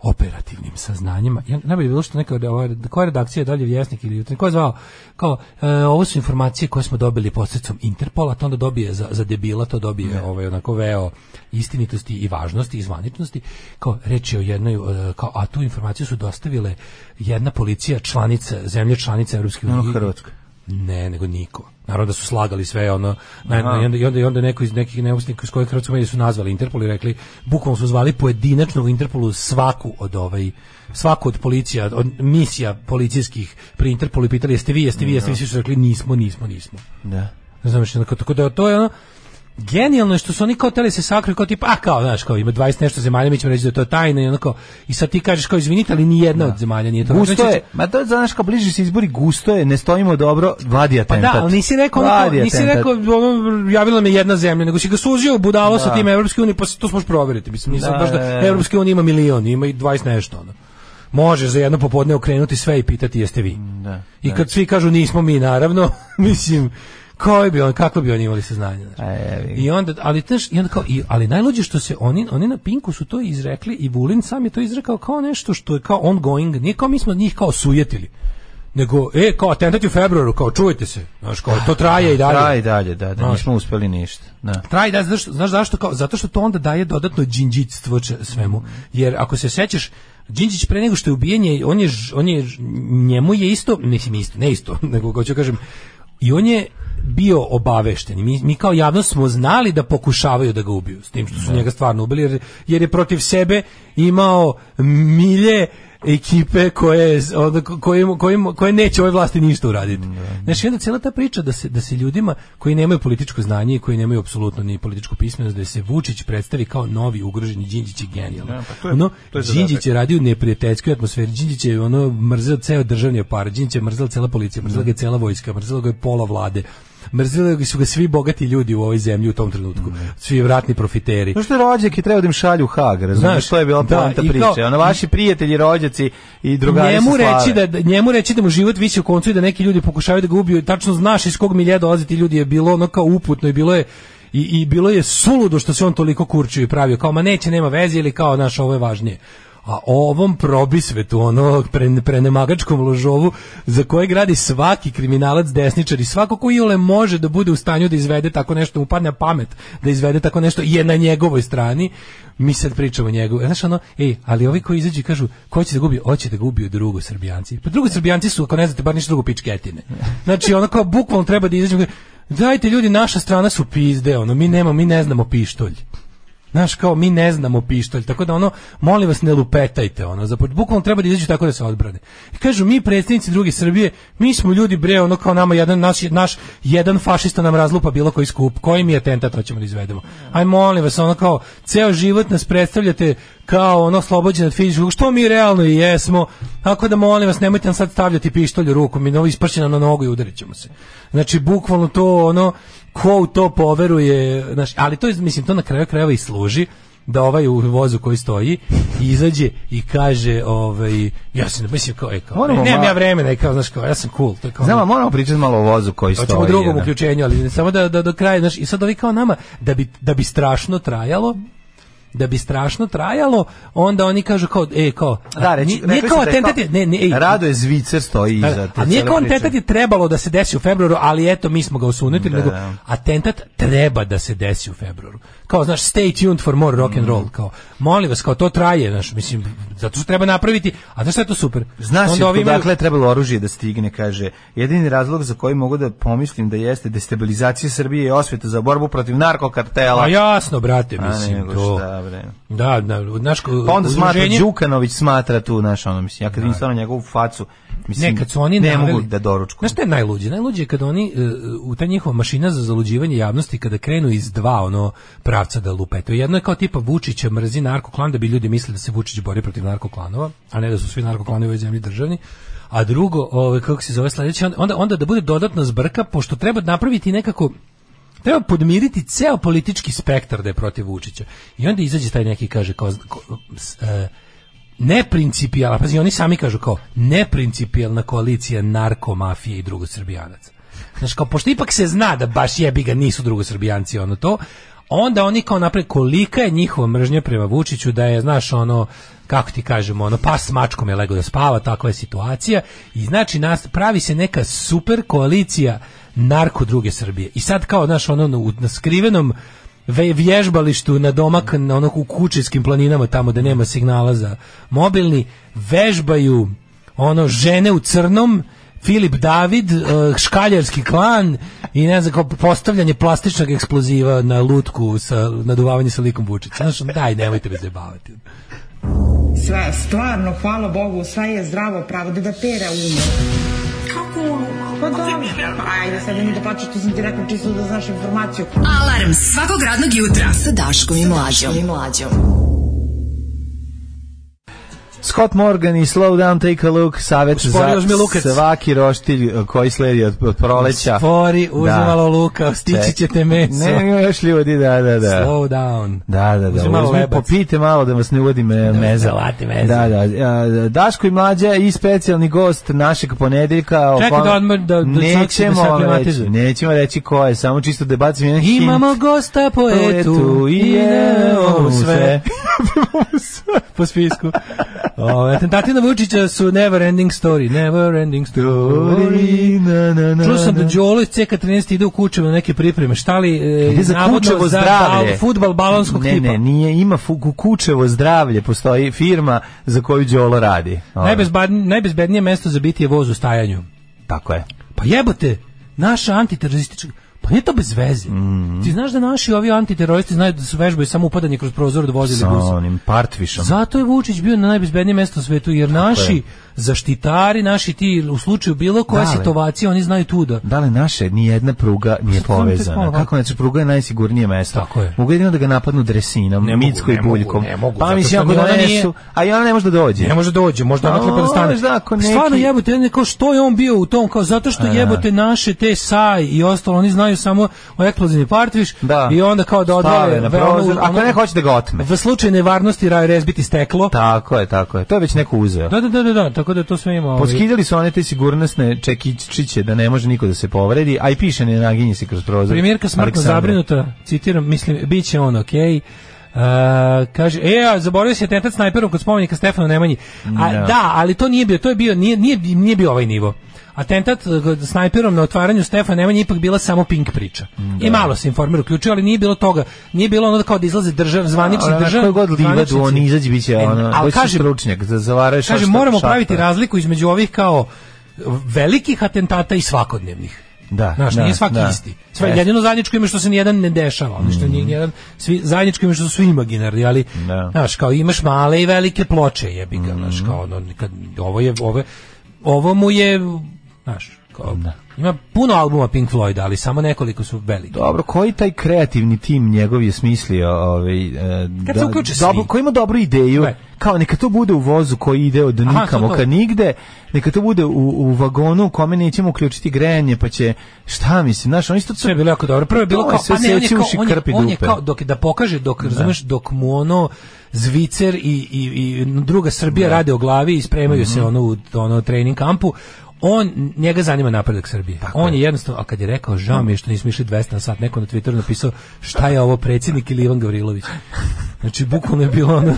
operativnim saznanjima. Ja ne bi bilo što neka ova- da koja redakcija dalje vjesnik ili jutro, ko je zvao kao e, ovo su informacije koje smo dobili posredstvom Interpola, to onda dobije za, za debila, to dobije ovaj onako veo istinitosti i važnosti i zvaničnosti. Kao reč je o jednoj e, kao a tu informaciju su dostavile jedna policija članica zemlje članica Europske Ono unije. Hrvatska. Ne, nego niko. Naravno da su slagali sve ono na, na- i, onda, i, onda, i onda neko iz nekih neovisnika iz kojih hrvatskog medija su nazvali Interpol i rekli bukvalno su zvali pojedinačno u Interpolu svaku od ovaj svaku od policija, od misija policijskih pri Interpolu i pitali jeste vi, jeste vi, jeste vi, svi su rekli nismo, nismo, nismo. Da. Znaš, onako, tako da to je ono genijalno je što su oni kao teli se sakriju kao tipa, a kao, znaš, kao ima 20 nešto zemalja, mi ćemo reći da je to tajna i onako, i sad ti kažeš kao izvinite, ali ni jedna od zemalja nije to. Gusto Znači, je, ma to znaš kao bliži se izbori, gusto je, ne stojimo dobro, vadi Pa atentat. da, ali nisi rekao, ono, kao- Vadi nisi atentat. rekao, ono, javila me jedna zemlja, nego si ga suzio, budalo sa tim Evropske unije, pa se- to smo još provjeriti. Mislim, nisam Da, baš da, da, da. Evropske unije ima milion, ima i 20 nešto, ono. Možeš za jedno popodne okrenuti sve i pitati jeste vi. Mm, Da. I kad svi kažu nismo mi, naravno, <laughs> mislim, koji bi on, kako bi oni imali saznanje, znaš. A jevi ga. I onda, ali znaš, i onda kao, i, ali najluđe što se oni, oni na Pinku su to izrekli i Vulin sam je to izrekao kao nešto što je kao ongoing, nije kao mi smo njih kao sujetili. Nego, e, kao atentat je u februaru, kao čujete se, znaš, kao to traje i dalje. Traje i dalje, da, da, Znaš. nismo uspeli ništa. Da. Traje i dalje, znaš, znaš zašto? Kao, zato što to onda daje dodatno džinđictvo če- svemu. Jer ako se sećaš, Đinđić pre nego što je ubijen je, on je, ž- on je, ž- njemu je isto, mislim isto, ne isto, <laughs> nego hoću kažem, i on je bio obavešten. I Mi, mi kao javnost smo znali da pokušavaju da ga ubiju, s tim što su njega stvarno ubili, jer, jer je protiv sebe imao milje ekipe koje, z- onda ko- kojim- kojim- koje neće ovoj vlasti ništa uraditi. Znači, onda cijela ta priča da se, da se ljudima koji nemaju političko znanje i koji nemaju apsolutno ni političku pismenost, da se Vučić predstavi kao novi ugroženi Đinđić je genijalno. ono, Đinđić je radio u neprijateljskoj atmosferi, Đinđić je ono mrzeo ceo državni aparat, Đinđić je mrzela cela policija, mrzela ga je cela vojska, mrzela ga je pola vlade, mrzeli su ga svi bogati ljudi u ovoj zemlji u tom trenutku, svi vratni profiteri. Znaš što je rođak i treba da im šalju hag, razumiješ, Znaš, to je bila da, poanta i kao- priče. Ono, vaši prijatelji, rođaci i drugari njemu se reći slave. da da- njemu reći da mu život visi u koncu i da neki ljudi pokušavaju da ga ubiju, tačno znaš iz kog milja dolaze ti ljudi je bilo ono kao uputno i bilo je i, i bilo je suludo što se on toliko kurčio i pravio kao ma neće nema veze ili kao naš ovo je važnije. a ovom probisvetu, ono pre, prenemagačkom ložovu za koje gradi svaki kriminalac desničar i svako ko iole može da bude u stanju da izvede tako nešto, mu padne na pamet da izvede tako nešto je na njegovoj strani mi sad pričamo njegov. Znaš ono, ej, ali ovi koji izađu i kažu, ko će da gubi? Oće da gubi drugo Srbijanci. Pa drugo Srbijanci su, ako ne znate, bar ništa drugo pičketine. Znači, ono kao bukvalno treba da izađemo. Dajte ljudi, naša strana su pizde, ono, mi nemamo, mi ne znamo pištolj. Znaš, kao mi ne znamo pištolj, tako da ono, molim vas ne lupetajte, ono, za bukvalno treba da izađu tako da se odbrane. I kažu, mi predstavnici druge Srbije, mi smo ljudi bre, ono kao nama jedan, naš, naš jedan fašista nam razlupa bilo koji skup, koji mi atentat hoćemo da izvedemo. Aj molim vas, ono kao, ceo život nas predstavljate kao ono slobođen od fizičkog, što mi realno i jesmo, tako da molim vas, nemojte nam sad stavljati pištolj u ruku, mi novi isprši nam na nogu i udarit ćemo se. Znači, bukvalno to, ono, ko u to poveruje, znaš, ali to je, mislim, to na kraju krajeva i služi da ovaj u vozu koji stoji izađe i kaže ovaj ja se ne mislim kao, e, kao Moramo ne, nemam malo- ja vremena i kao znaš kao ja sam cool to je kao Znam, a moramo pričati malo o vozu koji stoji. ono. Hoćemo u drugom jedan. uključenju, ali samo da, da do kraja, znaš, i sad ovi kao nama, da bi, da bi strašno trajalo, da bi strašno trajalo, onda oni kažu kao, e, kao, a Da, reći, nije- nije rekli kao ste da je atentat, kao- je- ne, ne, ej, Rado je Zvicer stoji da, iza da. te a nije cele kao priče. atentat je trebalo da se desi u februaru, ali eto, mi smo ga osunutili, Da, nego da. atentat treba da se desi u februaru. Kao, znaš, stay tuned for more rock and roll, kao, molim vas, kao, to traje, znaš, mislim, zato što treba napraviti, a znaš šta je to super? Znaš Onda Onda ovi imaju- dakle je trebalo oružje da stigne, kaže. Jedini razlog za koji mogu da pomislim da jeste destabilizacija Srbije i osveta za borbu protiv narkokartela. A jasno, brate, A mislim, nego to. šta, bre. Da, da, naš ko- Pa onda smatra, udruženje- Đukanović smatra tu, znaš, ono, mislim, ja kad vidim stvarno njegovu facu, mislim, ne, kad su oni ne naveli- mogu da doručku. Znaš šta je najluđe? Najluđe je kad oni, e, u ta njihova mašina za zaluđivanje javnosti, kada krenu iz dva ono pravca da lupetaju. Jedno je kao tipa Vučića mrzi narkoklan, da bi ljudi mislili da se Vučić bori protiv narkoklanova, a ne da su svi narkoklanovi u ovoj zemlji državni. A drugo, ove, kako se zove sledeće, onda, onda da bude dodatna zbrka, pošto treba napraviti nekako treba podmiriti ceo politički spektar da je protiv Vučića. I onda izađe taj neki i kaže kao, ko- s- e, neprincipijalna, pazi, oni sami kažu kao neprincipijalna koalicija narkomafije i drugosrbijanaca. Znaš, kao, pošto ipak se zna da baš jebi ga nisu drugosrbijanci, ono to, onda oni kao napred kolika je njihova mržnja prema Vučiću da je, znaš, ono, kako ti kažemo, ono, pas s mačkom je lego da spava, takva je situacija, i znači nas, pravi se neka super koalicija narko druge Srbije. I sad kao, znaš, ono, u- na skrivenom ve- vježbalištu na domak na ono u kučevskim planinama tamo da nema signala za mobilni vežbaju ono žene u crnom Filip David, eh, škaljarski klan i ne znam, kao postavljanje plastičnog eksploziva na lutku sa naduvavanje sa likom Vučića. Znaš, ono, daj, nemojte me zajebavati. Sve, stvarno, hvala Bogu, sve je zdravo pravo, da da pera umo. Kako umo? Pa dobro, ajde, sad nemoj da plaćaš, to sam ti rekao čisto da znaš informaciju. Alarm svakog radnog jutra sa Daškom i Mlađom. Scott Morgan i Slow Down, Take a Look, savjet Uspori, uzmi lukac. za svaki roštilj eh, koji sledi od, od proleća. Fori, uzmi Da. malo luka, stići ćete meso. Ne, ima još ljudi, da, da, da. Slow down. Da, da, da. Uzmi malo uzmi, lebac. popijte malo da vas ne uvodi me, vas ne meza. uvati meza. Da, da. a, Daško i mlađa i specijalni gost našeg ponedeljka. o Čekaj kom- da odmor- da- da- nećemo da se vam reći, aklimatizujem. nećemo reći ko je, samo čisto da bacim jedan hint. Imamo gosta poetu i jeo mu sve. <laughs> po spisku. O, atentati na Vučića su never ending story, never ending story. Na, na, na, Čuo sam da na. Đolo iz CK13 ide u Kučevo na neke pripreme. Šta li e, Ide Pa za navodno kučevo za zdravlje. bal, futbal balonskog ne, tipa? Ne, nije, ima fu- kučevo zdravlje, postoji firma za koju Đolo radi. Ovaj, Najbezbadn- najbezbednije mesto za biti je voz u stajanju. Ono, Tako je. Pa jebote, naša antiteroristička Pa nije to bez veze. Mhm. Ti znaš da naši ovi antiteroristi znaju da su vežbaju samo upadanje kroz prozor od vozili Sa busa. onim partvišom. Zato je Vučić bio na najbezbednijem mestu u svetu, jer naši zaštitari, naši ti u slučaju bilo koje Dale. situacije, oni znaju tu da... Da li naše ni jedna pruga nije Samo tek malo povezana? ovako. Kako znači pruga je najsigurnije mesto. Tako je. Mogu jedino da ga napadnu dresinom, Ne mogu, micko i ne mogu, buljkom. ne mogu, pa zato mislim što ako ni ona donesu, nije- a i ona ne može da dođe. Ne može dođe, možda A, odatle pa da stane. možda ako neki- Stvarno jebote, ne, kao što je on bio u tom, kao zato što A. jebote naše te saj i ostalo, oni znaju samo o eksplozivni partviš i onda kao da odvale. Stave na ve- ono- prozor, ako ono- ne hoće da ga otme. Za slučaj nevarnosti raj rezbiti steklo. Tako je, tako je. To je već neko uzeo. Da, da, da, da, da, tako da to sve ima. ovaj- Poskidali su one te sigurnosne čekićčiće da ne može niko da se povredi, a i piše ne naginje se kroz prozor. Premijerka smrtno Aleksandre. zabrinuta, citiram, mislim, bit će on okej. E, kaže, e, a zaboravio se atentac snajperom kod spomenika Stefanu Nemanji. A, Da. Da, ali to nije bio, to je bio, nije, nije, nije bio ovaj nivo. Atentat e, kod snajperom na otvaranju Stefana Nemanja je ipak bila samo pink priča. I malo se informer uključio, ali nije bilo toga. Nije bilo ono da kao da izlaze držav, zvanični A, ona držav. koju god livadu zvaničnici. oni izađe, bit će, E, ono, ali bit će kažem, stručnjak, da zavaraju Kaže, šašta- moramo šašta. praviti razliku između ovih kao velikih atentata i svakodnevnih. Da, Znaš, da, nije svaki da. isti. Sve, Jeste. Mm. jedino zajedničko ime što se nijedan ne dešava, ono što nije nijedan, svi, zajedničko ime što su svi imaginarni, ali, znaš, kao imaš male i velike ploče, jebi ga, Mm. znaš, kao ono, nikad, ovo je, ovo, je- ovo mu je, znaš, kao, ima puno albuma Pink Floyd, ali samo nekoliko su veliki. Dobro, koji taj kreativni tim njegov je smislio ovaj e, Kad se uključe svi. dobro, ko ima dobru ideju, Ne. kao neka to bude u vozu koji ide od Aha, nikamo to, to. ka nigde, neka to bude u, u vagonu u kome nećemo uključiti grejanje, pa će šta mislim, znaš, oni isto sve je bilo jako dobro. Prvo je bilo To je kao, sve pa ne, on je seći kao, uši, on je, krpi on je dupe. kao, dok, da pokaže, dok, razumeš, dok mu ono Zvicer i, i, i druga Srbija rade o glavi i spremaju se ono u ono, trening kampu, on njega zanima napredak Srbije. on je jednostavno, a kad je rekao, žao mi je što nismo išli 200 na sat, neko na Twitteru napisao šta je ovo predsjednik ili Ivan Gavrilović. Znači, bukvalno je bilo ono,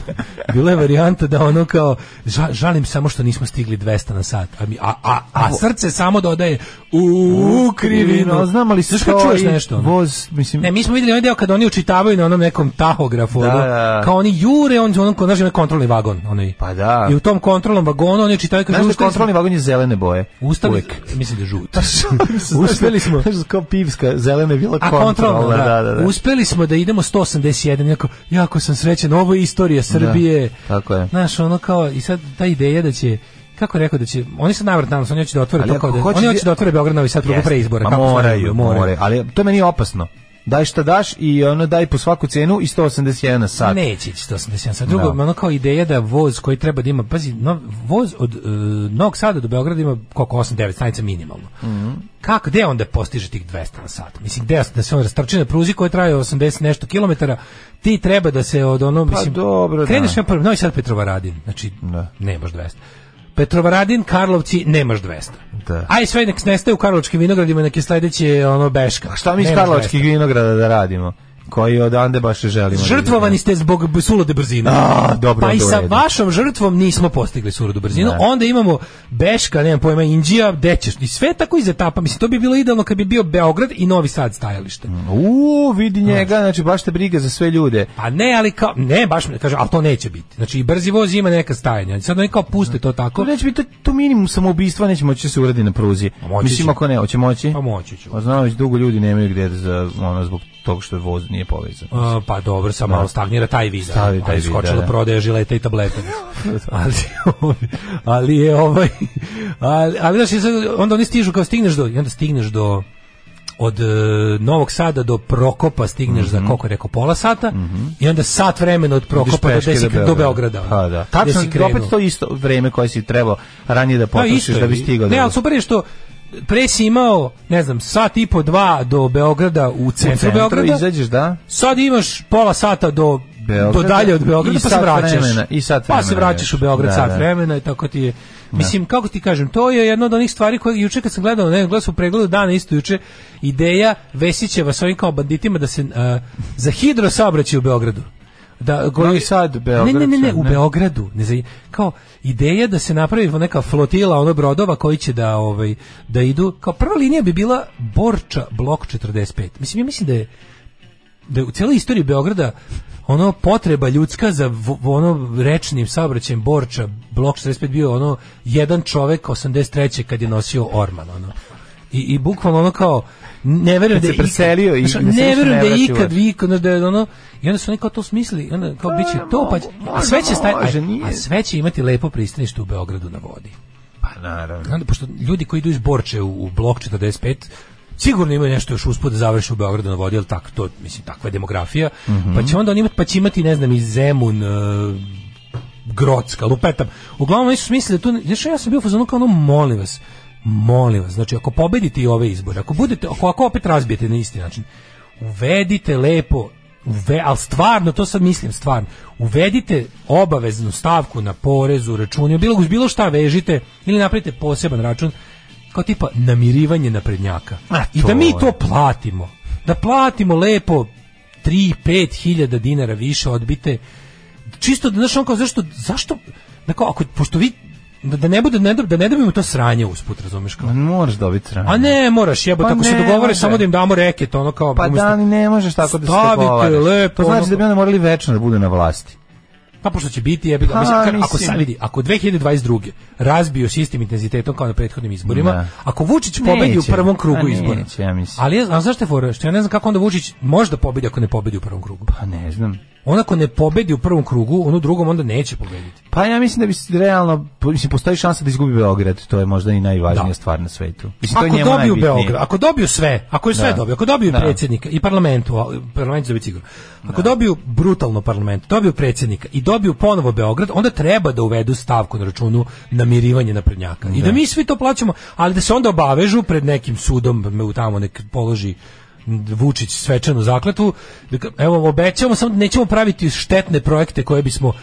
bila je varijanta da ono kao, ža- žalim samo što nismo stigli 200 na sat, a, mi, a, a, a srce samo dodaje, u krivino. znam ali Znaš kad čuješ stoji nešto? ono? Voz, mislim, Ne, mi smo vidjeli onaj deo kad oni učitavaju na onom nekom tahografu, Da, ono, da. kao oni jure, on ono, onom kod naš kontrolni vagon, onaj. pa da. I u tom kontrolnom vagonu oni čitaju Znaš kažu da ustali kontrolni smo- vagon je zelene boje. Ustali, Uvek. Pa mislim da je <laughs> žut. Uspeli Uspeli smo. smo. Znaš, kao pivska, zelena je bila A kontrolno, kontrolna. da, Da, da, da. Uspeli smo da idemo 181, jako, jako sam srećen, ovo je istorija Srbije. Da, tako je. Znaš, ono kao, i sad ta ideja da će kako je rekao da će oni se navrat nam oni hoće da otvore Ali to kao ako da, hoće oni da- hoće da otvore Beograd novi sad prvo Jeste, pre izbora ma kako su moraju, najavili, moraju. moraju. Ali to je meni opasno. Daj šta daš i ono daj po svaku cenu i 181 na sat. Neće ići 187. Sad drugo, Da. ono kao ideja da voz koji treba da ima, pazi, no, voz od e, Novog Sada do Beograda ima koliko 8-9 stanica minimalno. Mhm. Kako, gde onda postiže tih 200 na sat? Mislim, gde da se on rastrči na pruzi koja traje 80 nešto kilometara, ti treba da se od ono, Pa mislim, dobro, da. kreneš na prvi, Novi Sad Petrovaradin, znači, nemaš 200. Petrovaradin, Karlovci, nemaš 200. Da. Aj sve nek nestaje u Karlovačkim vinogradima, nek je sledeće ono Beška. A šta mi iz Nemaš 200. Karlovačkih vinograda da radimo? Koji odande baš ne želimo. Žrtvovani ste zbog b- sulude brzine. A, dobro, pa i onda u sa redu. vašom žrtvom nismo postigli suludu brzinu. Ne. Onda imamo Beška, nemam pojma, Indija, Dećeš. I sve tako iz etapa. Mislim, to bi bilo idealno kad bi bio Beograd i Novi Sad stajalište. Mm. U, vidi njega, znači baš te briga za sve ljude. Pa ne, ali kao, ne, baš mi kaže, ali to neće biti. Znači, i brzi voz ima neka stajanja. Sad oni kao puste to tako. To neće biti to, to minimum samoubistva, neće moći da se uradi na pruzi. Pa moći Mislim, će. ako ne, hoće moći? Pa moći ću. Pa znam, već dugo ljudi nemaju gde da za, ono, zbog toga što je voz nije povezan. A, pa dobro, sad Da. malo stagnira taj viza. Stavi taj ali vid, skočila da, da. prodaje žileta i <laughs> tableta. ali, ali je ovaj... Ali, ali znaš, i sad onda oni stižu kao stigneš do... I onda stigneš do od e, Novog Sada do Prokopa stigneš Mhm. za koliko je rekao pola sata i onda sat vremena od Prokopa pa do, Ideš Mhm. peške desi, do Beograda. ono, Pa da. Gde Tačno, si krenuo. opet to isto vreme koje si trebao ranije da Pa potrošiš isto je. da bi stigao. Ne, do- ali super je što pre si imao, ne znam, sat i po dva do Beograda u u centru, centru Beograda. izađeš, da? Sad imaš pola sata do Beograda do dalje od Beograda i pa se sat vraćaš. vremena, i sat pa se vremena vraćaš u još. Beograd Da, sat da. vremena i tako ti je. Mislim, kako ti kažem, to je jedna od onih stvari koje juče kad sam gledao, ne, gledao sam u pregledu dana isto juče, ideja Vesićeva s ovim kao banditima da se a, za hidro saobraćaj u Beogradu. Da, koji- Novi Sad, Beograd, Ne, ne, ne, ne, sad, u ne. Beogradu. Ne za, kao ideja da se napravi neka flotila ono brodova koji će da ovaj da idu. Kao prva linija bi bila Borča blok 45. Mislim ja mislim da je da je u cijeloj istoriji Beograda ono potreba ljudska za v- ono rečnim saobraćajem Borča blok 45 bio ono jedan čovek 83 kad je nosio orman ono. I, i bukvalno ono kao ne Kad verujem da se je ikad- preselio i Znaš, da se ne više verujem ne da je vraća ikad uopšte. vi ono, da je ono i onda su oni kao to smislili i onda kao biće to pa će- a sve će staj- E, može, a- nije. a sve će imati lepo pristanište u Beogradu na vodi. Pa naravno. Onda, pošto ljudi koji idu iz Borče u, u blok 45 sigurno imaju nešto još usput da završe u Beogradu na vodi, ali tako to, mislim, takva je demografija. Mhm. Pa će onda on imati, pa će imati, ne znam, i Zemun, e, Grocka, lupetam. Uglavnom, oni su smislili da tu, znaš, ja sam bio u fazonu kao ono, molim vas, molim vas, znači, ako pobedite i ove izbore, ako budete, ako, ako opet razbijete na isti način, uvedite lepo, uve, ali stvarno, to sad mislim, stvarno, uvedite obaveznu stavku na porezu, računju, bilo, bilo šta vežite ili napravite poseban račun, kao tipa namirivanje naprednjaka. A, I to da mi je. to platimo. Da platimo lepo 3-5 hiljada dinara više odbite. Čisto da znaš on kao zašto zašto dakle, ako pošto vi da, da ne bude da ne, dob- da ne dobijemo to sranje usput, razumeš kao. Moraš dobiti sranje. A ne, moraš jebote, Pa tako se ne dogovore može. samo da im damo reket, ono kao Pa umjesto- da, ali ne možeš tako da se Stavite dogovaraš. To lepo, znači ono- da bi onda morali večno da budu na vlasti. Pa pošto će biti jebi ga, Pa, mislim, kad- ako mislim. sad vidi, ako 2022. razbiju s istim intenzitetom kao na prethodnim izborima, Da. ako Vučić pobedi u Neće. prvom krugu Pa izbora. neće, ja mislim. Ali ja znam zašto je fora, što ja ne znam kako onda Vučić možda pobedi ako ne pobedi u prvom krugu. Pa ne znam. On ako ne pobedi u prvom krugu, on u drugom onda neće pobediti. Pa ja mislim da bi s- realno, po- mislim, postoji šansa da izgubi Beograd, to je možda i najvažnija Da. stvar na svetu. Mislim, to je Ako njemu dobiju najbitnije. Beograd, ako dobiju sve, ako je sve Da. dobio, ako dobiju Da. predsjednika i parlamentu, a, parlament će biti sigurno. Ako dobiju brutalno parlament, dobiju predsjednika i dobiju ponovo Beograd, onda treba da uvedu stavku na računu namirivanje naprednjaka. I da Da. mi svi to plaćamo, ali da se onda obavežu pred nekim sudom, me u tamo nek položi Vučić svečanu zakletvu, da ka- evo obećamo samo da nećemo praviti štetne projekte koje bismo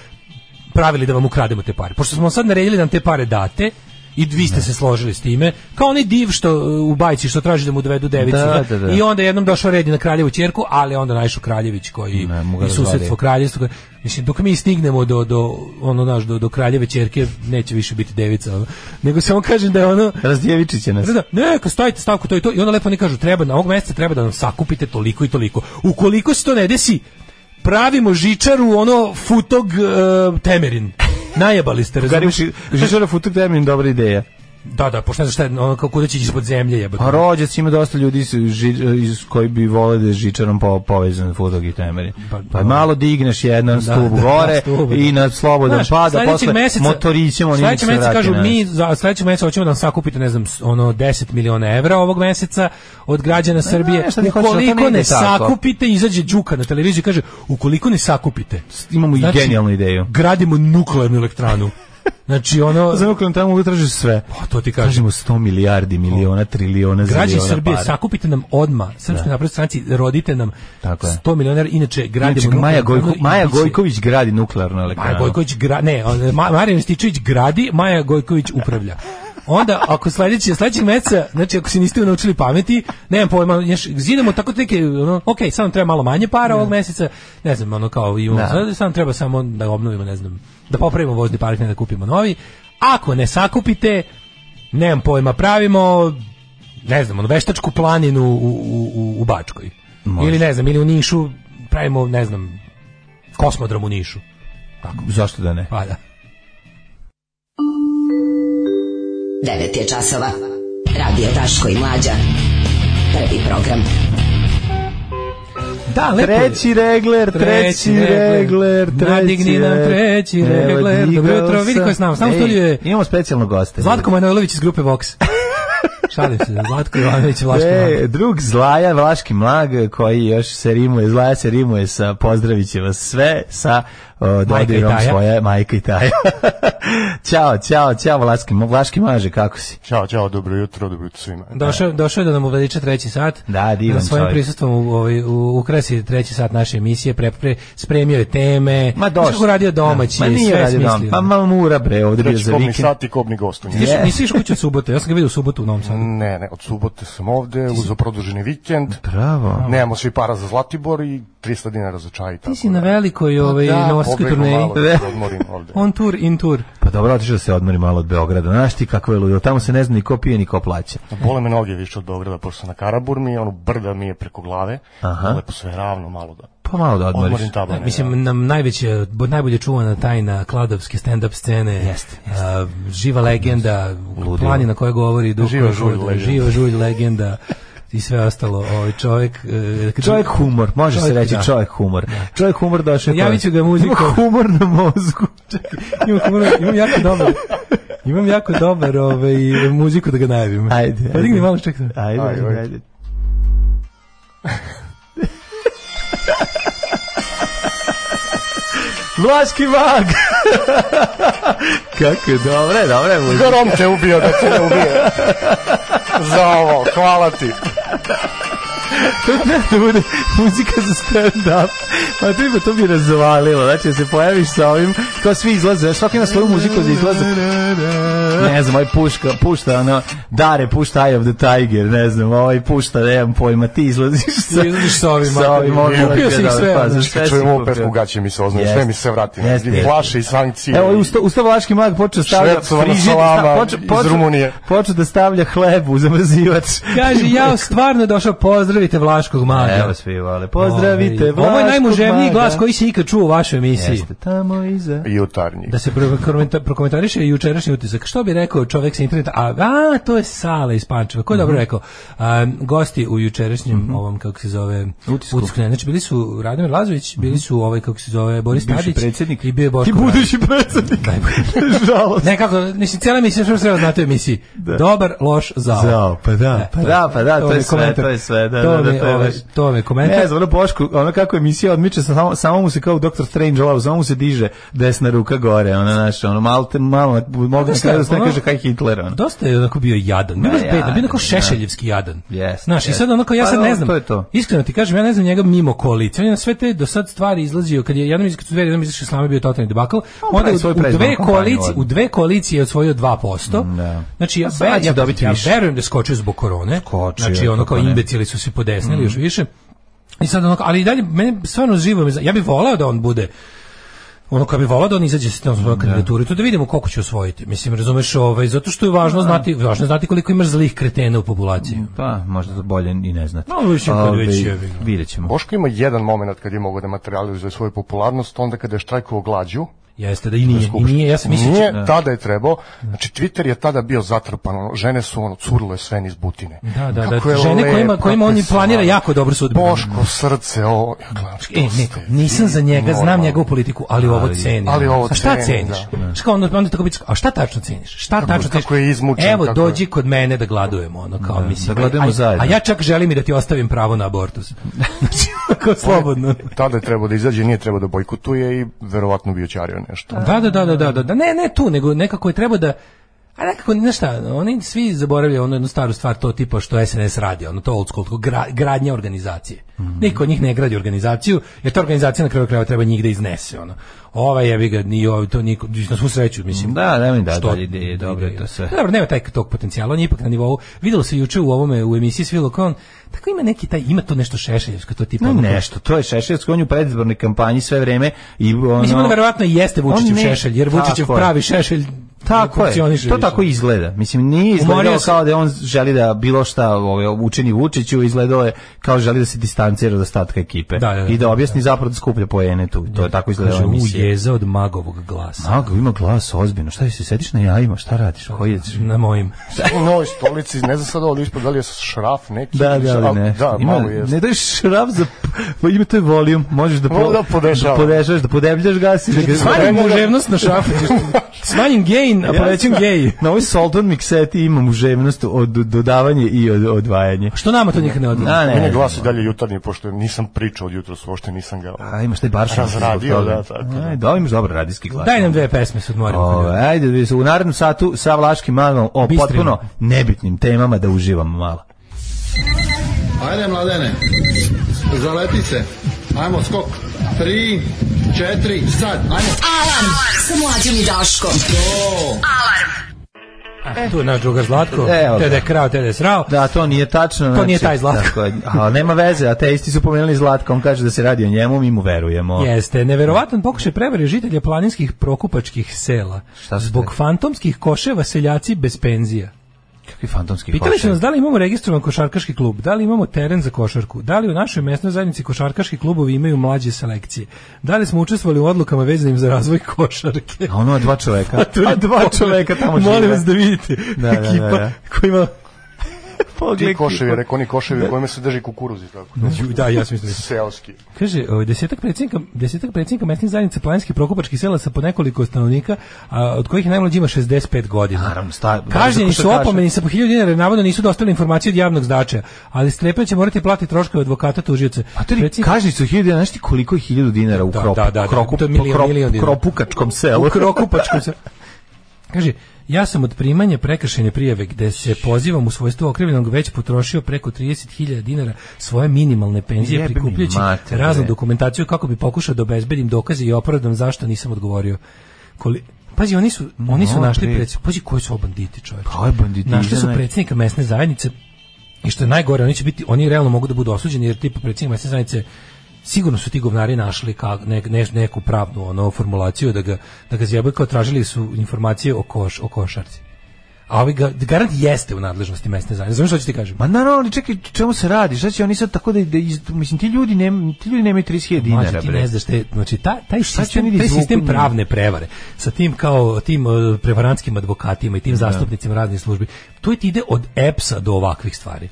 pravili da vam ukrademo te pare. Pošto smo sad naredili da nam te pare date, i vi ste se složili s time, kao onaj div što e, u bajci što traži da mu dovedu devicu. Da, da, da. I onda jednom došao red i na kraljevu ćerku, ali onda naišao kraljević koji mu ga i susedstvo razvalio. kraljestvo. Koje, mislim, dok mi stignemo do, do, ono, naš, do, do kraljeve ćerke, neće više biti devica. ono. Nego samo kažem da je ono... Razdjevičit će nas. Da, da, ne, kad stavite stavku to i to i onda lepo oni kažu treba na ovog mjeseca treba da nam sakupite toliko i toliko. Ukoliko se to ne desi, pravimo žičaru ono futog e, temerin. Najebali ste, Garim razumiješ? Ši- Žižara Futuk Temin, dobra ideja. Da, da, pošto ne znaš šta je, ono, kako kuda će ići ispod zemlje, jebote. A Pa rođac ima dosta ljudi s- ži- iz koji bi vole da je žičarom po, povezan Futok i Temerin. Pa, malo digneš jedan stub da, gore na stubu, i da. na slobodan Znaš, pada, sledećeg pa posle meseca- motorićem oni sledećeg se meseca vrati kažu nazad. mi za sledećeg meseca hoćemo da nam sakupite ne znam s- ono 10 miliona evra ovog meseca od građana Srbije. ne, šta ti hoćeš, to ukoliko ne ne ide tako. sakupite izađe Đuka na televiziju i kaže ukoliko ne sakupite imamo i Znači, genijalnu ideju. Znači, Gradimo nuklearnu <laughs> elektranu. Znači ono Za nuklearnu tamo uvijek tražiš sve. Pa to ti kažem. Tražimo 100 milijardi, miliona, triliona, Pa. Građani ziliona Srbije, para. sakupite nam odma, srpski Da. napred stranci, rodite nam Tako je. 100 milionera, inače gradimo Inače, Znači, Maja, nuklearnu Gojko, i Maja biće- Gojković gradi nuklearnu elektranu. Maja Gojković gra, ne, on- Ma- Marijan Stičević gradi, Maja Gojković upravlja. Onda, ako sledeći, sledećeg meseca, znači ako se niste naučili pameti, nemam pojma, znaš, zidamo tako neke, ono, ok, sad nam treba malo manje para ovog meseca, ne znam, ono kao imamo, Da. sad, sad nam treba samo da obnovimo, ne znam, da popravimo vozni park, ne da kupimo novi. Ako ne sakupite, nemam pojma, pravimo, ne znam, ono, veštačku planinu u, u, u, u Bačkoj. Može. Ili ne znam, ili u Nišu pravimo, ne znam, kosmodrom u Nišu. Zašto da ne? Pa da. 9 je časova. Radio Daško i Mlađa. Prvi program. Da, lepo je. Treći regler, treći regler, treći Nadigni nam treći Evo, regler. Dobro digao jutro, vidi ko je s nama. S nama u Ej, studiju je Imamo specijalnog gosta. Zlatko Manojlović iz grupe Vox. <laughs> Šalim se, Zlatko Ivanović Vlaško. E, drug Zlaja, Vlaški mlag, koji još se rimuje, Zlaja se rimuje sa pozdravit će vas sve sa o, dodirom Taja. svoje majke i taja. <laughs> ćao, ćao, ćao Vlaški, Vlaški maže, kako si? Ćao, ćao, dobro jutro, dobro jutro svima. Došao, došao je da nam uveliča treći sat. Da, divan Da svojim čovjek. prisustvom u, ovaj, u, ukrasi treći sat naše emisije, pre, pre, spremio je teme. Ma Znaš kako došao. radio domaći, Ma je, nije sve radio smislio. dom, pa ma mura bre, ovdje bio Treći za Znači, kobni vikend. sat i kobni gostunje. Ti išao- Nisi išao kuću u subotu, ja sam ga vidio u subotu u <laughs> Novom Sadu. Ne, ne, od subote sam ovde, uzo produženi vikend. Bravo. Nemamo svi para za Zlatibor i 300 dinara za čaj. i Tako. Ti si na Pa velikoj ovaj, Da, novostarskoj pobegnu turneji. malo da se odmorim ovde. On tour, in tour. Pa dobro, otišao da se odmori malo od Beograda. Znaš ti kako je ludilo, tamo se ne zna ni ko pije, ni ko plaća. Bole me noge više od Beograda, pošto sam na Karaburmi, ono brda mi je preko glave, Aha. lepo sve ravno, malo da. Pa malo da odmoriš. Odmorim tabane. Da, mislim, nam najveće, bo- najbolje čuvana tajna kladovske stand-up scene, a, živa legenda, planina koja govori Duko, Živa žulj legenda. živa žulj legenda i sve ostalo. Ovaj čovjek... e, kad- Čovjek humor, može se Čovjek, reći da. čovjek humor. Čovjek humor došao. je Javit ću ga muzikom. Ima humor na mozgu. Čekaj. imam, humor, imam jako dobar, imam jako dobar ovaj, muziku da ga najavim. Ajde, ajde. Podigni malo, čekaj. Ajde, Ajde, ajde, ajde. ajde. Vlaški mag! <laughs> Kako je dobre, dobre muzika. Grom te ubio, da te ne ubije. Za ovo, hvala ti. To treba da bude muzika za stand-up. Pa to bi, to bi razvalilo. Znači, da se pojaviš sa ovim, kao svi izlaze. Svaki ima svoju muziku za izlazak. ne znam, ovaj puška, pušta, ono, dare, pušta Eye of the Tiger, ne znam, ovaj pušta, nemam pojma, ti izlaziš sa, Ti izlaziš sa ovim, sa ovim, kupio ovim, si ih da, sve, pa, ono. znaš, Što sve si čujem kupio. opet u gaće mi se oznaje, sve Jeste. mi se vrati. Jeste, I jeste. flaše i sankcije. Evo, i usta, ustavaški mag počeo stavlja Švercovana frižid, salama počeo, iz počeo, Rumunije. počeo da stavlja hleb u zamrzivač. Kaže, ja stvarno došao, pozdravite Vlaškog maga. Evo svi vole, pozdravite Ovaj, Ovo je Vlaškog najmuževniji maga. glas koji se ikad čuo u vašoj emisiji. Jeste, tamo iza. Jutarnji. Da se prokomenta- prokomentariše jučerašnji utisak. Što bi rekao čovjek sa interneta? A, a to je Sale iz Pančeva. Ko je Mhm. dobro rekao? A, gosti u jučerašnjem ovom, kako se zove, utisku. ne, znači bili su Radomir Lazović, bili su ovaj, kako se zove, Boris Mhm. Bivši Tadić. predsjednik. I bio je Boško Ti Obradović. budući predsjednik. <laughs> Žalost. Ne, kako, mislim, cijela emisija što se treba znati u emisiji. Dobar, loš, zao. E, Zao, pa da, pa to- da, pa da, to, mi je sve, komentar. to je sve, da, To da, da, mi, to je ovaj, baš. to mi je komentar. Ne znam, ono Bošku, ono kako emisija odmiče, samo, samo mu se kao Dr. Strange love, samo mu se diže desna ruka gore, ono, znaš, ono, malo, te, malo, mogu Znaš se šta, kada se ono- kaže kaj Hitler, ono. Dosta je onako bio jadan. Bio Ma, baš bedan, bio jadan, onako da. šešeljevski jadan. Yes, Znaš, i yes. sad onako, ja Pa sad dobro, ne znam. to je to. Iskreno ti kažem, ja ne znam njega mimo koalicije. On je na sve te do sad stvari izlazio, kad je jednom iz- kad su dveri, jednom izašao s nama bio totalni debakl. Onda Pa pravi u, svoju u predizbornu dve kampanju koalicije, odmah. u dve koalicije je osvojio 2%. Da. Znači, ja, A sad ver, će ja, dobiti ja više. verujem da je skočio zbog korone. Skočio znači, je, ono kako kao ne. Mhm. imbecili su se podesnili još više. I sad onako, ali i dalje, mene stvarno živo, me za- ja bih volao da on bude ono kad bi volao da on izađe sa tom svojom kandidaturom, to da vidimo koliko će osvojiti. Mislim, razumeš, ovaj, zato što je važno znati, važno je znati koliko imaš zlih kretena u populaciji. Pa, možda to bolje i ne znate. No, više kad Ovaj, već jebi ga. Vidjet ćemo. Boško ima jedan moment kad je mogao da materializuje svoju popularnost, onda kada je štrajkovao glađu, Jeste da i nije, i nije, ja sam mislio... Nije, da. tada je trebao. Znači, Twitter je tada bio zatrpan, ono, žene su ono, curile sve niz butine. Da, da, Kako da, je žene kojima, lepa kojima on i planira pesma. jako dobro sudbinu. Boško, srce, ovo... ja gledam, što E, ne, ste nisam vi za njega, znam normalni? njegovu politiku, ali ovo cenim. ali ovo a šta cenim, ceniš? Znaš kao onda, onda tako biti, a šta tačno ceniš? Šta Kako- tačno ceniš? kako je izmučen, Evo, kako je- dođi kod mene da gladujemo, ono kao, mislim. da gladujemo a- a- zajedno. A ja čak želim i da ti ostavim pravo na abortus. Znači, onako slobodno. Tada je trebao da izađe, nije trebao da bojkotuje i verovatno bi očario nešto. Da, da, da, da, da, da, da, ne, ne tu, nego nekako je treba da A nekako, znaš šta, oni svi zaboravljaju onu jednu staru stvar, to tipa što SNS radi, ono to old school, to gra, gradnja organizacije. Mhm. Niko od njih ne gradi organizaciju, jer ta organizacija na kraju krajeva treba njih da iznese, ono. Ova je ga, ni ovaj, to niko, na svu sreću, mislim. Da, nemoj da, Što- dalje ideje, dobro je to sve. Dobro, nema taj tog potencijala, on je ipak na nivou. Videlo se juče u ovome u emisiji Svilo Kon, tako ima neki taj ima to nešto šešeljevsko, to tipa No, ono- nešto, to je Šešeljevsko, on je u predizbornoj kampanji sve vreme i ono... Mislim, on verovatno i jeste Vučićev On ne- šešelj, jer Vučićev Tako je. pravi šešelj Tako je, to funkcioniše više. tako izgleda. Mislim, nije Umorio izgledao se. kao da on želi da bilo šta ovaj, učini Vučiću, izgledao je kao želi da se distancira od ostatka ekipe. Da, da, da. I da objasni zapravo da skuplja pojene tu. To je tako izgledala Kaže, u emisija. jeza od magovog glasa. Mago, ima glas ozbiljno. Šta se sediš na jajima? Šta radiš? Koji je? <laughs> Na mojim. U novoj stolici, ne znam sad ovdje ispod, da li je šraf neki? Da, ili da, šta, ali ali- ne. Da, ima, malo je. ne daješ šraf za... pa Ima to je volijum. Možeš da, Mogu da podešavam. da podešavaš, da podebljaš gas. i da ga- Smanjim muževnost na šafu. Smanjim gain, a povećam gej. Na ovoj Solton mikseti ima muževnost od dodavanje i od odvajanje. Što nama to nikad ne odlazi? A, ne, Meni je ne, glas i dalje jutarnji, pošto nisam pričao od jutros, uopšte nisam ga... A imaš taj baršan. Razradio, da, tako da. Aj, da, imaš dobar radijski glas. Daj nam dve pesme, se odmorimo. O, ajde, da se u narednom satu sa Vlaškim magom o Bistrim. potpuno nebitnim temama da uživamo malo. Ajde, mladene, zaleti se. Ajmo, skok. Tri, četiri, sad. Ajmo. Alarm sa mlađom i Daškom. Alarm. A, tu je naš drugar Zlatko. E, Evo ga. Tede je krao, tede je srao. Da, to nije tačno. To nije taj Zlatko. a nema veze, ateisti su pomenuli Zlatka, on kaže da se radi o njemu, mi mu verujemo. Jeste, neverovatan pokušaj prevare žitelja planinskih prokupačkih sela. Šta su Zbog te? fantomskih koševa seljaci bez penzija. Kakvi fantomski Pitali su košar. nas da li imamo registrovan košarkaški klub, da li imamo teren za košarku, da li u našoj mesnoj zajednici košarkaški klubovi imaju mlađe selekcije, da li smo učestvovali u odlukama vezanim za razvoj košarke. <laughs> A ono je dva čoveka. tu je A dva čoveka tamo žive. Molim vas da vidite. Da, da, da, Ekipa da. koja <laughs> ima... Ti koševi, rekao oni koševi u kojima se drži kukuruz i tako. Ju, Znači, Da, ja sam isto mislio. Seoski. Kaže, ovaj, desetak predsjednika, desetak predsjednika mesnih zajednica planinskih prokupačkih sela sa po nekoliko stanovnika, a, od kojih najmlađi ima 65 godina. Naravno, sta- Kažnjeni zato su što kaže- opomeni sa po 1000 dinara, jer navodno nisu dostavili informacije od javnog značaja, ali Strepan će morati platiti troškove advokata tužioce. A Pa to je kažni su hiljadu, znaš ti koliko je hiljadu dinara u Da, kropu, da, da, da, kroku, to je milion, krop- milion dinara. kropukačkom selu. U Krokupačkom selu. Kaže, ja sam od primanja prekršajne prijave gde se pozivam u svojstvu okrivljenog već potrošio preko 30.000 dinara svoje minimalne penzije Jebe mi prikupljajući mater, raznu bre. dokumentaciju kako bi pokušao da obezbedim dokaze i opravdam zašto nisam odgovorio. Koli... Pazi, oni su, oni su No, našli bre. predsjednika. Pazi, koji su ovo banditi, čovječe. Pa, ovo je banditizam, Našli su ne. predsjednika mesne zajednice i što je najgore, oni će biti, oni realno mogu da budu osuđeni, jer tipa predsjednik mesne zajednice sigurno su ti govnari našli ka, ne, ne, neku pravnu ono, formulaciju da ga, da ga zjebaju, kao tražili su informacije o, koš, o košarci. A ovi ga, garant jeste u nadležnosti mesne zajednice. Znaš što ću ti kažem? Ma naravno, ali čekaj, čemu se radi? Šta će oni sad tako da, da iz, mislim ti ljudi ne ti ljudi nemaju 30.000 dinara, Mlađe, ti bre. ne znaš te, znači ta, taj Šta će sistem, oni da taj izvuku sistem njih? pravne prevare sa tim kao tim eh, prevarantskim advokatima i tim zastupnicima radnih službi. To ti ide od EPS-a do ovakvih stvari.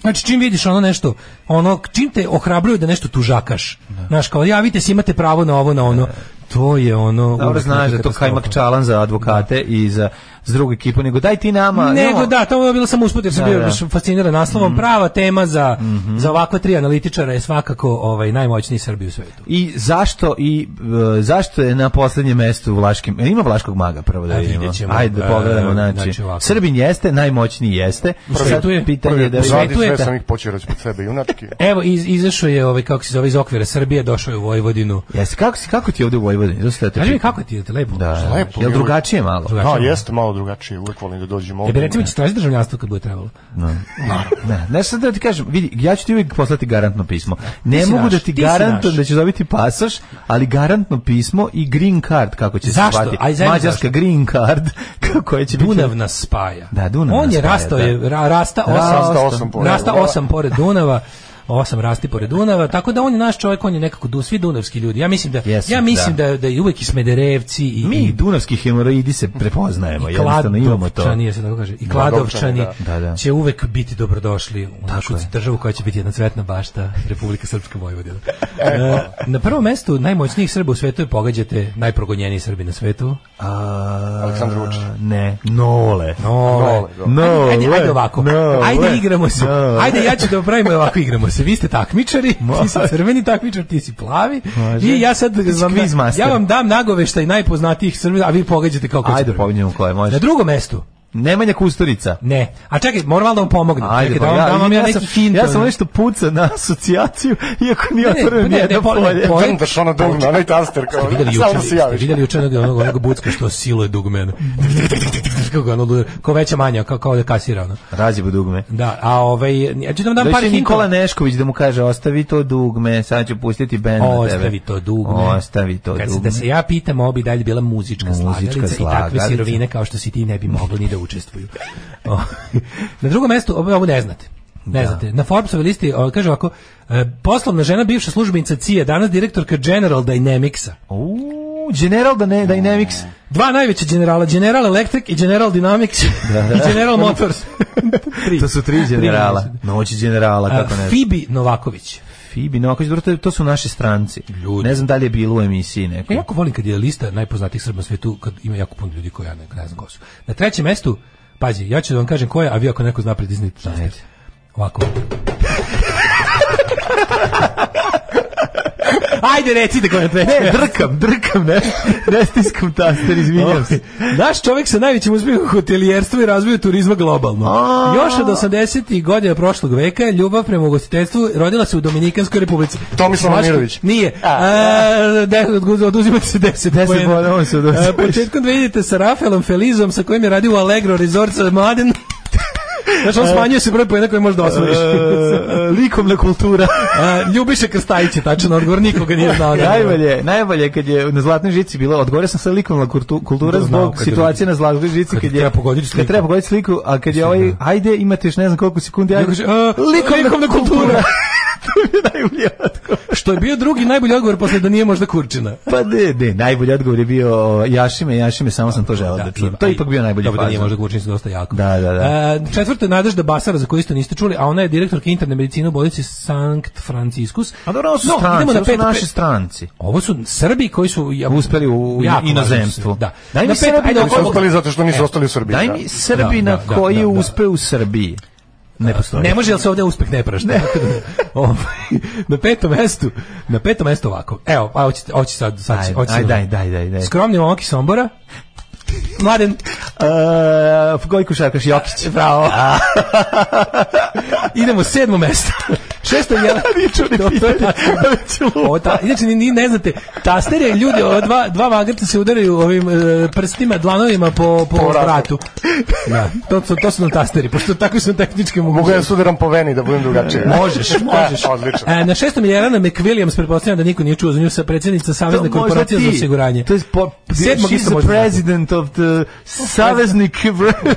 Znači čim vidiš ono nešto, ono čim te ohrabruju da nešto tužakaš. Znaš kao javite se imate pravo na ovo na ono. To je ono Dobro uvek znaš neka da je to katastrofa. kajmak čalan za advokate i za, za drugu ekipu, nego daj ti nama... Nego nemamo- da, to je bilo samo usput jer sam Da, bio da. Mhm. baš fasciniran naslovom. Prava tema za, za ovakva tri analitičara je svakako ovaj, najmoćniji Srbi u svetu. I zašto i e, zašto je na poslednjem mestu Vlaški e, ima Vlaškog maga prvo da A, vidimo. vidjet ćemo. Ajde da pogledamo E, znači. znači ovako. Srbin jeste, najmoćniji jeste. U svetu je- Sad pitanje je da u svetu je Sve ta- sam ih počeo reći pod sebe, junački. Evo, iz, izašao je, ovaj, kako se zove, iz okvira Srbije, došao je u Vojvodinu. Jesi, kako, si, kako ti je ovde u Vojvodini? Dosta te Kaži mi pitam. kako ti je, te lepo? Znači- Da, Znaš, Jel drugačije malo? Drugačije Da, malo. Pa, jeste malo drugačije, uvek volim da dođem ovdje. E, bi recimo, ćeš tražiti državljanstvo kad bude trebalo. No. Ne, ne, sad da ti kažem, vidi, ja ću ti uvijek poslati garantno pismo. Ne Ti si mogu da naš, ti ti si garantujem naš. da će dobiti pasoš, ali garantno pismo i green card, kako će se Zašto? zvati. Aj, zajedno Mađarska zašto? green card, <laughs> koja će biti... Dunav nas spaja. Da, Dunav On nas je spaja, rastao, da. je, ra- rasta osam, Rasta rasta osam osam pored pored, Dunava. Dunava, osam rasti pored Dunava, tako da on je naš čovjek, on je nekako du, svi dunavski ljudi. Ja mislim da, Jesu, ja mislim da. da, da, i uvek i Smederevci i, Mi, i dunavski hemoroidi, se prepoznajemo, Pa jednostavno imamo to. Kladovčani, jel se tako kaže, i Da, Kladovčani da. Da, da. će uvek biti dobrodošli u našu državu koja će biti jedna cvetna bašta Republika Srpska <laughs> Vojvodina. E, na prvom mestu najmoćnijih Srba u svetu je pogađate najprogonjeniji Srbi na svetu. Aleksandar Vučić. Ne, nole. Nole. Nole. Ovaj, Ajde, ajde, ajde ovako. Nole. Ajde igramo se. Nole. Ajde ja ću da pravimo ovako igramo se. Vi ste <laughs> takmičari, ti si crveni takmičar, ti si plavi. Može. I ja sad Vam vi izmaster. ja vam dam nagoveštaj najpoznatijih Srba, a vi pogađate kako ćete. Ajde, pominjemo koje, može. Na drugom mestu. Nemanja Kusturica. Ne. A čekaj, moram malo da vam pomognem. Ajde, čekaj, pa da vam, ja, da vam ja, ja, sam, neki hint. ono. ja sam nešto puca na asocijaciju, <laughs> iako nije Ne, ne, otvoren ne, ne, jedno po- ne, polje. po- Drn daš ono dugme, onaj taster, kao, Ste videli samo da juče, se ste javiš. videli juče onog, onog, onog bucka što siluje dugmene. <laughs> Kako ga ono udara, kao veća manja, kao, kao da kasira ono. Rađe dugme. Da, a ovaj, ja ću da vam dam Da par će Nikola hintova. Nešković da mu kaže ostavi to dugme, sad ću pustiti bend na tebe. Ostavi to dugme. Ostavi to Kad se, dugme. da se ja pitam, ovo bi dalje bila muzička, Pa Muzička slagalica, i takve slagalica. sirovine kao što si ti ne bi mogli ni da učestvuju. O, na drugom mestu, ovo, ovo ne znate. Ne Da. znate. Na Forbesove listi o, kaže ovako, e, poslovna žena bivša službenica CIA, danas direktorka General Dynamicsa. Uuu, General da ne, Dynamics. Dva najveća generala, General Electric i General Dynamics <laughs> i General Motors. Tri. <laughs> To su <laughs> tri generala. Noći generala, kako A, ne. Fibi Novaković. Fibi Noković, dobro, to- to su naši stranci. Ne znam da li je bilo u emisiji neko. Ja jako volim kad je lista najpoznatijih Srba na svetu, kad ima jako puno ljudi koji ja ne, ne znam ko su. Na trećem mestu, pazi, ja ću da vam kažem ko je, a vi ako neko zna pritiznite taster. Ovako. <laughs> Ajde, recite ko je na trećem Ne, drkam, <laughs> drkam, ne, ne stiskam taster, izvinjam se. Naš čovjek sa najvećim uspjehom u hotelijerstvu i razvoju turizma globalno. A. Još od 80. godina prošlog veka je ljubav prema ugostiteljstvu rodila se u Dominikanskoj republici. Tomislav Slovačkoj- Momirović. Nije. E, de- odgu- oduzimate se 10 Deset poena. poena, on se oduzima. E, Početkom 2000 sa Rafaelom Felizom sa kojim je radio u Allegro Resort <laughs> sa Mladen. Znači, on smanjuje se broj pojena koji može da <laughs> osvojiš. E, likovna kultura. <laughs> E, Ljubiša Krstajić je tačan odgovor, nikoga nije znao. Pa da je. najbolje, najbolje kad je na Zlatnoj žici bilo, odgovorio sam sa likovna kultu- kultura Da, znao zbog kad je- situacije na Zlatnoj žici kad kad je treba pogoditi Kad sliku. treba pogoditi sliku, a kad je ovaj ajde imate još ne znam koliko sekundi, ajde. <laughs> Kaže, e, likovna, likovna kultura. kultura. to je najbolji odgovor. Što je bio drugi najbolji odgovor posle da nije možda Kurčina. Pa ne, ne, najbolji odgovor je bio o, Jašime, Jašime, samo sam to želeo da, čujem. ima. To je Aj, ipak bio najbolji Dobro, da nije fazon. možda Gučin su dosta jako. Da, da, da. E, četvrto je Nadežda Basara, za koju isto niste čuli, a ona je direktorka interne medicine u bolnici Sankt Franciscus. A dobro, ovo su No, stranci, idemo na ovo su pet- naši pet- stranci. Ovo su Srbi koji su ja, Uspeli u jako važni inozemstvu. su. Da. Daj mi Na pet- Srbi ajde, da Nisu oko- ostali zato što nisu ostali u Srbiji. E, Daj da. mi Srbina Da, da, da, koji da, da. uspe u Srbiji. Ne postoji. Ne može jel se ovdje uspeh ne prašta. Ovaj, na petom mestu, na petom mestu ovako. Evo, a hoćete, hoćete sad, sad, Ajde, hoćete ajde, sad. daj, daj, daj, daj. Skromni momak iz Sombora. Mladen, Uh, Gojko Šarkaš E, Jokić. <laughs> bravo. Idemo sedmo mesto. 611. <laughs> To- to je tačno. Ovo ta- Inače, ni, ni ne znate, tastere ljudi, ova dva, dva magarca se udaraju ovim e, prstima, dlanovima po, po, Po vratu. vratu. Da, to, to, to su nam tasteri, pošto tako su tehničke Mogu mogućnosti. ja sudaram po veni da budem drugačiji. <laughs> Možeš, možeš. E, odlično. E, na šestom je Jelena McWilliams, pretpostavljam da niko nije čuo za nju, sa predsjednica Savezne To možda korporacije za ti. osiguranje. To je po, Sedmog she's isto the možda znate. president of the saveznik.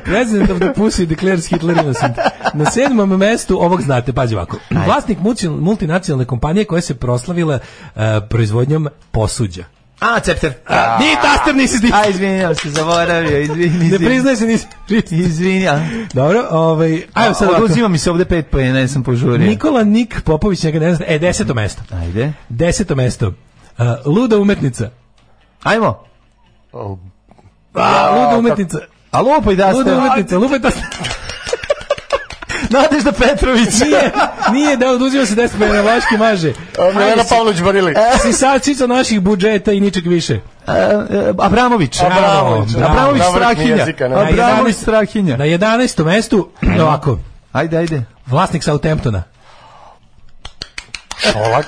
President of the Pussy declares Hitler innocent. Na sedmom mestu ovog znate, pazi ovako. Vlasnik muci- multinacionalne kompanije koja se proslavila e, proizvodnjom posuđa. A, cepter. A, ni taster nisi ti. A, izvinjam se, zaboravio, izvini. Ne priznaje se nisi. Izvini, a. Dobro, ovaj, ajmo sad ovako. Oduzima mi se ovde pet pa pojena, ja sam požurio. Nikola Nik Popović, njega ne zna. E, deseto mesto. Ajde. Deseto mesto. E, luda umetnica. Ajmo. A, luda umetnica. A lupa i daste. Luda umetnica, lupa i daste. <laughs> Nadežda Petrović. Nije, nije da oduzima se 10 pojena, Vlaški maže. Milena Pavlović Barili. Sisačica naših budžeta i ničeg više. Abramović. Abramović. Abramović, Abramović Abramović Strahinja. jezika, ne? Abramović 11 Strahinja. Na 11. mestu, ovako, Ajde, ajde. vlasnik Southamptona. Šolak.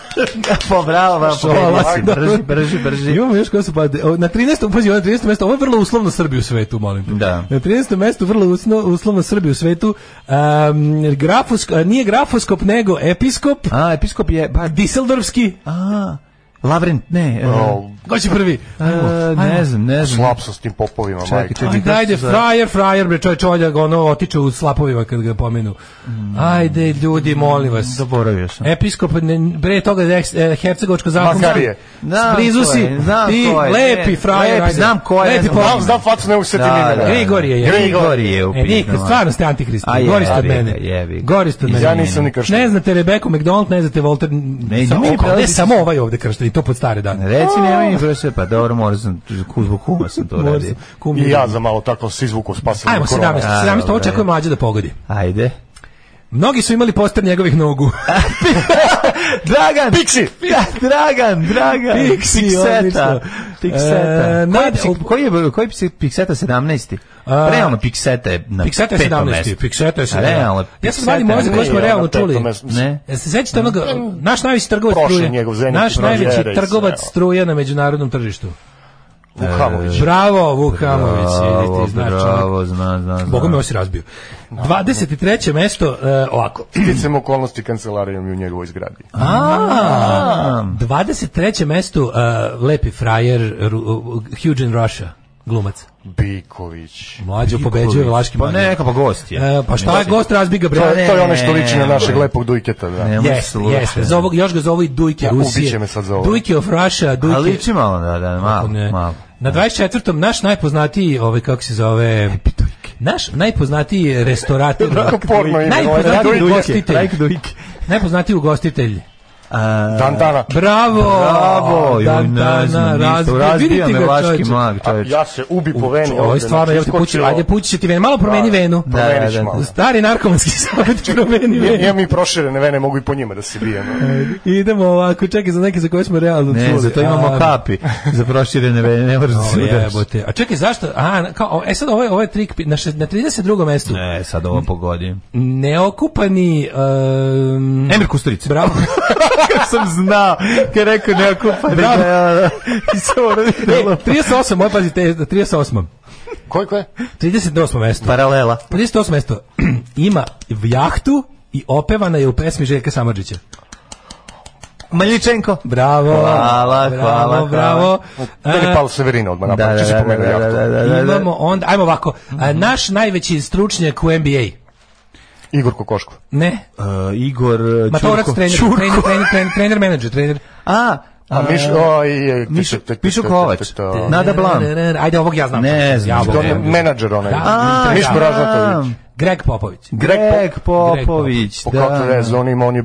Pa bravo, bravo. Šolak, pobedila si. da. Brži, brži, brži. Imamo još ko su pa... Na 13. pazi, ovo je na 13. mesto, ovo je vrlo uslovno Srbi u svetu, molim te. Da. Na 13. mestu, vrlo usno, uslovno Srbi u svetu, um, grafosk, a, nije grafoskop, nego episkop, A, episkop je... Ba, Diseldorfski, Pa, a, Lavrent, ne. e, O, ko će prvi? e, ne znam, ne znam. Slap sa s tim popovima, Čekaj, majke. čekaj. Ajde, kako ajde, se zove? frajer, frajer, bre, čovječ oljak, ono, otiče u slapovima kad ga pomenu. Ajde, ljudi, molim vas. Mm. Zaboravio sam. Episkop, ne, bre toga je e, hercegovačko zakonsko. Makarije. Znam Blizu ko si, je, znam ti ko je, lepi ne, frajer. lepi, ajde. znam ko je, Lepi ne znam. pomak. Znam, znam facu, ne mogu se setim Da, imena. da. Grigor je. je. Grigor je u E, nikad, pitanju. ono. stvarno ste antihristi. A je, Gori ste od jebi ga, mene. jebi ga. Gori ste od mene. Ja nisam ni kršten. Ne znate Rebeku McDonald, ne znate Walter... Ne, samo, nemoj mi ne, prelaziti- samo ovaj ovde kršten i to pod stare dane. Reci mi, nemoj mi prošle, pa dobro, morao sam, ku- zbog kuma sam to Moram radio. se- kum- I ja za malo tako se izvuku spasili. Ajmo, 17. 17. Ovo očekuje mlađe da pogodi. Ajde. Mnogi su imali poster njegovih <laughs> nogu. Dragan! <laughs> Piksi! Da, Dragan, Dragan! Piksi, odlično. Pikseta! Pikseta. E, Koji je Nade- psi- koji je, koji je psi- Pikseta 17? A, Realno, Pikseta je na Pixeta je petom 17. mestu. Pixeta je 17. Realno, Ja sam Pixeta zvali moje je- za koje smo Nije, realno na petom čuli. mestu. Ne. Jel se sećate onoga, Mm, naš najveći trgovac Prošli struje. njegov Zenit, naš Prošli najveći Jerez, trgovac evo. struje na međunarodnom tržištu. Vukamović. Bravo, Vukamović. E, Bravo, vidite, znaš čovjek. bravo, znam, znam, znam. Boga me ovo si razbio. 23. mesto, e, ovako. Sticam okolnosti kancelarijom i u njegovoj zgradi. A, 23. mesto, e, lepi frajer, Ru- u- Huge in Russia, glumac. Biković. Mlađo pobeđuje Vlaški Pa manje. neka, pa gost je. E, pa šta je gost razbiga bre? To je, to je ono E, što ne, liči na ne, našeg ne. lepog dujketa, da. Ne, Jeste, Slušaj. jeste. Za ovog, još ga zovu i Dujke Ja, ubiće Rusije. me sad za ovo. Dujke of Russia, Dujke... A liči malo, da, da, malo, Ne. Pa malo. Na 24. naš najpoznatiji, ovaj, kako se zove... Naš <laughs> najpoznatiji restorator. Kako porno ime, Pa ovo je najpoznatiji Dujke, ugostitelj. Najpoznatiji ugostitelj. A, Dan dana. Bravo! Bravo, Pa, joj, Dan, ne dana, znam, isto, razbio- razbija vidite me ga, Vlaški čoveče. mag, čovječ. Ja se ubi po Čo, veni. Ovo je ovde, stvarno, znači, evo ti kući, iskočilo. ajde pući će ti venu, malo promeni Da, venu. da, promeniš da, da. malo. Stari narkomanski savjet promeni Ja, ja venu. mi proširene vene, mogu i po njima da se bijem. Idemo ovako, čekaj za neke za koje smo realno čuli. Ne, za to A, imamo kapi, za proširene vene, ne možeš da se O, udaš. jebote. A čekaj, zašto? A, na- kao, e sad ovo je, ovo je trik, pi- na, šest- na 32. mestu. Ne, sad ovo pogodim. Mm. Neokupani... Um, Emir Kusturica. <laughs> Bravo. Kad sam znao, kad je rekao neokupan. Bravo. <laughs> Da, I se ono e, vidjelo. 38, moj pazi, te, 38. Koji, ko je? 38. mesto. Paralela. 38. mesto. <clears throat> Ima jahtu i opevana je u pesmi Željka Samadžića. Maljičenko. Bravo. Hvala, bravo, hvala, hvala. bravo. Meni E, Palo Severina odmah Da, da, napravio, će se da, da, pomenu da, jahtu. da, da, da, da. Imamo onda, ajmo ovako, Mhm. a, naš najveći stručnjak u NBA, Igor Kokoško. ne, E, Igor e, Matorac Ćurko. trener, Ćurko. trener, trener, trener, trener, menadžer, trener. A, e, A Miš, o, pa i, Mišo- Mišo Kovač. Nada Blan. Ajde, ovog ja znam. Ne znam. Ja ovog To ne je znam. menadžer ono, onaj. Da, Miško da. Ražnatović. Greg Popović. Greg Popović, Popović. Po kakve veze, on ima, on je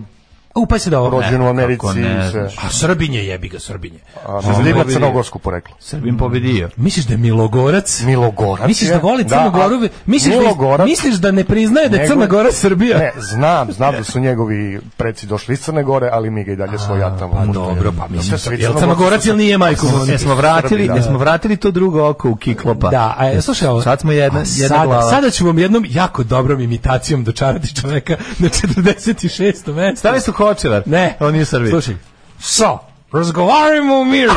Upaj se da ovo. rođen u Americi. kako ne Pa i sve. znaš. A Srbinje jebi ga, Srbinje. A, Znači, ima crnogorsko poreklo. Srbim pobedio. Misliš da je Milogorac? Milogorac Misliš da Znači, je, voli da, Crnu Goru? a- Misliš, da, Milogorac- misliš da ne priznaje da je Njegov- Crna Gora Srbija? Ne, znam, znam da su njegovi preci došli iz Crne Gore, ali mi ga i dalje svojatamo. Pa Možda dobro, je- pa Sve mislim, su iz jel Crnogorca- Crnogorac ili nije majko? Ne smo vratili, Srbi, ne da. smo vratili to drugo oko u Kiklopa. Da, a e, slušaj ovo. Pa, Sad smo jedna, A jedna sada, glava. Sada ću vam jednom jako dobrom imitacijom dočarati čoveka na 46. mesto. Stavi su Kočevar. Ne. On nije Srbin. Slušaj. So, razgovarajmo u <laughs> miru.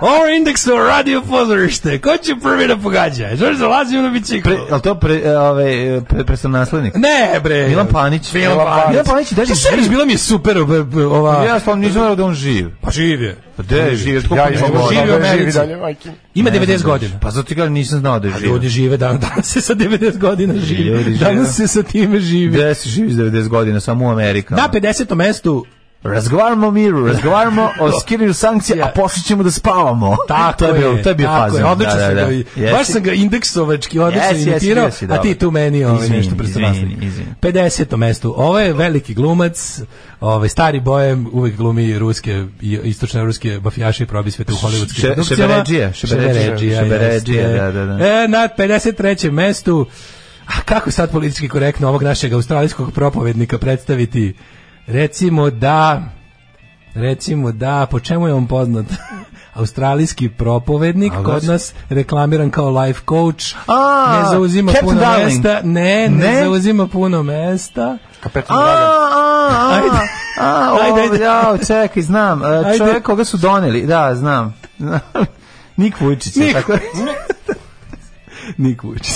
Ovo indeksno radio pozorište. Ko će prvi da pogađa? Žeš zalazim na biciklu. Pre, ali to pre, e, ove, pre, pre naslednik? Ne, bre. Milan Pa- Panić. Milan Panić. Milan Panić, da To servis, bila mi je super ob- ob- ova... Ja stvarno nisam znao da on živ. Pa živ je. Pa gde je živ? Od koliko Ja imam godina? živ je u Americi. Ima Ne znam 90 da je godina. živ. Pa zato ti kažem nisam znao da je A živ. ljudi žive dan, <laughs> danas se sa 90 godina živi. Ljudi žive. Danas se sa time živi. Gde si živi s 90 godina? Samo u Amerika. Na 50. mestu Razgovaramo o miru, razgovaramo o skiranju sankcija, a posle ćemo da spavamo. Tako to je, bilo, to je bio tako fazon. odlično da, da, sam da. ga i- Jesi? Baš sam ga indeksovački odlično Jesi, jesi, imitirao, bio si a ti dobar. tu meni ovaj Izvini, nešto presto izvini, naslednik. izvini. 50. mesto. Ovo je veliki glumac, ovaj stari bojem, uvek glumi ruske i istočne ruske mafijaše i probisvete u hollywoodskih Še- produkcijama. šebeređije, šebeređije, Šebeređija, šebeređije, jeste. da, da, da. E, na 53. mestu a kako sad politički korektno ovog našeg australijskog propovednika predstaviti? Recimo da recimo da, po čemu je on poznat? <laughs> Australijski propovednik, Ali kod znači- nas reklamiran kao life coach, A, ne zauzima Captain puno Darling. mesta, ne, ne, Ne? zauzima puno mesta. Kapetan A, a, Ajde. <laughs> a, <laughs> a, Ajde, o, ajde. jao, čekaj, znam. e, Ajde. Čovjek koga su doneli, da, znam. <laughs> Znam. Nik Vujčić. je Nik. Tako. Nik Vučić.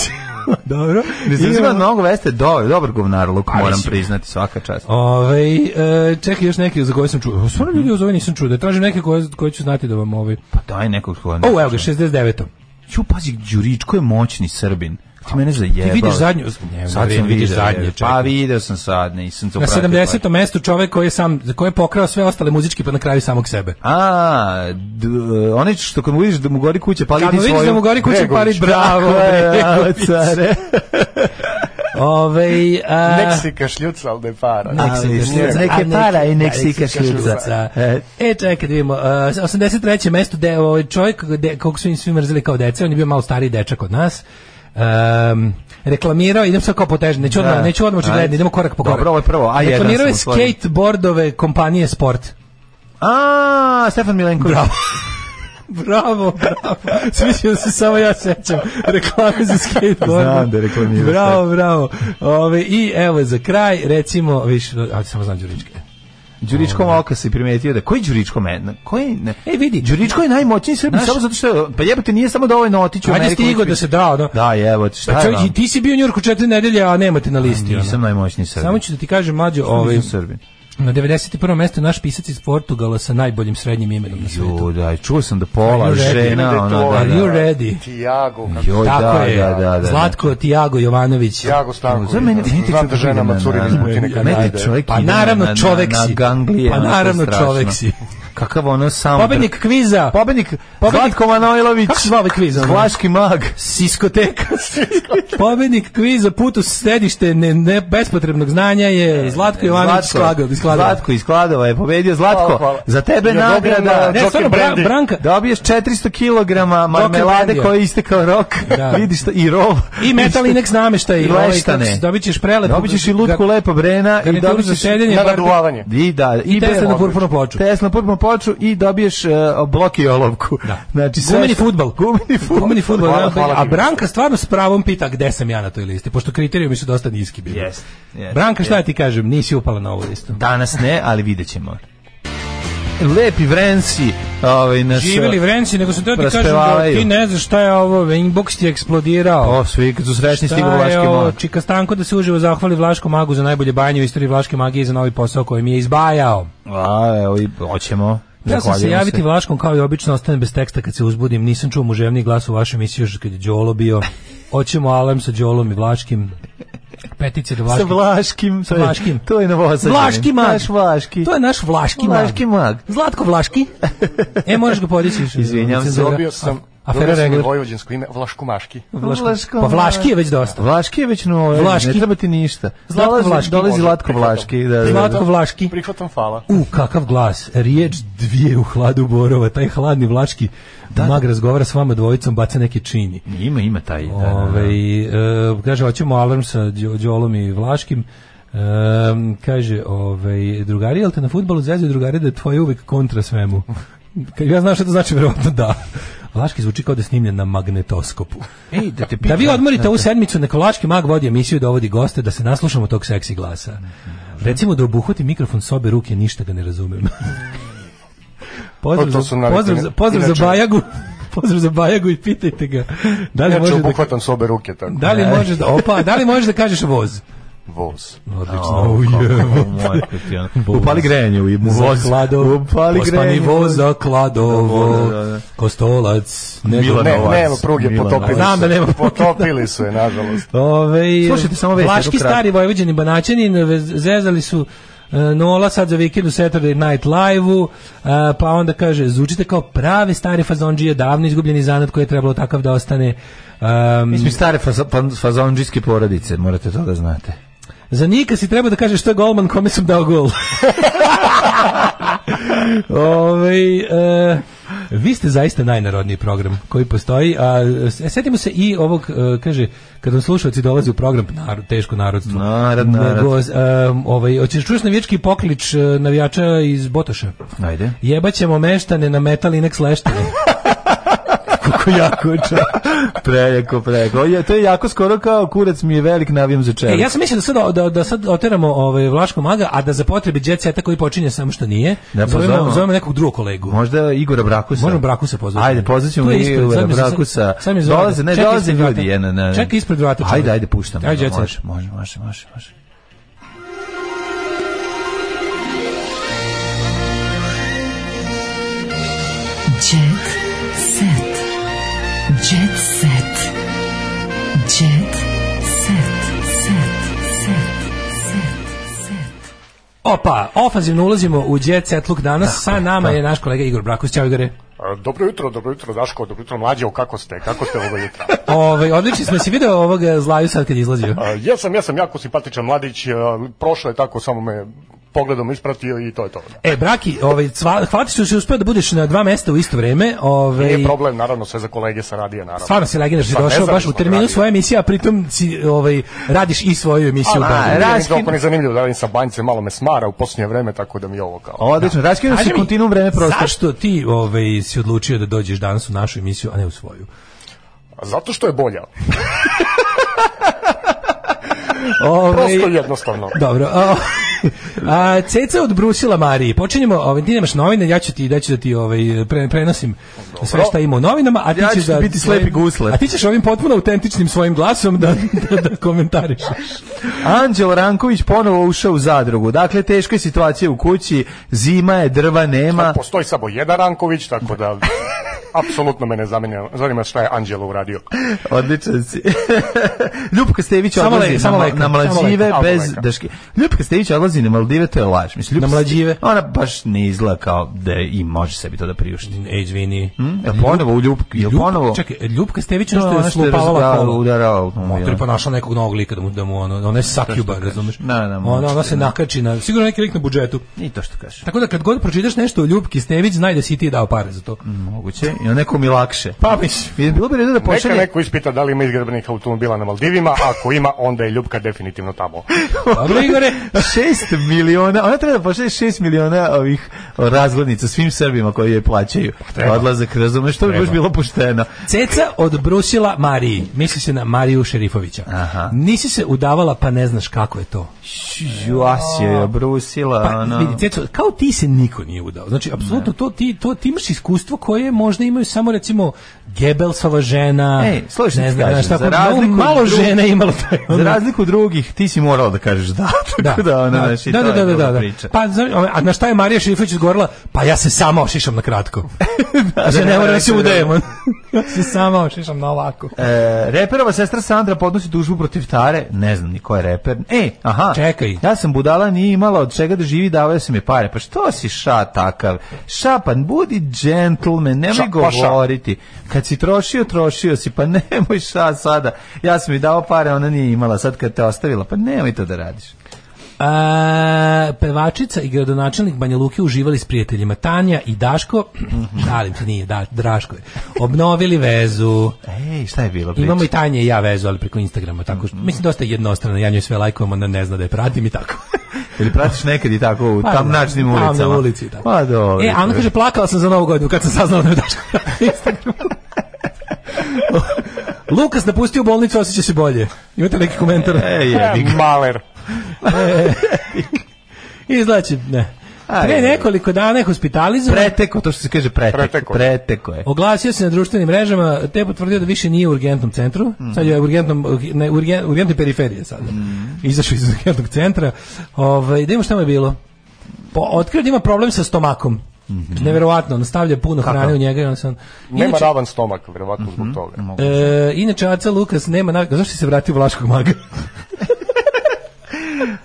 Dobro. Ne znam, Idemo. znam mnogo veste, dobar, dobar govnar, Luk, mislim. moram priznati, svaka čast. Ovaj e, čekaj još neki za koje sam čuo. Stvarno ljudi za ove nisam čuo. Da tražim neke koje, koje ću znati da vam ovaj. Pa daj nekog slova. O, evo ga 69. Ću, pazi, Đuričko je moćni Srbin. Ti mene zajebao. Ti vidiš zadnju- Ne, sad ne, sam vidiš video, zadnje, je. Pa čekaj. video sam sad, nisam to Na pratio. pa- 70. mestu čovek koji je sam za koji je pokrao sve ostale muzički pa na kraju samog sebe. A, d, onaj što kad mu vidiš da mu gori kuća, pali Kad ti mu svoju. vidiš da mu gori kuća, Bregović. pali, bravo, Tako je, Bregović. bravo, care. Ovaj a, Nek si kašljuca, ali da je para. Ali kašljuca. šljuca. Nek je A, para i nek si nek kašljuca. E. E, čekaj, da vidimo. Uh, 83. mesto, de, ovaj čovjek de, kog su im svi mrzili kao dece, on je bio malo stariji dečak od nas. Um, reklamirao, idem sad kao potežno, neću odmah, Da. neću odmah očigledno, Ajde. idemo korak po korak. Dobro, ovo je prvo, A1 Reklamirao je sam otvorio. skateboardove kompanije Sport. A, Stefan Milenković. Bravo. Bravo, bravo. Smislio da se samo ja sećam reklame za skateboard. Znam da je reklamirao Bravo, bravo. Ove, I evo za kraj, recimo, više, ajde samo znam Đuričke. Đuričkom oka si primetio da koji Đuričko men, koji ne. E, vidi, Đuričko je najmoćniji Srbin Znaš- samo zato što je- pa jebote nije samo dovoljno otići u Ajde Ameriku. stigo da se da, ono. Da, jebote, šta Pa je? čovjek, vam? i ti si bio u Njurku četiri nedelje, a nemate na listi. Nisam ono. najmoćniji Srbin. Samo ću da ti kažem, mlađo, Nisam ovaj, Srbin. na 91. mestu naš pisac iz Portugala sa najboljim srednjim imenom na svijetu. Jo, da, čuo sam da pola Are you ready? pa žena, Are ona, da, Are da. you ready? Tiago, kako Joj, ono, Tako da, je. da, da, da. Zlatko Tiago Jovanović. Tiago Stanković. Znam, meni- meni Znam čovjek da žena ide na- Macuri na- iz Butine na- kad meni najde. čovjek Pa ide naravno, na- na- čovjek na si. ganglije, Pa ono, to je naravno, strašno. čovjek si. Kakav ono sam... Pobednik kviza. Pobednik, Pobednik- Zlatko Manojlović. Kako se zvao ovaj kviz, ono? Vlaški mag. <laughs> Siskoteka. Pobednik kviza put u središte ne, ne, bespotrebnog znanja je Zlatko Jovanović Sklagov. iz Kladova. E, Zlatko iz Kladova je pobedio. Zlatko, Hvala, hvala. za tebe Ja dobijem, nagrada. uh, Ne, Joker stvarno, Bra- Brandy. Branka. Dobiješ 400 kg marmelade Brandy. koji je istekao rok. Da. Vidiš šta, i rov. I metal Inex nameštaj. I ovaj, leštane. kako se- Dobit ćeš prelepu. Dobit ćeš i lutku ga- lepa brena. I garnituru dobit za ćeš sedenje. na bar- nadulavanje. I da, I bez- Tesla na purpurnu ploču. Tesla na purpurnu ploču i dobiješ uh, blok i olovku. Da. <laughs> Znači, sve gumeni što- fudbal. Gumeni fudbal. Gumeni fudbal. Hvala, da, hvala a ti. Branka stvarno s pravom pita gde sam ja na toj listi, pošto kriterijumi su dosta niski bili. Jest, jest, Branka, šta ti kažem, nisi upala na ovu listu. Danas ne, ali vidjet ćemo. Lepi vrenci. Ovaj, nas, Živeli vrenci, nego sam teo ti kažem da Raspevavaju. ti ne znaš šta je ovo, inbox ti je eksplodirao. O, svi kad su srećni stigu Šta je Vlaški ovo? mag. Čika Stanko da se uživo zahvali Vlaškom magu za najbolje bajanje u istoriji Vlaške magije i za novi posao koji mi je izbajao. A, evo i hoćemo. Ja sam se Zahvaljujemo javiti Vlaškom kao i obično ostanem bez teksta kad se uzbudim. Nisam čuo muževni glas u vašoj emisiji još kad je Đolo bio. Hoćemo alarm sa Đolom i Vlaškim. Petice do Sa Vlaškim. Vlaškim. Sa to je- Vlaškim. To je novosadžanin. Vlaški mag. Naš Vlaški. To je naš Vlaški, Vlaški mag. Zlatko Vlaški. E, možeš ga <laughs> podići. Izvinjam se. Cenzura. Dobio sam, A- afera dobio sam i Regler. vojvođansko ime Vlaškumaški. Vlaško- Pa Vlaški je već dosta. Vlaški je već novo, Vlaški. ne treba ti ništa. Zlatko dolazi, Vlaški. Dolazi Može, Zlatko prihvatam. Vlaški. Da, da, da. Zlatko Vlaški. Prihvatam fala. U, kakav glas. Riječ dvije u hladu borova. Taj hladni Vlaški mag razgovara s vama dvojicom, baca neke čini. Ima, ima taj. da, da, da. Ove, e, kaže, hoćemo alarm sa Đo- Đolom i Vlaškim. E, kaže, ovaj drugari, jel te na futbalu zezio drugari da je tvoje uvek kontra svemu? Kad ja znam što to znači, verovatno da. Laški zvuči kao da je snimljen na magnetoskopu. Ej, da te Da vi odmorite ovu sedmicu, neka Laški mag vodi emisiju, dovodi goste, da se naslušamo tog seksi glasa. Recimo da obuhvati mikrofon sobe ruke, ništa ga ne razumem. pozdrav, To za, su navike. pozdrav, za, pozdrav za Inače- Bajagu. <laughs> Pozdrav za Bajagu i pitajte ga. Da li Inače, može da, obuhvatam s obe ruke tako. da li može da, opa, da li možeš da kažeš voz? E. Voz. Odlično. ono. Voz. <laughs> Upali grejanje u ibu. Za Voz. kladovo. Upali Pospani grejanje. voz za kladovo. Da, da, da. Kostolac. Ne, Milanovac. nema pruge, potopili su. Znam da nema pruge. Potopili su je, nažalost. Ove, Slušajte samo vesti, Vlaški do kraja. stari vojvođani banaćanin vez- zezali su e, Nola sad za vikend u Saturday Night Live-u, e, pa onda kaže, zvučite kao prave stare fazonđije, davno izgubljeni zanat koji je trebalo takav da ostane. Um, Mi smo iz stare faza- pan- fazondžijske porodice, morate to da znate. Za Nika si treba da kažeš što je golman kome sam dao <laughs> gol. Ove, e, vi ste zaista najnarodniji program koji postoji. A, e, setimo se i ovog, e, kaže, kad vam slušalci dolaze u program, narod, teško narodstvo. Narod, narod. Nego, e, ovaj, hoćeš čuješ navijački poklič e, navijača iz Botoša? Ajde. Jebaćemo meštane na metal inek sleštane. <laughs> Kako jako prejako, prejako. O, je, to je jako skoro kao kurac mi je velik navijam za čelik. E, ja sam mislio da sad, da, da sad oteramo ovaj, Vlaško maga, a da za potrebe jet seta koji počinje samo što nije, Da, zovemo, pozovemo. zovemo nekog drugog kolegu. Možda Igora Brakusa. Možemo Brakusa pozvati. Ajde, pozvaćemo To je ispred, Igora sad mi se- Brakusa. sad mi je zvao. dolaze, ne, Čekaj dolaze ispred ljudi. vrata. Je, ne, ne. Čekaj ispred vrata, čovjek. Ajde, ajde, puštamo. Ajde, Jet Set. može, može, može, može, može. Jet set. Jet set. Jet set. Set. Set. Set. Set. Opa, ofanzivno ulazimo u jet set look danas. Sa nama je naš kolega Igor Brakus. Ćao Igore. A, Dobro jutro, dobro jutro, Daško, dobro jutro, mlađe, kako ste, kako ste ovo jutro? Ove, Ovaj, odlični smo si video ovog eh, zlaju sad kad je izlazio. <laughs> A, Jesam, jesam jako simpatičan mladić, a, prošlo je tako, samo me pogledom ispratio i to je to. E, Braki, ovaj, cva- hvati su se uspeo da budeš na dva mesta u isto vreme. Ovaj, Nije problem, naravno, sve za kolege sam radio, naravno. Stvarno si legendar, si Pa, ne došao znam baš u što sam terminu radio. svoje emisije, a pritom si, ovaj, radiš i svoju emisiju. u A, Beogradu. da, Raskin... Nije mi zanimljivo da radim sa banjicem, malo me smara u posljednje vreme, tako da mi je ovo kao... Odlično, raskinuo Kaži se mi, kontinuum vreme prostor. Zašto ti ovaj, si odlučio da dođeš danas u našu emisiju, a ne u svoju? A Zato što je bolja. Ovaj, Prosto i jednostavno. Dobro. A, <laughs> a Ceca od Brusila Mariji. Počinjemo, ovaj, ti nemaš novine, ja ću ti daću da ti ovaj, pre, prenosim sve šta ima u novinama, a ti Ja ćeš ću ti da biti svojim- slepi gusle. A ti ćeš ovim potpuno autentičnim svojim glasom da, <laughs> da, da komentarišeš. Anđelo Ranković ponovo ušao u zadrugu. Dakle, teška je situacija u kući, zima je, drva nema. Postoji samo jedan Ranković, tako da... Apsolutno me ne zanima, zanima šta je Anđelo uradio. Odličan si. <laughs> Ljupka Stević Samo odlazi lek, na, samo ma- lek, na samo lek, mlađive samo bez lek. daške. Ljupka Stević odlazi na Maldive, to je laž. Mislim, Ljupka Na Maldive? Ste- Ona baš ne izgleda kao da je- i može sebi to da priušti. Ej, izvini. Jel ponovo u Ljupku? Jel ponovo? Čekaj, Ljubka Stević je Da, ono što ona je što je slupavala razgalala, kolo. udarala Motor automobilom. je pa našla nekog novog lika da mu, da mu ono, ona je sakjuba, razumeš? Da, da, ona, ona možda, se da. nakači na, sigurno neki lik na budžetu. I to što kažeš. Tako da kad god pročitaš nešto o Ljubki Stević, znaj da si ti dao pare za to. Moguće. I neko mi lakše. Pa mislim. I Bilo bi redu da Neka pošalje... neko ispita da li ima izgrebenih automobila na Maldivima, a ako ima, onda je Ljubka definitivno tamo. Dobro, Igore. <laughs> 6 miliona, ona treba da pošalje 6 miliona ovih razglednica svim Srbima koji je plaćaju. Pa treba. Odlazak, razumeš, to bi baš bilo pošteno. Ceca od Brusila Mariji. Misli se na Mariju Šerifovića. Nisi se udavala, pa ne znaš kako je to. Juasio je brusila, Pa, ono. vidi, Ceco, kao ti se niko nije udao. Znači, apsolutno, to ti, to, ti imaš iskustvo koje možda imaju samo, recimo, Gebelsova žena. Ej, E, slušaj, ne ti znam, kažem, šta, za pa razliku od malo drugih- žena je imalo taj, Za ono- razliku od drugih, ti si morao da kažeš da. <laughs> Tako da, ono, znaš, i to je druga priča. Pa, zna- a na šta je Marija Šerifović odgovorila? Pa ja se sama ošišam na <laughs> kratko. Da, ja se da, ne da, moram Pa, da da, se da, da. udajemo. <laughs> ja se sama ošišam na ovako. E, reperova sestra Sandra podnosi tužbu protiv Tare, ne znam ni ko je reper. E, aha. Čekaj. Ja sam budala, nije imala od čega da živi, davao sam je pare. Pa što si ša takav? Šapan, budi gentleman, nemoj Ša- pa ša. govoriti. Kad si trošio, trošio si, pa <laughs> nemoj ša sada. Ja sam mi dao pare, ona nije imala, sad kad te ostavila, pa nemoj to da radiš. A, pevačica i gradonačelnik Banja Luke uživali s prijateljima Tanja i Daško, Mhm. dalim ti nije, da, Draško je, obnovili vezu. Ej, šta je bilo? priča? Imamo i Tanja i ja vezu, ali preko Instagrama. Tako, Mhm. što- mislim, dosta je jednostrano, ja njoj sve lajkujem, ona ne zna da je pratim i tako. Ili pratiš nekad i tako u Pa, tamnačnim da, ulicama? tamne ulici, E, da. Pa dobro. E, a ona kaže, plakala sam za novu godinu kad sam saznala da je Daško na Instagramu. Lukas napustio bolnicu, osjeća se bolje. Imate neki komentar? E, <laughs> jebi ga. Maler. E, izlači, ne. Aj, Pre nekoliko dana je hospitalizovan. Preteko, to što se kaže preteko. Preteko Preteko, je. je. Oglasio se na društvenim mrežama, te je potvrdio da više nije u urgentnom centru, sad je u urgentnom, ne, urgen, urgentne periferije sada. Izašao iz urgentnog centra. Ovaj, da imamo šta mu je bilo. Po, otkrio da ima problem sa stomakom. Neverovatno, on stavlja puno Kako? hrane u njega i on se on... Nema Inače- ravan stomak, vjerovatno zbog Mhm. toga. E, inače, Aca Lukas nema navika. Zašto si se vratio u Vlaškog maga?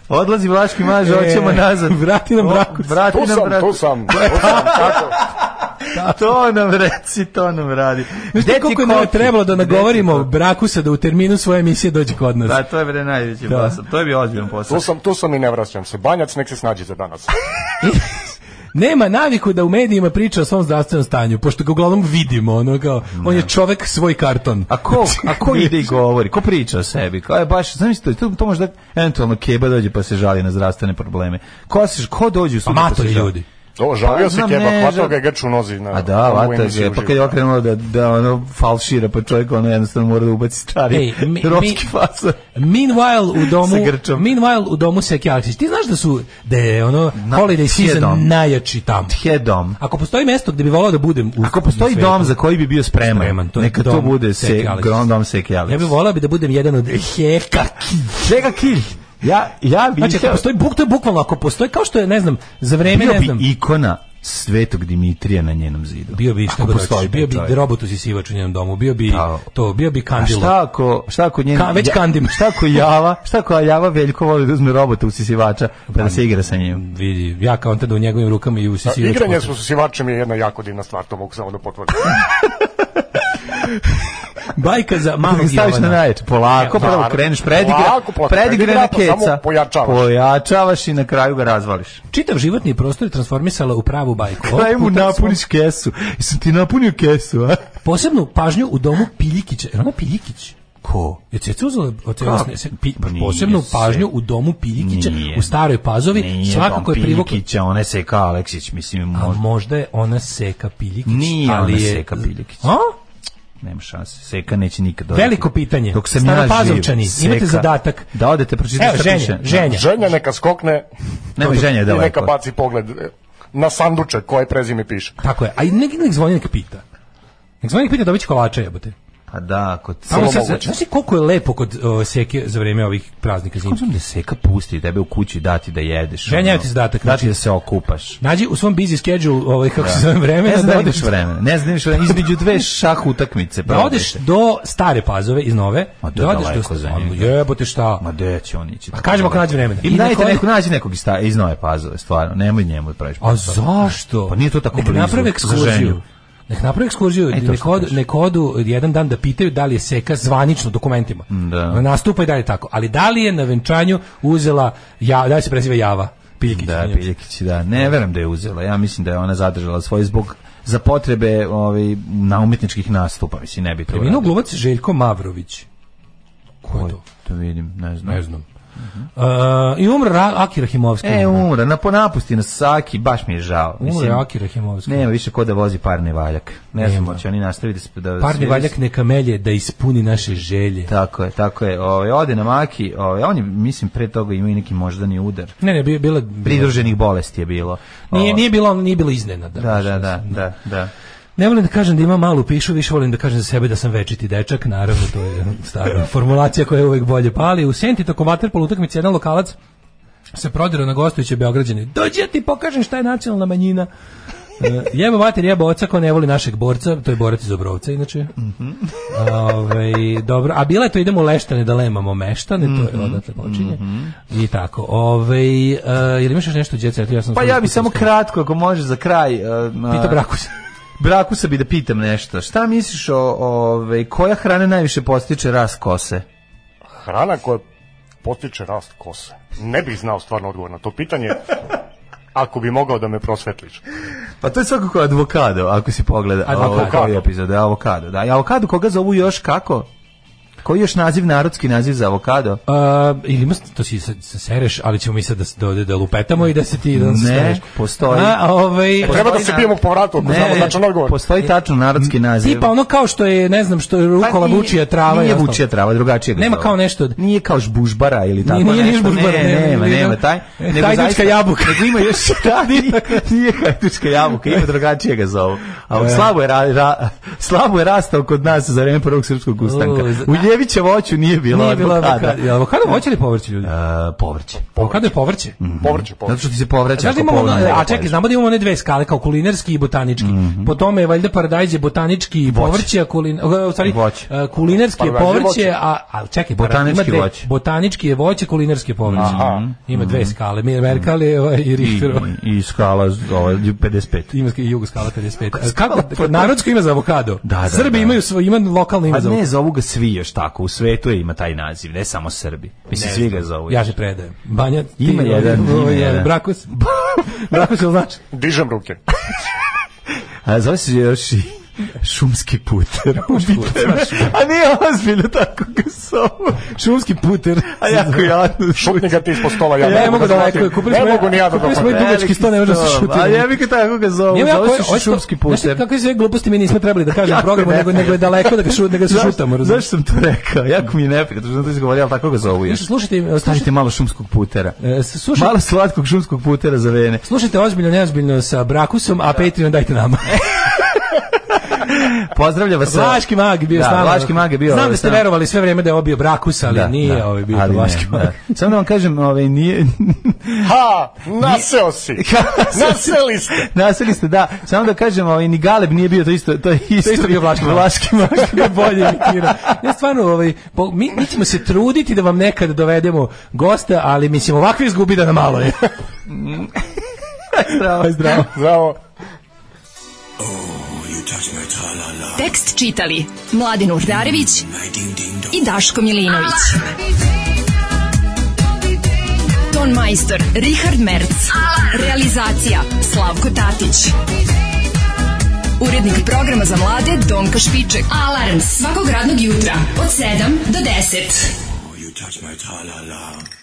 Pa Odlazi Vlaški maž, hoćemo E, nazad. vrati nam O, Brakus. Vrati Tu nam sam, Brakus. tu sam, tu <laughs> sam, tako. to nam reci, to nam radi. Znaš ti koliko je nama trebalo da nagovorimo Brakusa da u terminu svoje emisije dođe kod nas? Da, to je bre najveći Da. posao. To je bio ozbiljan posao. Tu sam, tu sam i ne vraćam se. Banjac nek se snađe za danas. Nema naviku da u medijima priča o svom zdravstvenom stanju, pošto ga uglavnom vidimo, ono kao, on je čovek svoj karton. A ko, a ko ide i govori? Ko priča o sebi? Kao je baš, zamislite, to, to možda eventualno keba dođe pa se žali na zdravstvene probleme. Ko, se, ko dođe u studiju Pa matori ljudi. O, žalio se Pa znam, keba, ne, hvatao žal- ga je grč u nozi. Na, A da, u vata emisiji je, uživo. pa kad je okrenulo da, da ono falšira, pa čovjek ono jednostavno mora da ubaci stari Ej, mi- romski mi- fazon. Meanwhile <laughs> u domu Sa grčom. Meanwhile u domu se Kjaksić. Ti znaš da su da je ono holiday season Hedom. najjači tamo. Hedom. Ako postoji mesto gde bi volao da budem u Ako postoji na svetu, dom za koji bi bio spreman, Spreman, to je neka to dom bude Seke se, Aleksića. grom dom Seke Aleksića. Ja bih volao bi da budem jedan od heka. Čega kilj? Ja, ja bih Znači, ako postoji buk, to je bukvalno, ako postoji, kao što je, ne znam, za vreme, bio ne znam, bi ikona Svetog Dimitrija na njenom zidu. bio bi šta Ako god postoji e, hoćeš, bio bi taj čovjek. robot usisivač u njenom domu, bio bi to, bio bi A kandilo. šta ako, šta ako njen... Ka- već kandim. Šta ako Java, šta ako Java Veljko voli da uzme robota usisivača pa da se igra sa njim? Vidi, ja kao tada u njegovim rukama i A, usisivač. Igranje s usisivačem je jedna jako divna stvar, to mogu samo da <laughs> potvrdim. Bajka za malog Staviš na Jovana. najjače, polako, prvo kreneš predigra, Polako, polako. predigra na Predigra, pa samo keca, pojačavaš. pojačavaš i na kraju ga razvališ. Čitav životni prostor je transformisala u pravu bajku. Ovog Kraj mu puta napuniš kesu. Jesam ti napunio kesu, a? smo Posebnu pažnju u domu Piljikića. Je ona Piljikić? Ko? Je ceca uzela od Kako? sebe se- pi- Pa nije posebnu se. pažnju u domu Piljikića Nije. u Staroj Pazovi Nije svakako Don je privukla Pilkića, ona je Seka Aleksić, mislim, A možda. možda je ona Seka Piljikić, Nije ali ona je... Seka Piljikić. A? Nema šanse. Seka neće nikad dobiti. Veliko pitanje. Dok sam ja Staropazovčani, živ, imate Seka- zadatak. Da odete pročitati Evo, šta piše. ženja, ženja. Ženja neka skokne Nemoj ženja da i neka lepo. baci pogled e, na sanduček koje prezime piše. Tako je. A i nek, nek zvoni nek pita. Nek zvoni nek pita da biće kolača jebote. Pa da, kod Samo sad, moguće. znaš ti koliko je lepo kod o, Seke za vrijeme ovih praznika zimskih? Znam da Seka pusti tebe u kući dati da jedeš. Ženja ono. ti zadatak, Dati znači. da se okupaš. Nađi u svom busy schedule, ovaj, kako se zove vremena, Ne znam da da li imaš odeš vremena. Ne znam da li imaš vremena. Između dve šah utakmice. Da odeš probajte. do stare pazove iz nove, Ma to je da odeš daleko do za ono, njega. jebote šta. Ma gde će on ići? Pa kažemo ako nađe vremena. Ili I dajte neko- neko, nađi nekog iz, ta- iz Nove Pazove, stvarno. Nemoj njemu da praviš. A posao. zašto? Pa nije to tako nek blizu Naprave za ekskurziju. ženju. Nek naprave ekskurziju, E, to nek, što odu, kažeš. nek odu jedan dan da pitaju da li je seka zvanično u dokumentima. Da. Nastupa i dalje tako. Ali da li je na venčanju uzela, ja, da li se preziva Java? Piljkić. Da, izvinjam se. Piljekić, da. Ne verujem da je uzela. Ja mislim da je ona zadržala svoj zbog za potrebe ovaj, na umetničkih nastupa. Mislim, ne bi to Preminuo uradio. glumac Željko Mavrović. Ko je to? To vidim, ne znam. Ne znam. Uh, I umro Ra- Aki Rahimovski. E, umra, na ponapusti nas Saki, baš mi je žao. Umro Mislim, je Aki Rahimovski. Nema više ko da vozi parni valjak. Ne znam, Nema. hoće oni nastaviti da... da Parni sviraju. valjak neka melje da ispuni naše želje. Tako je, tako je. Ovaj ode na Maki, ovaj on je mislim pre toga imao i neki moždani udar. Ne, ne, bi- bila... bila- Pridruženih bolesti je bilo. Nije, O, nije bilo, nije bilo iznenada. Da, da, da, da, da. Ne volim da kažem da imam malu pišu, više volim da kažem za sebe da sam večiti dečak, naravno to je stara formulacija koja je uvek bolje pali. U Senti tokom vaterpolo utakmice jedan lokalac se prodirao na gostujuće Beograđane. Dođi ja ti pokažem šta je nacionalna manjina. E, Jebo mater, jebo oca, ko ne voli našeg borca, to je borac iz Obrovca, inače. Mhm. Ovaj, dobro, a bila je to idemo u Leštane da lemamo meštane, to Mhm. je odatle počinje. I tako. Ovaj, e, jel imaš još nešto, djeca? Ja sam Pa ja bi samo Pita kratko, ako može za kraj... e, ma- Brakus. Brakusa bi da pitam nešto. Šta misliš o, ove, koja hrana najviše postiče rast kose? Hrana koja potiče rast kose. Ne bih znao stvarno odgovor na to pitanje. Ako bi mogao da me prosvetliš. Pa to je svakako advokado, ako si pogleda Advokado. ovaj epizod, avokado. Da, i avokado koga zovu još kako? Koji je još naziv, narodski naziv za avokado? A, Pa, ili ima, to si se, se sereš, ali ćemo mi sad da, se- da, da lupetamo i da se ti... Da se Ne, sereš. postoji. A, ovaj, E, treba da se bijemo po vratu ako znamo tačan odgovor. Postoji tačno narodski naziv. Tipa ono kao što je, ne znam, što je rukola Pa nije- vučija trava. i pa Nije ostalo. vučija trava, drugačije. ga Nema zove. kao nešto od... Nije kao žbužbara ili tako nije, nešto. Nije žbužbara. Ne, nema, nije, nema, no. taj. nego Hajdučka zaista- jabuka. Nego ima još <laughs> da, <laughs> nije, nije hajdučka jabuka, ima drugačije ga zovu. A E. slabo je, ra, ra- slabo je rastao kod nas za vreme prvog srpskog ustanka. U, za- U Ljevića voću nije bilo Nije bilo avokada. avokada. Je avokado voće ili povrće ljudi? povrće. Avokado je povrće? Mhm. Povrće, povrće. Zato što ti se povraća. Znaš da ako imamo, ono- povrće a povrće. čekaj, znamo da imamo one dve skale, kao kulinarski i botanički. Mhm. Po tome je valjda paradajz je botanički i povrće, a kulin, u stvari, e, kulinarski je Paradajz je povrće, voće. a, a čekaj, para- Botanički ima dve- voće. Botanički je voće, kulinarski je povrće. Aha. Ima dve Mhm. skale, Mir Merkalijeva ovaj, i Richterova. I, i skala z- ovaj, 55. Ima i jugo skala 55. Kako, narodsko ime za avokado. Srbi imaju svoj, ima lokalno ime A za Pa ne, avokado. zovu ga svi još tako. U svetu je ima taj naziv, ne samo Srbi. Mislim, Ne svi znam. ga zovu. Ja se predajem. Banja, ti- Ima jedan, ovo ima je jedan. <laughs> Brakus. Brakus, jel znaš? Dižem ruke. A zove se još i šumski puter. Ubite me. A nije ozbiljno tako ga zovu. Šumski puter. A jako jadno. Šutni ga ti ispod stola, ja Pa Ne mogu da lekujem, kupili Ne smo- mogu ni ja da kupili smo i dopadnem. dugački sto, ne može da se Veliki šuti. sto. A jebi ga tako ga zovu, Njemu zove jako- se ovo je- šumski znaš ti puter. Kakve sve gluposti mi nismo trebali da kažemo u programu, nego, nego je daleko da ga, šu, da ga Zašto- šutamo. razumiješ? Zašto sam to rekao? Jako mi je neprijatno, što sam to izgovorio, ali tako ga zovu. je. Još slušajte, e, slušajte- Stavite malo šumskog putera. slušaj- Malo slatkog šumskog putera za vene. Slušajte ozbiljno, neozbiljno sa Brakusom, a Patreon dajte nama. E, Pozdravlja vas. Vlaški mag je bio da, s nama. Vlaški mag je bio. ovaj Znam da ste s nama. verovali sve vrijeme da je obio Brakus, ali nije ovaj bio ali Vlaški ne, mag. da. Samo da vam kažem, ovaj, nije, Ha, naseo <laughs> si. Naseli ste. Naseli ste, da. Samo da kažem, ovaj, ni Galeb nije bio, to isto, to je isto, isto bio Vlaški mag. Vlaški mag. je <laughs> bolje imitira. Ja stvarno, ovaj, po- mi, mi ćemo se truditi da vam nekad dovedemo gosta, ali mislim ovakvi izgubi da na malo je. zdravo, zdravo. Zdravo. Tekst čitali Mladin Urdarević i Daško Milinović. Ton majstor Richard Merc. Realizacija Slavko Tatić. Urednik programa za mlade Donka Špiček. Alarms svakog radnog jutra od 7 do 10. You touch my tra-la-la.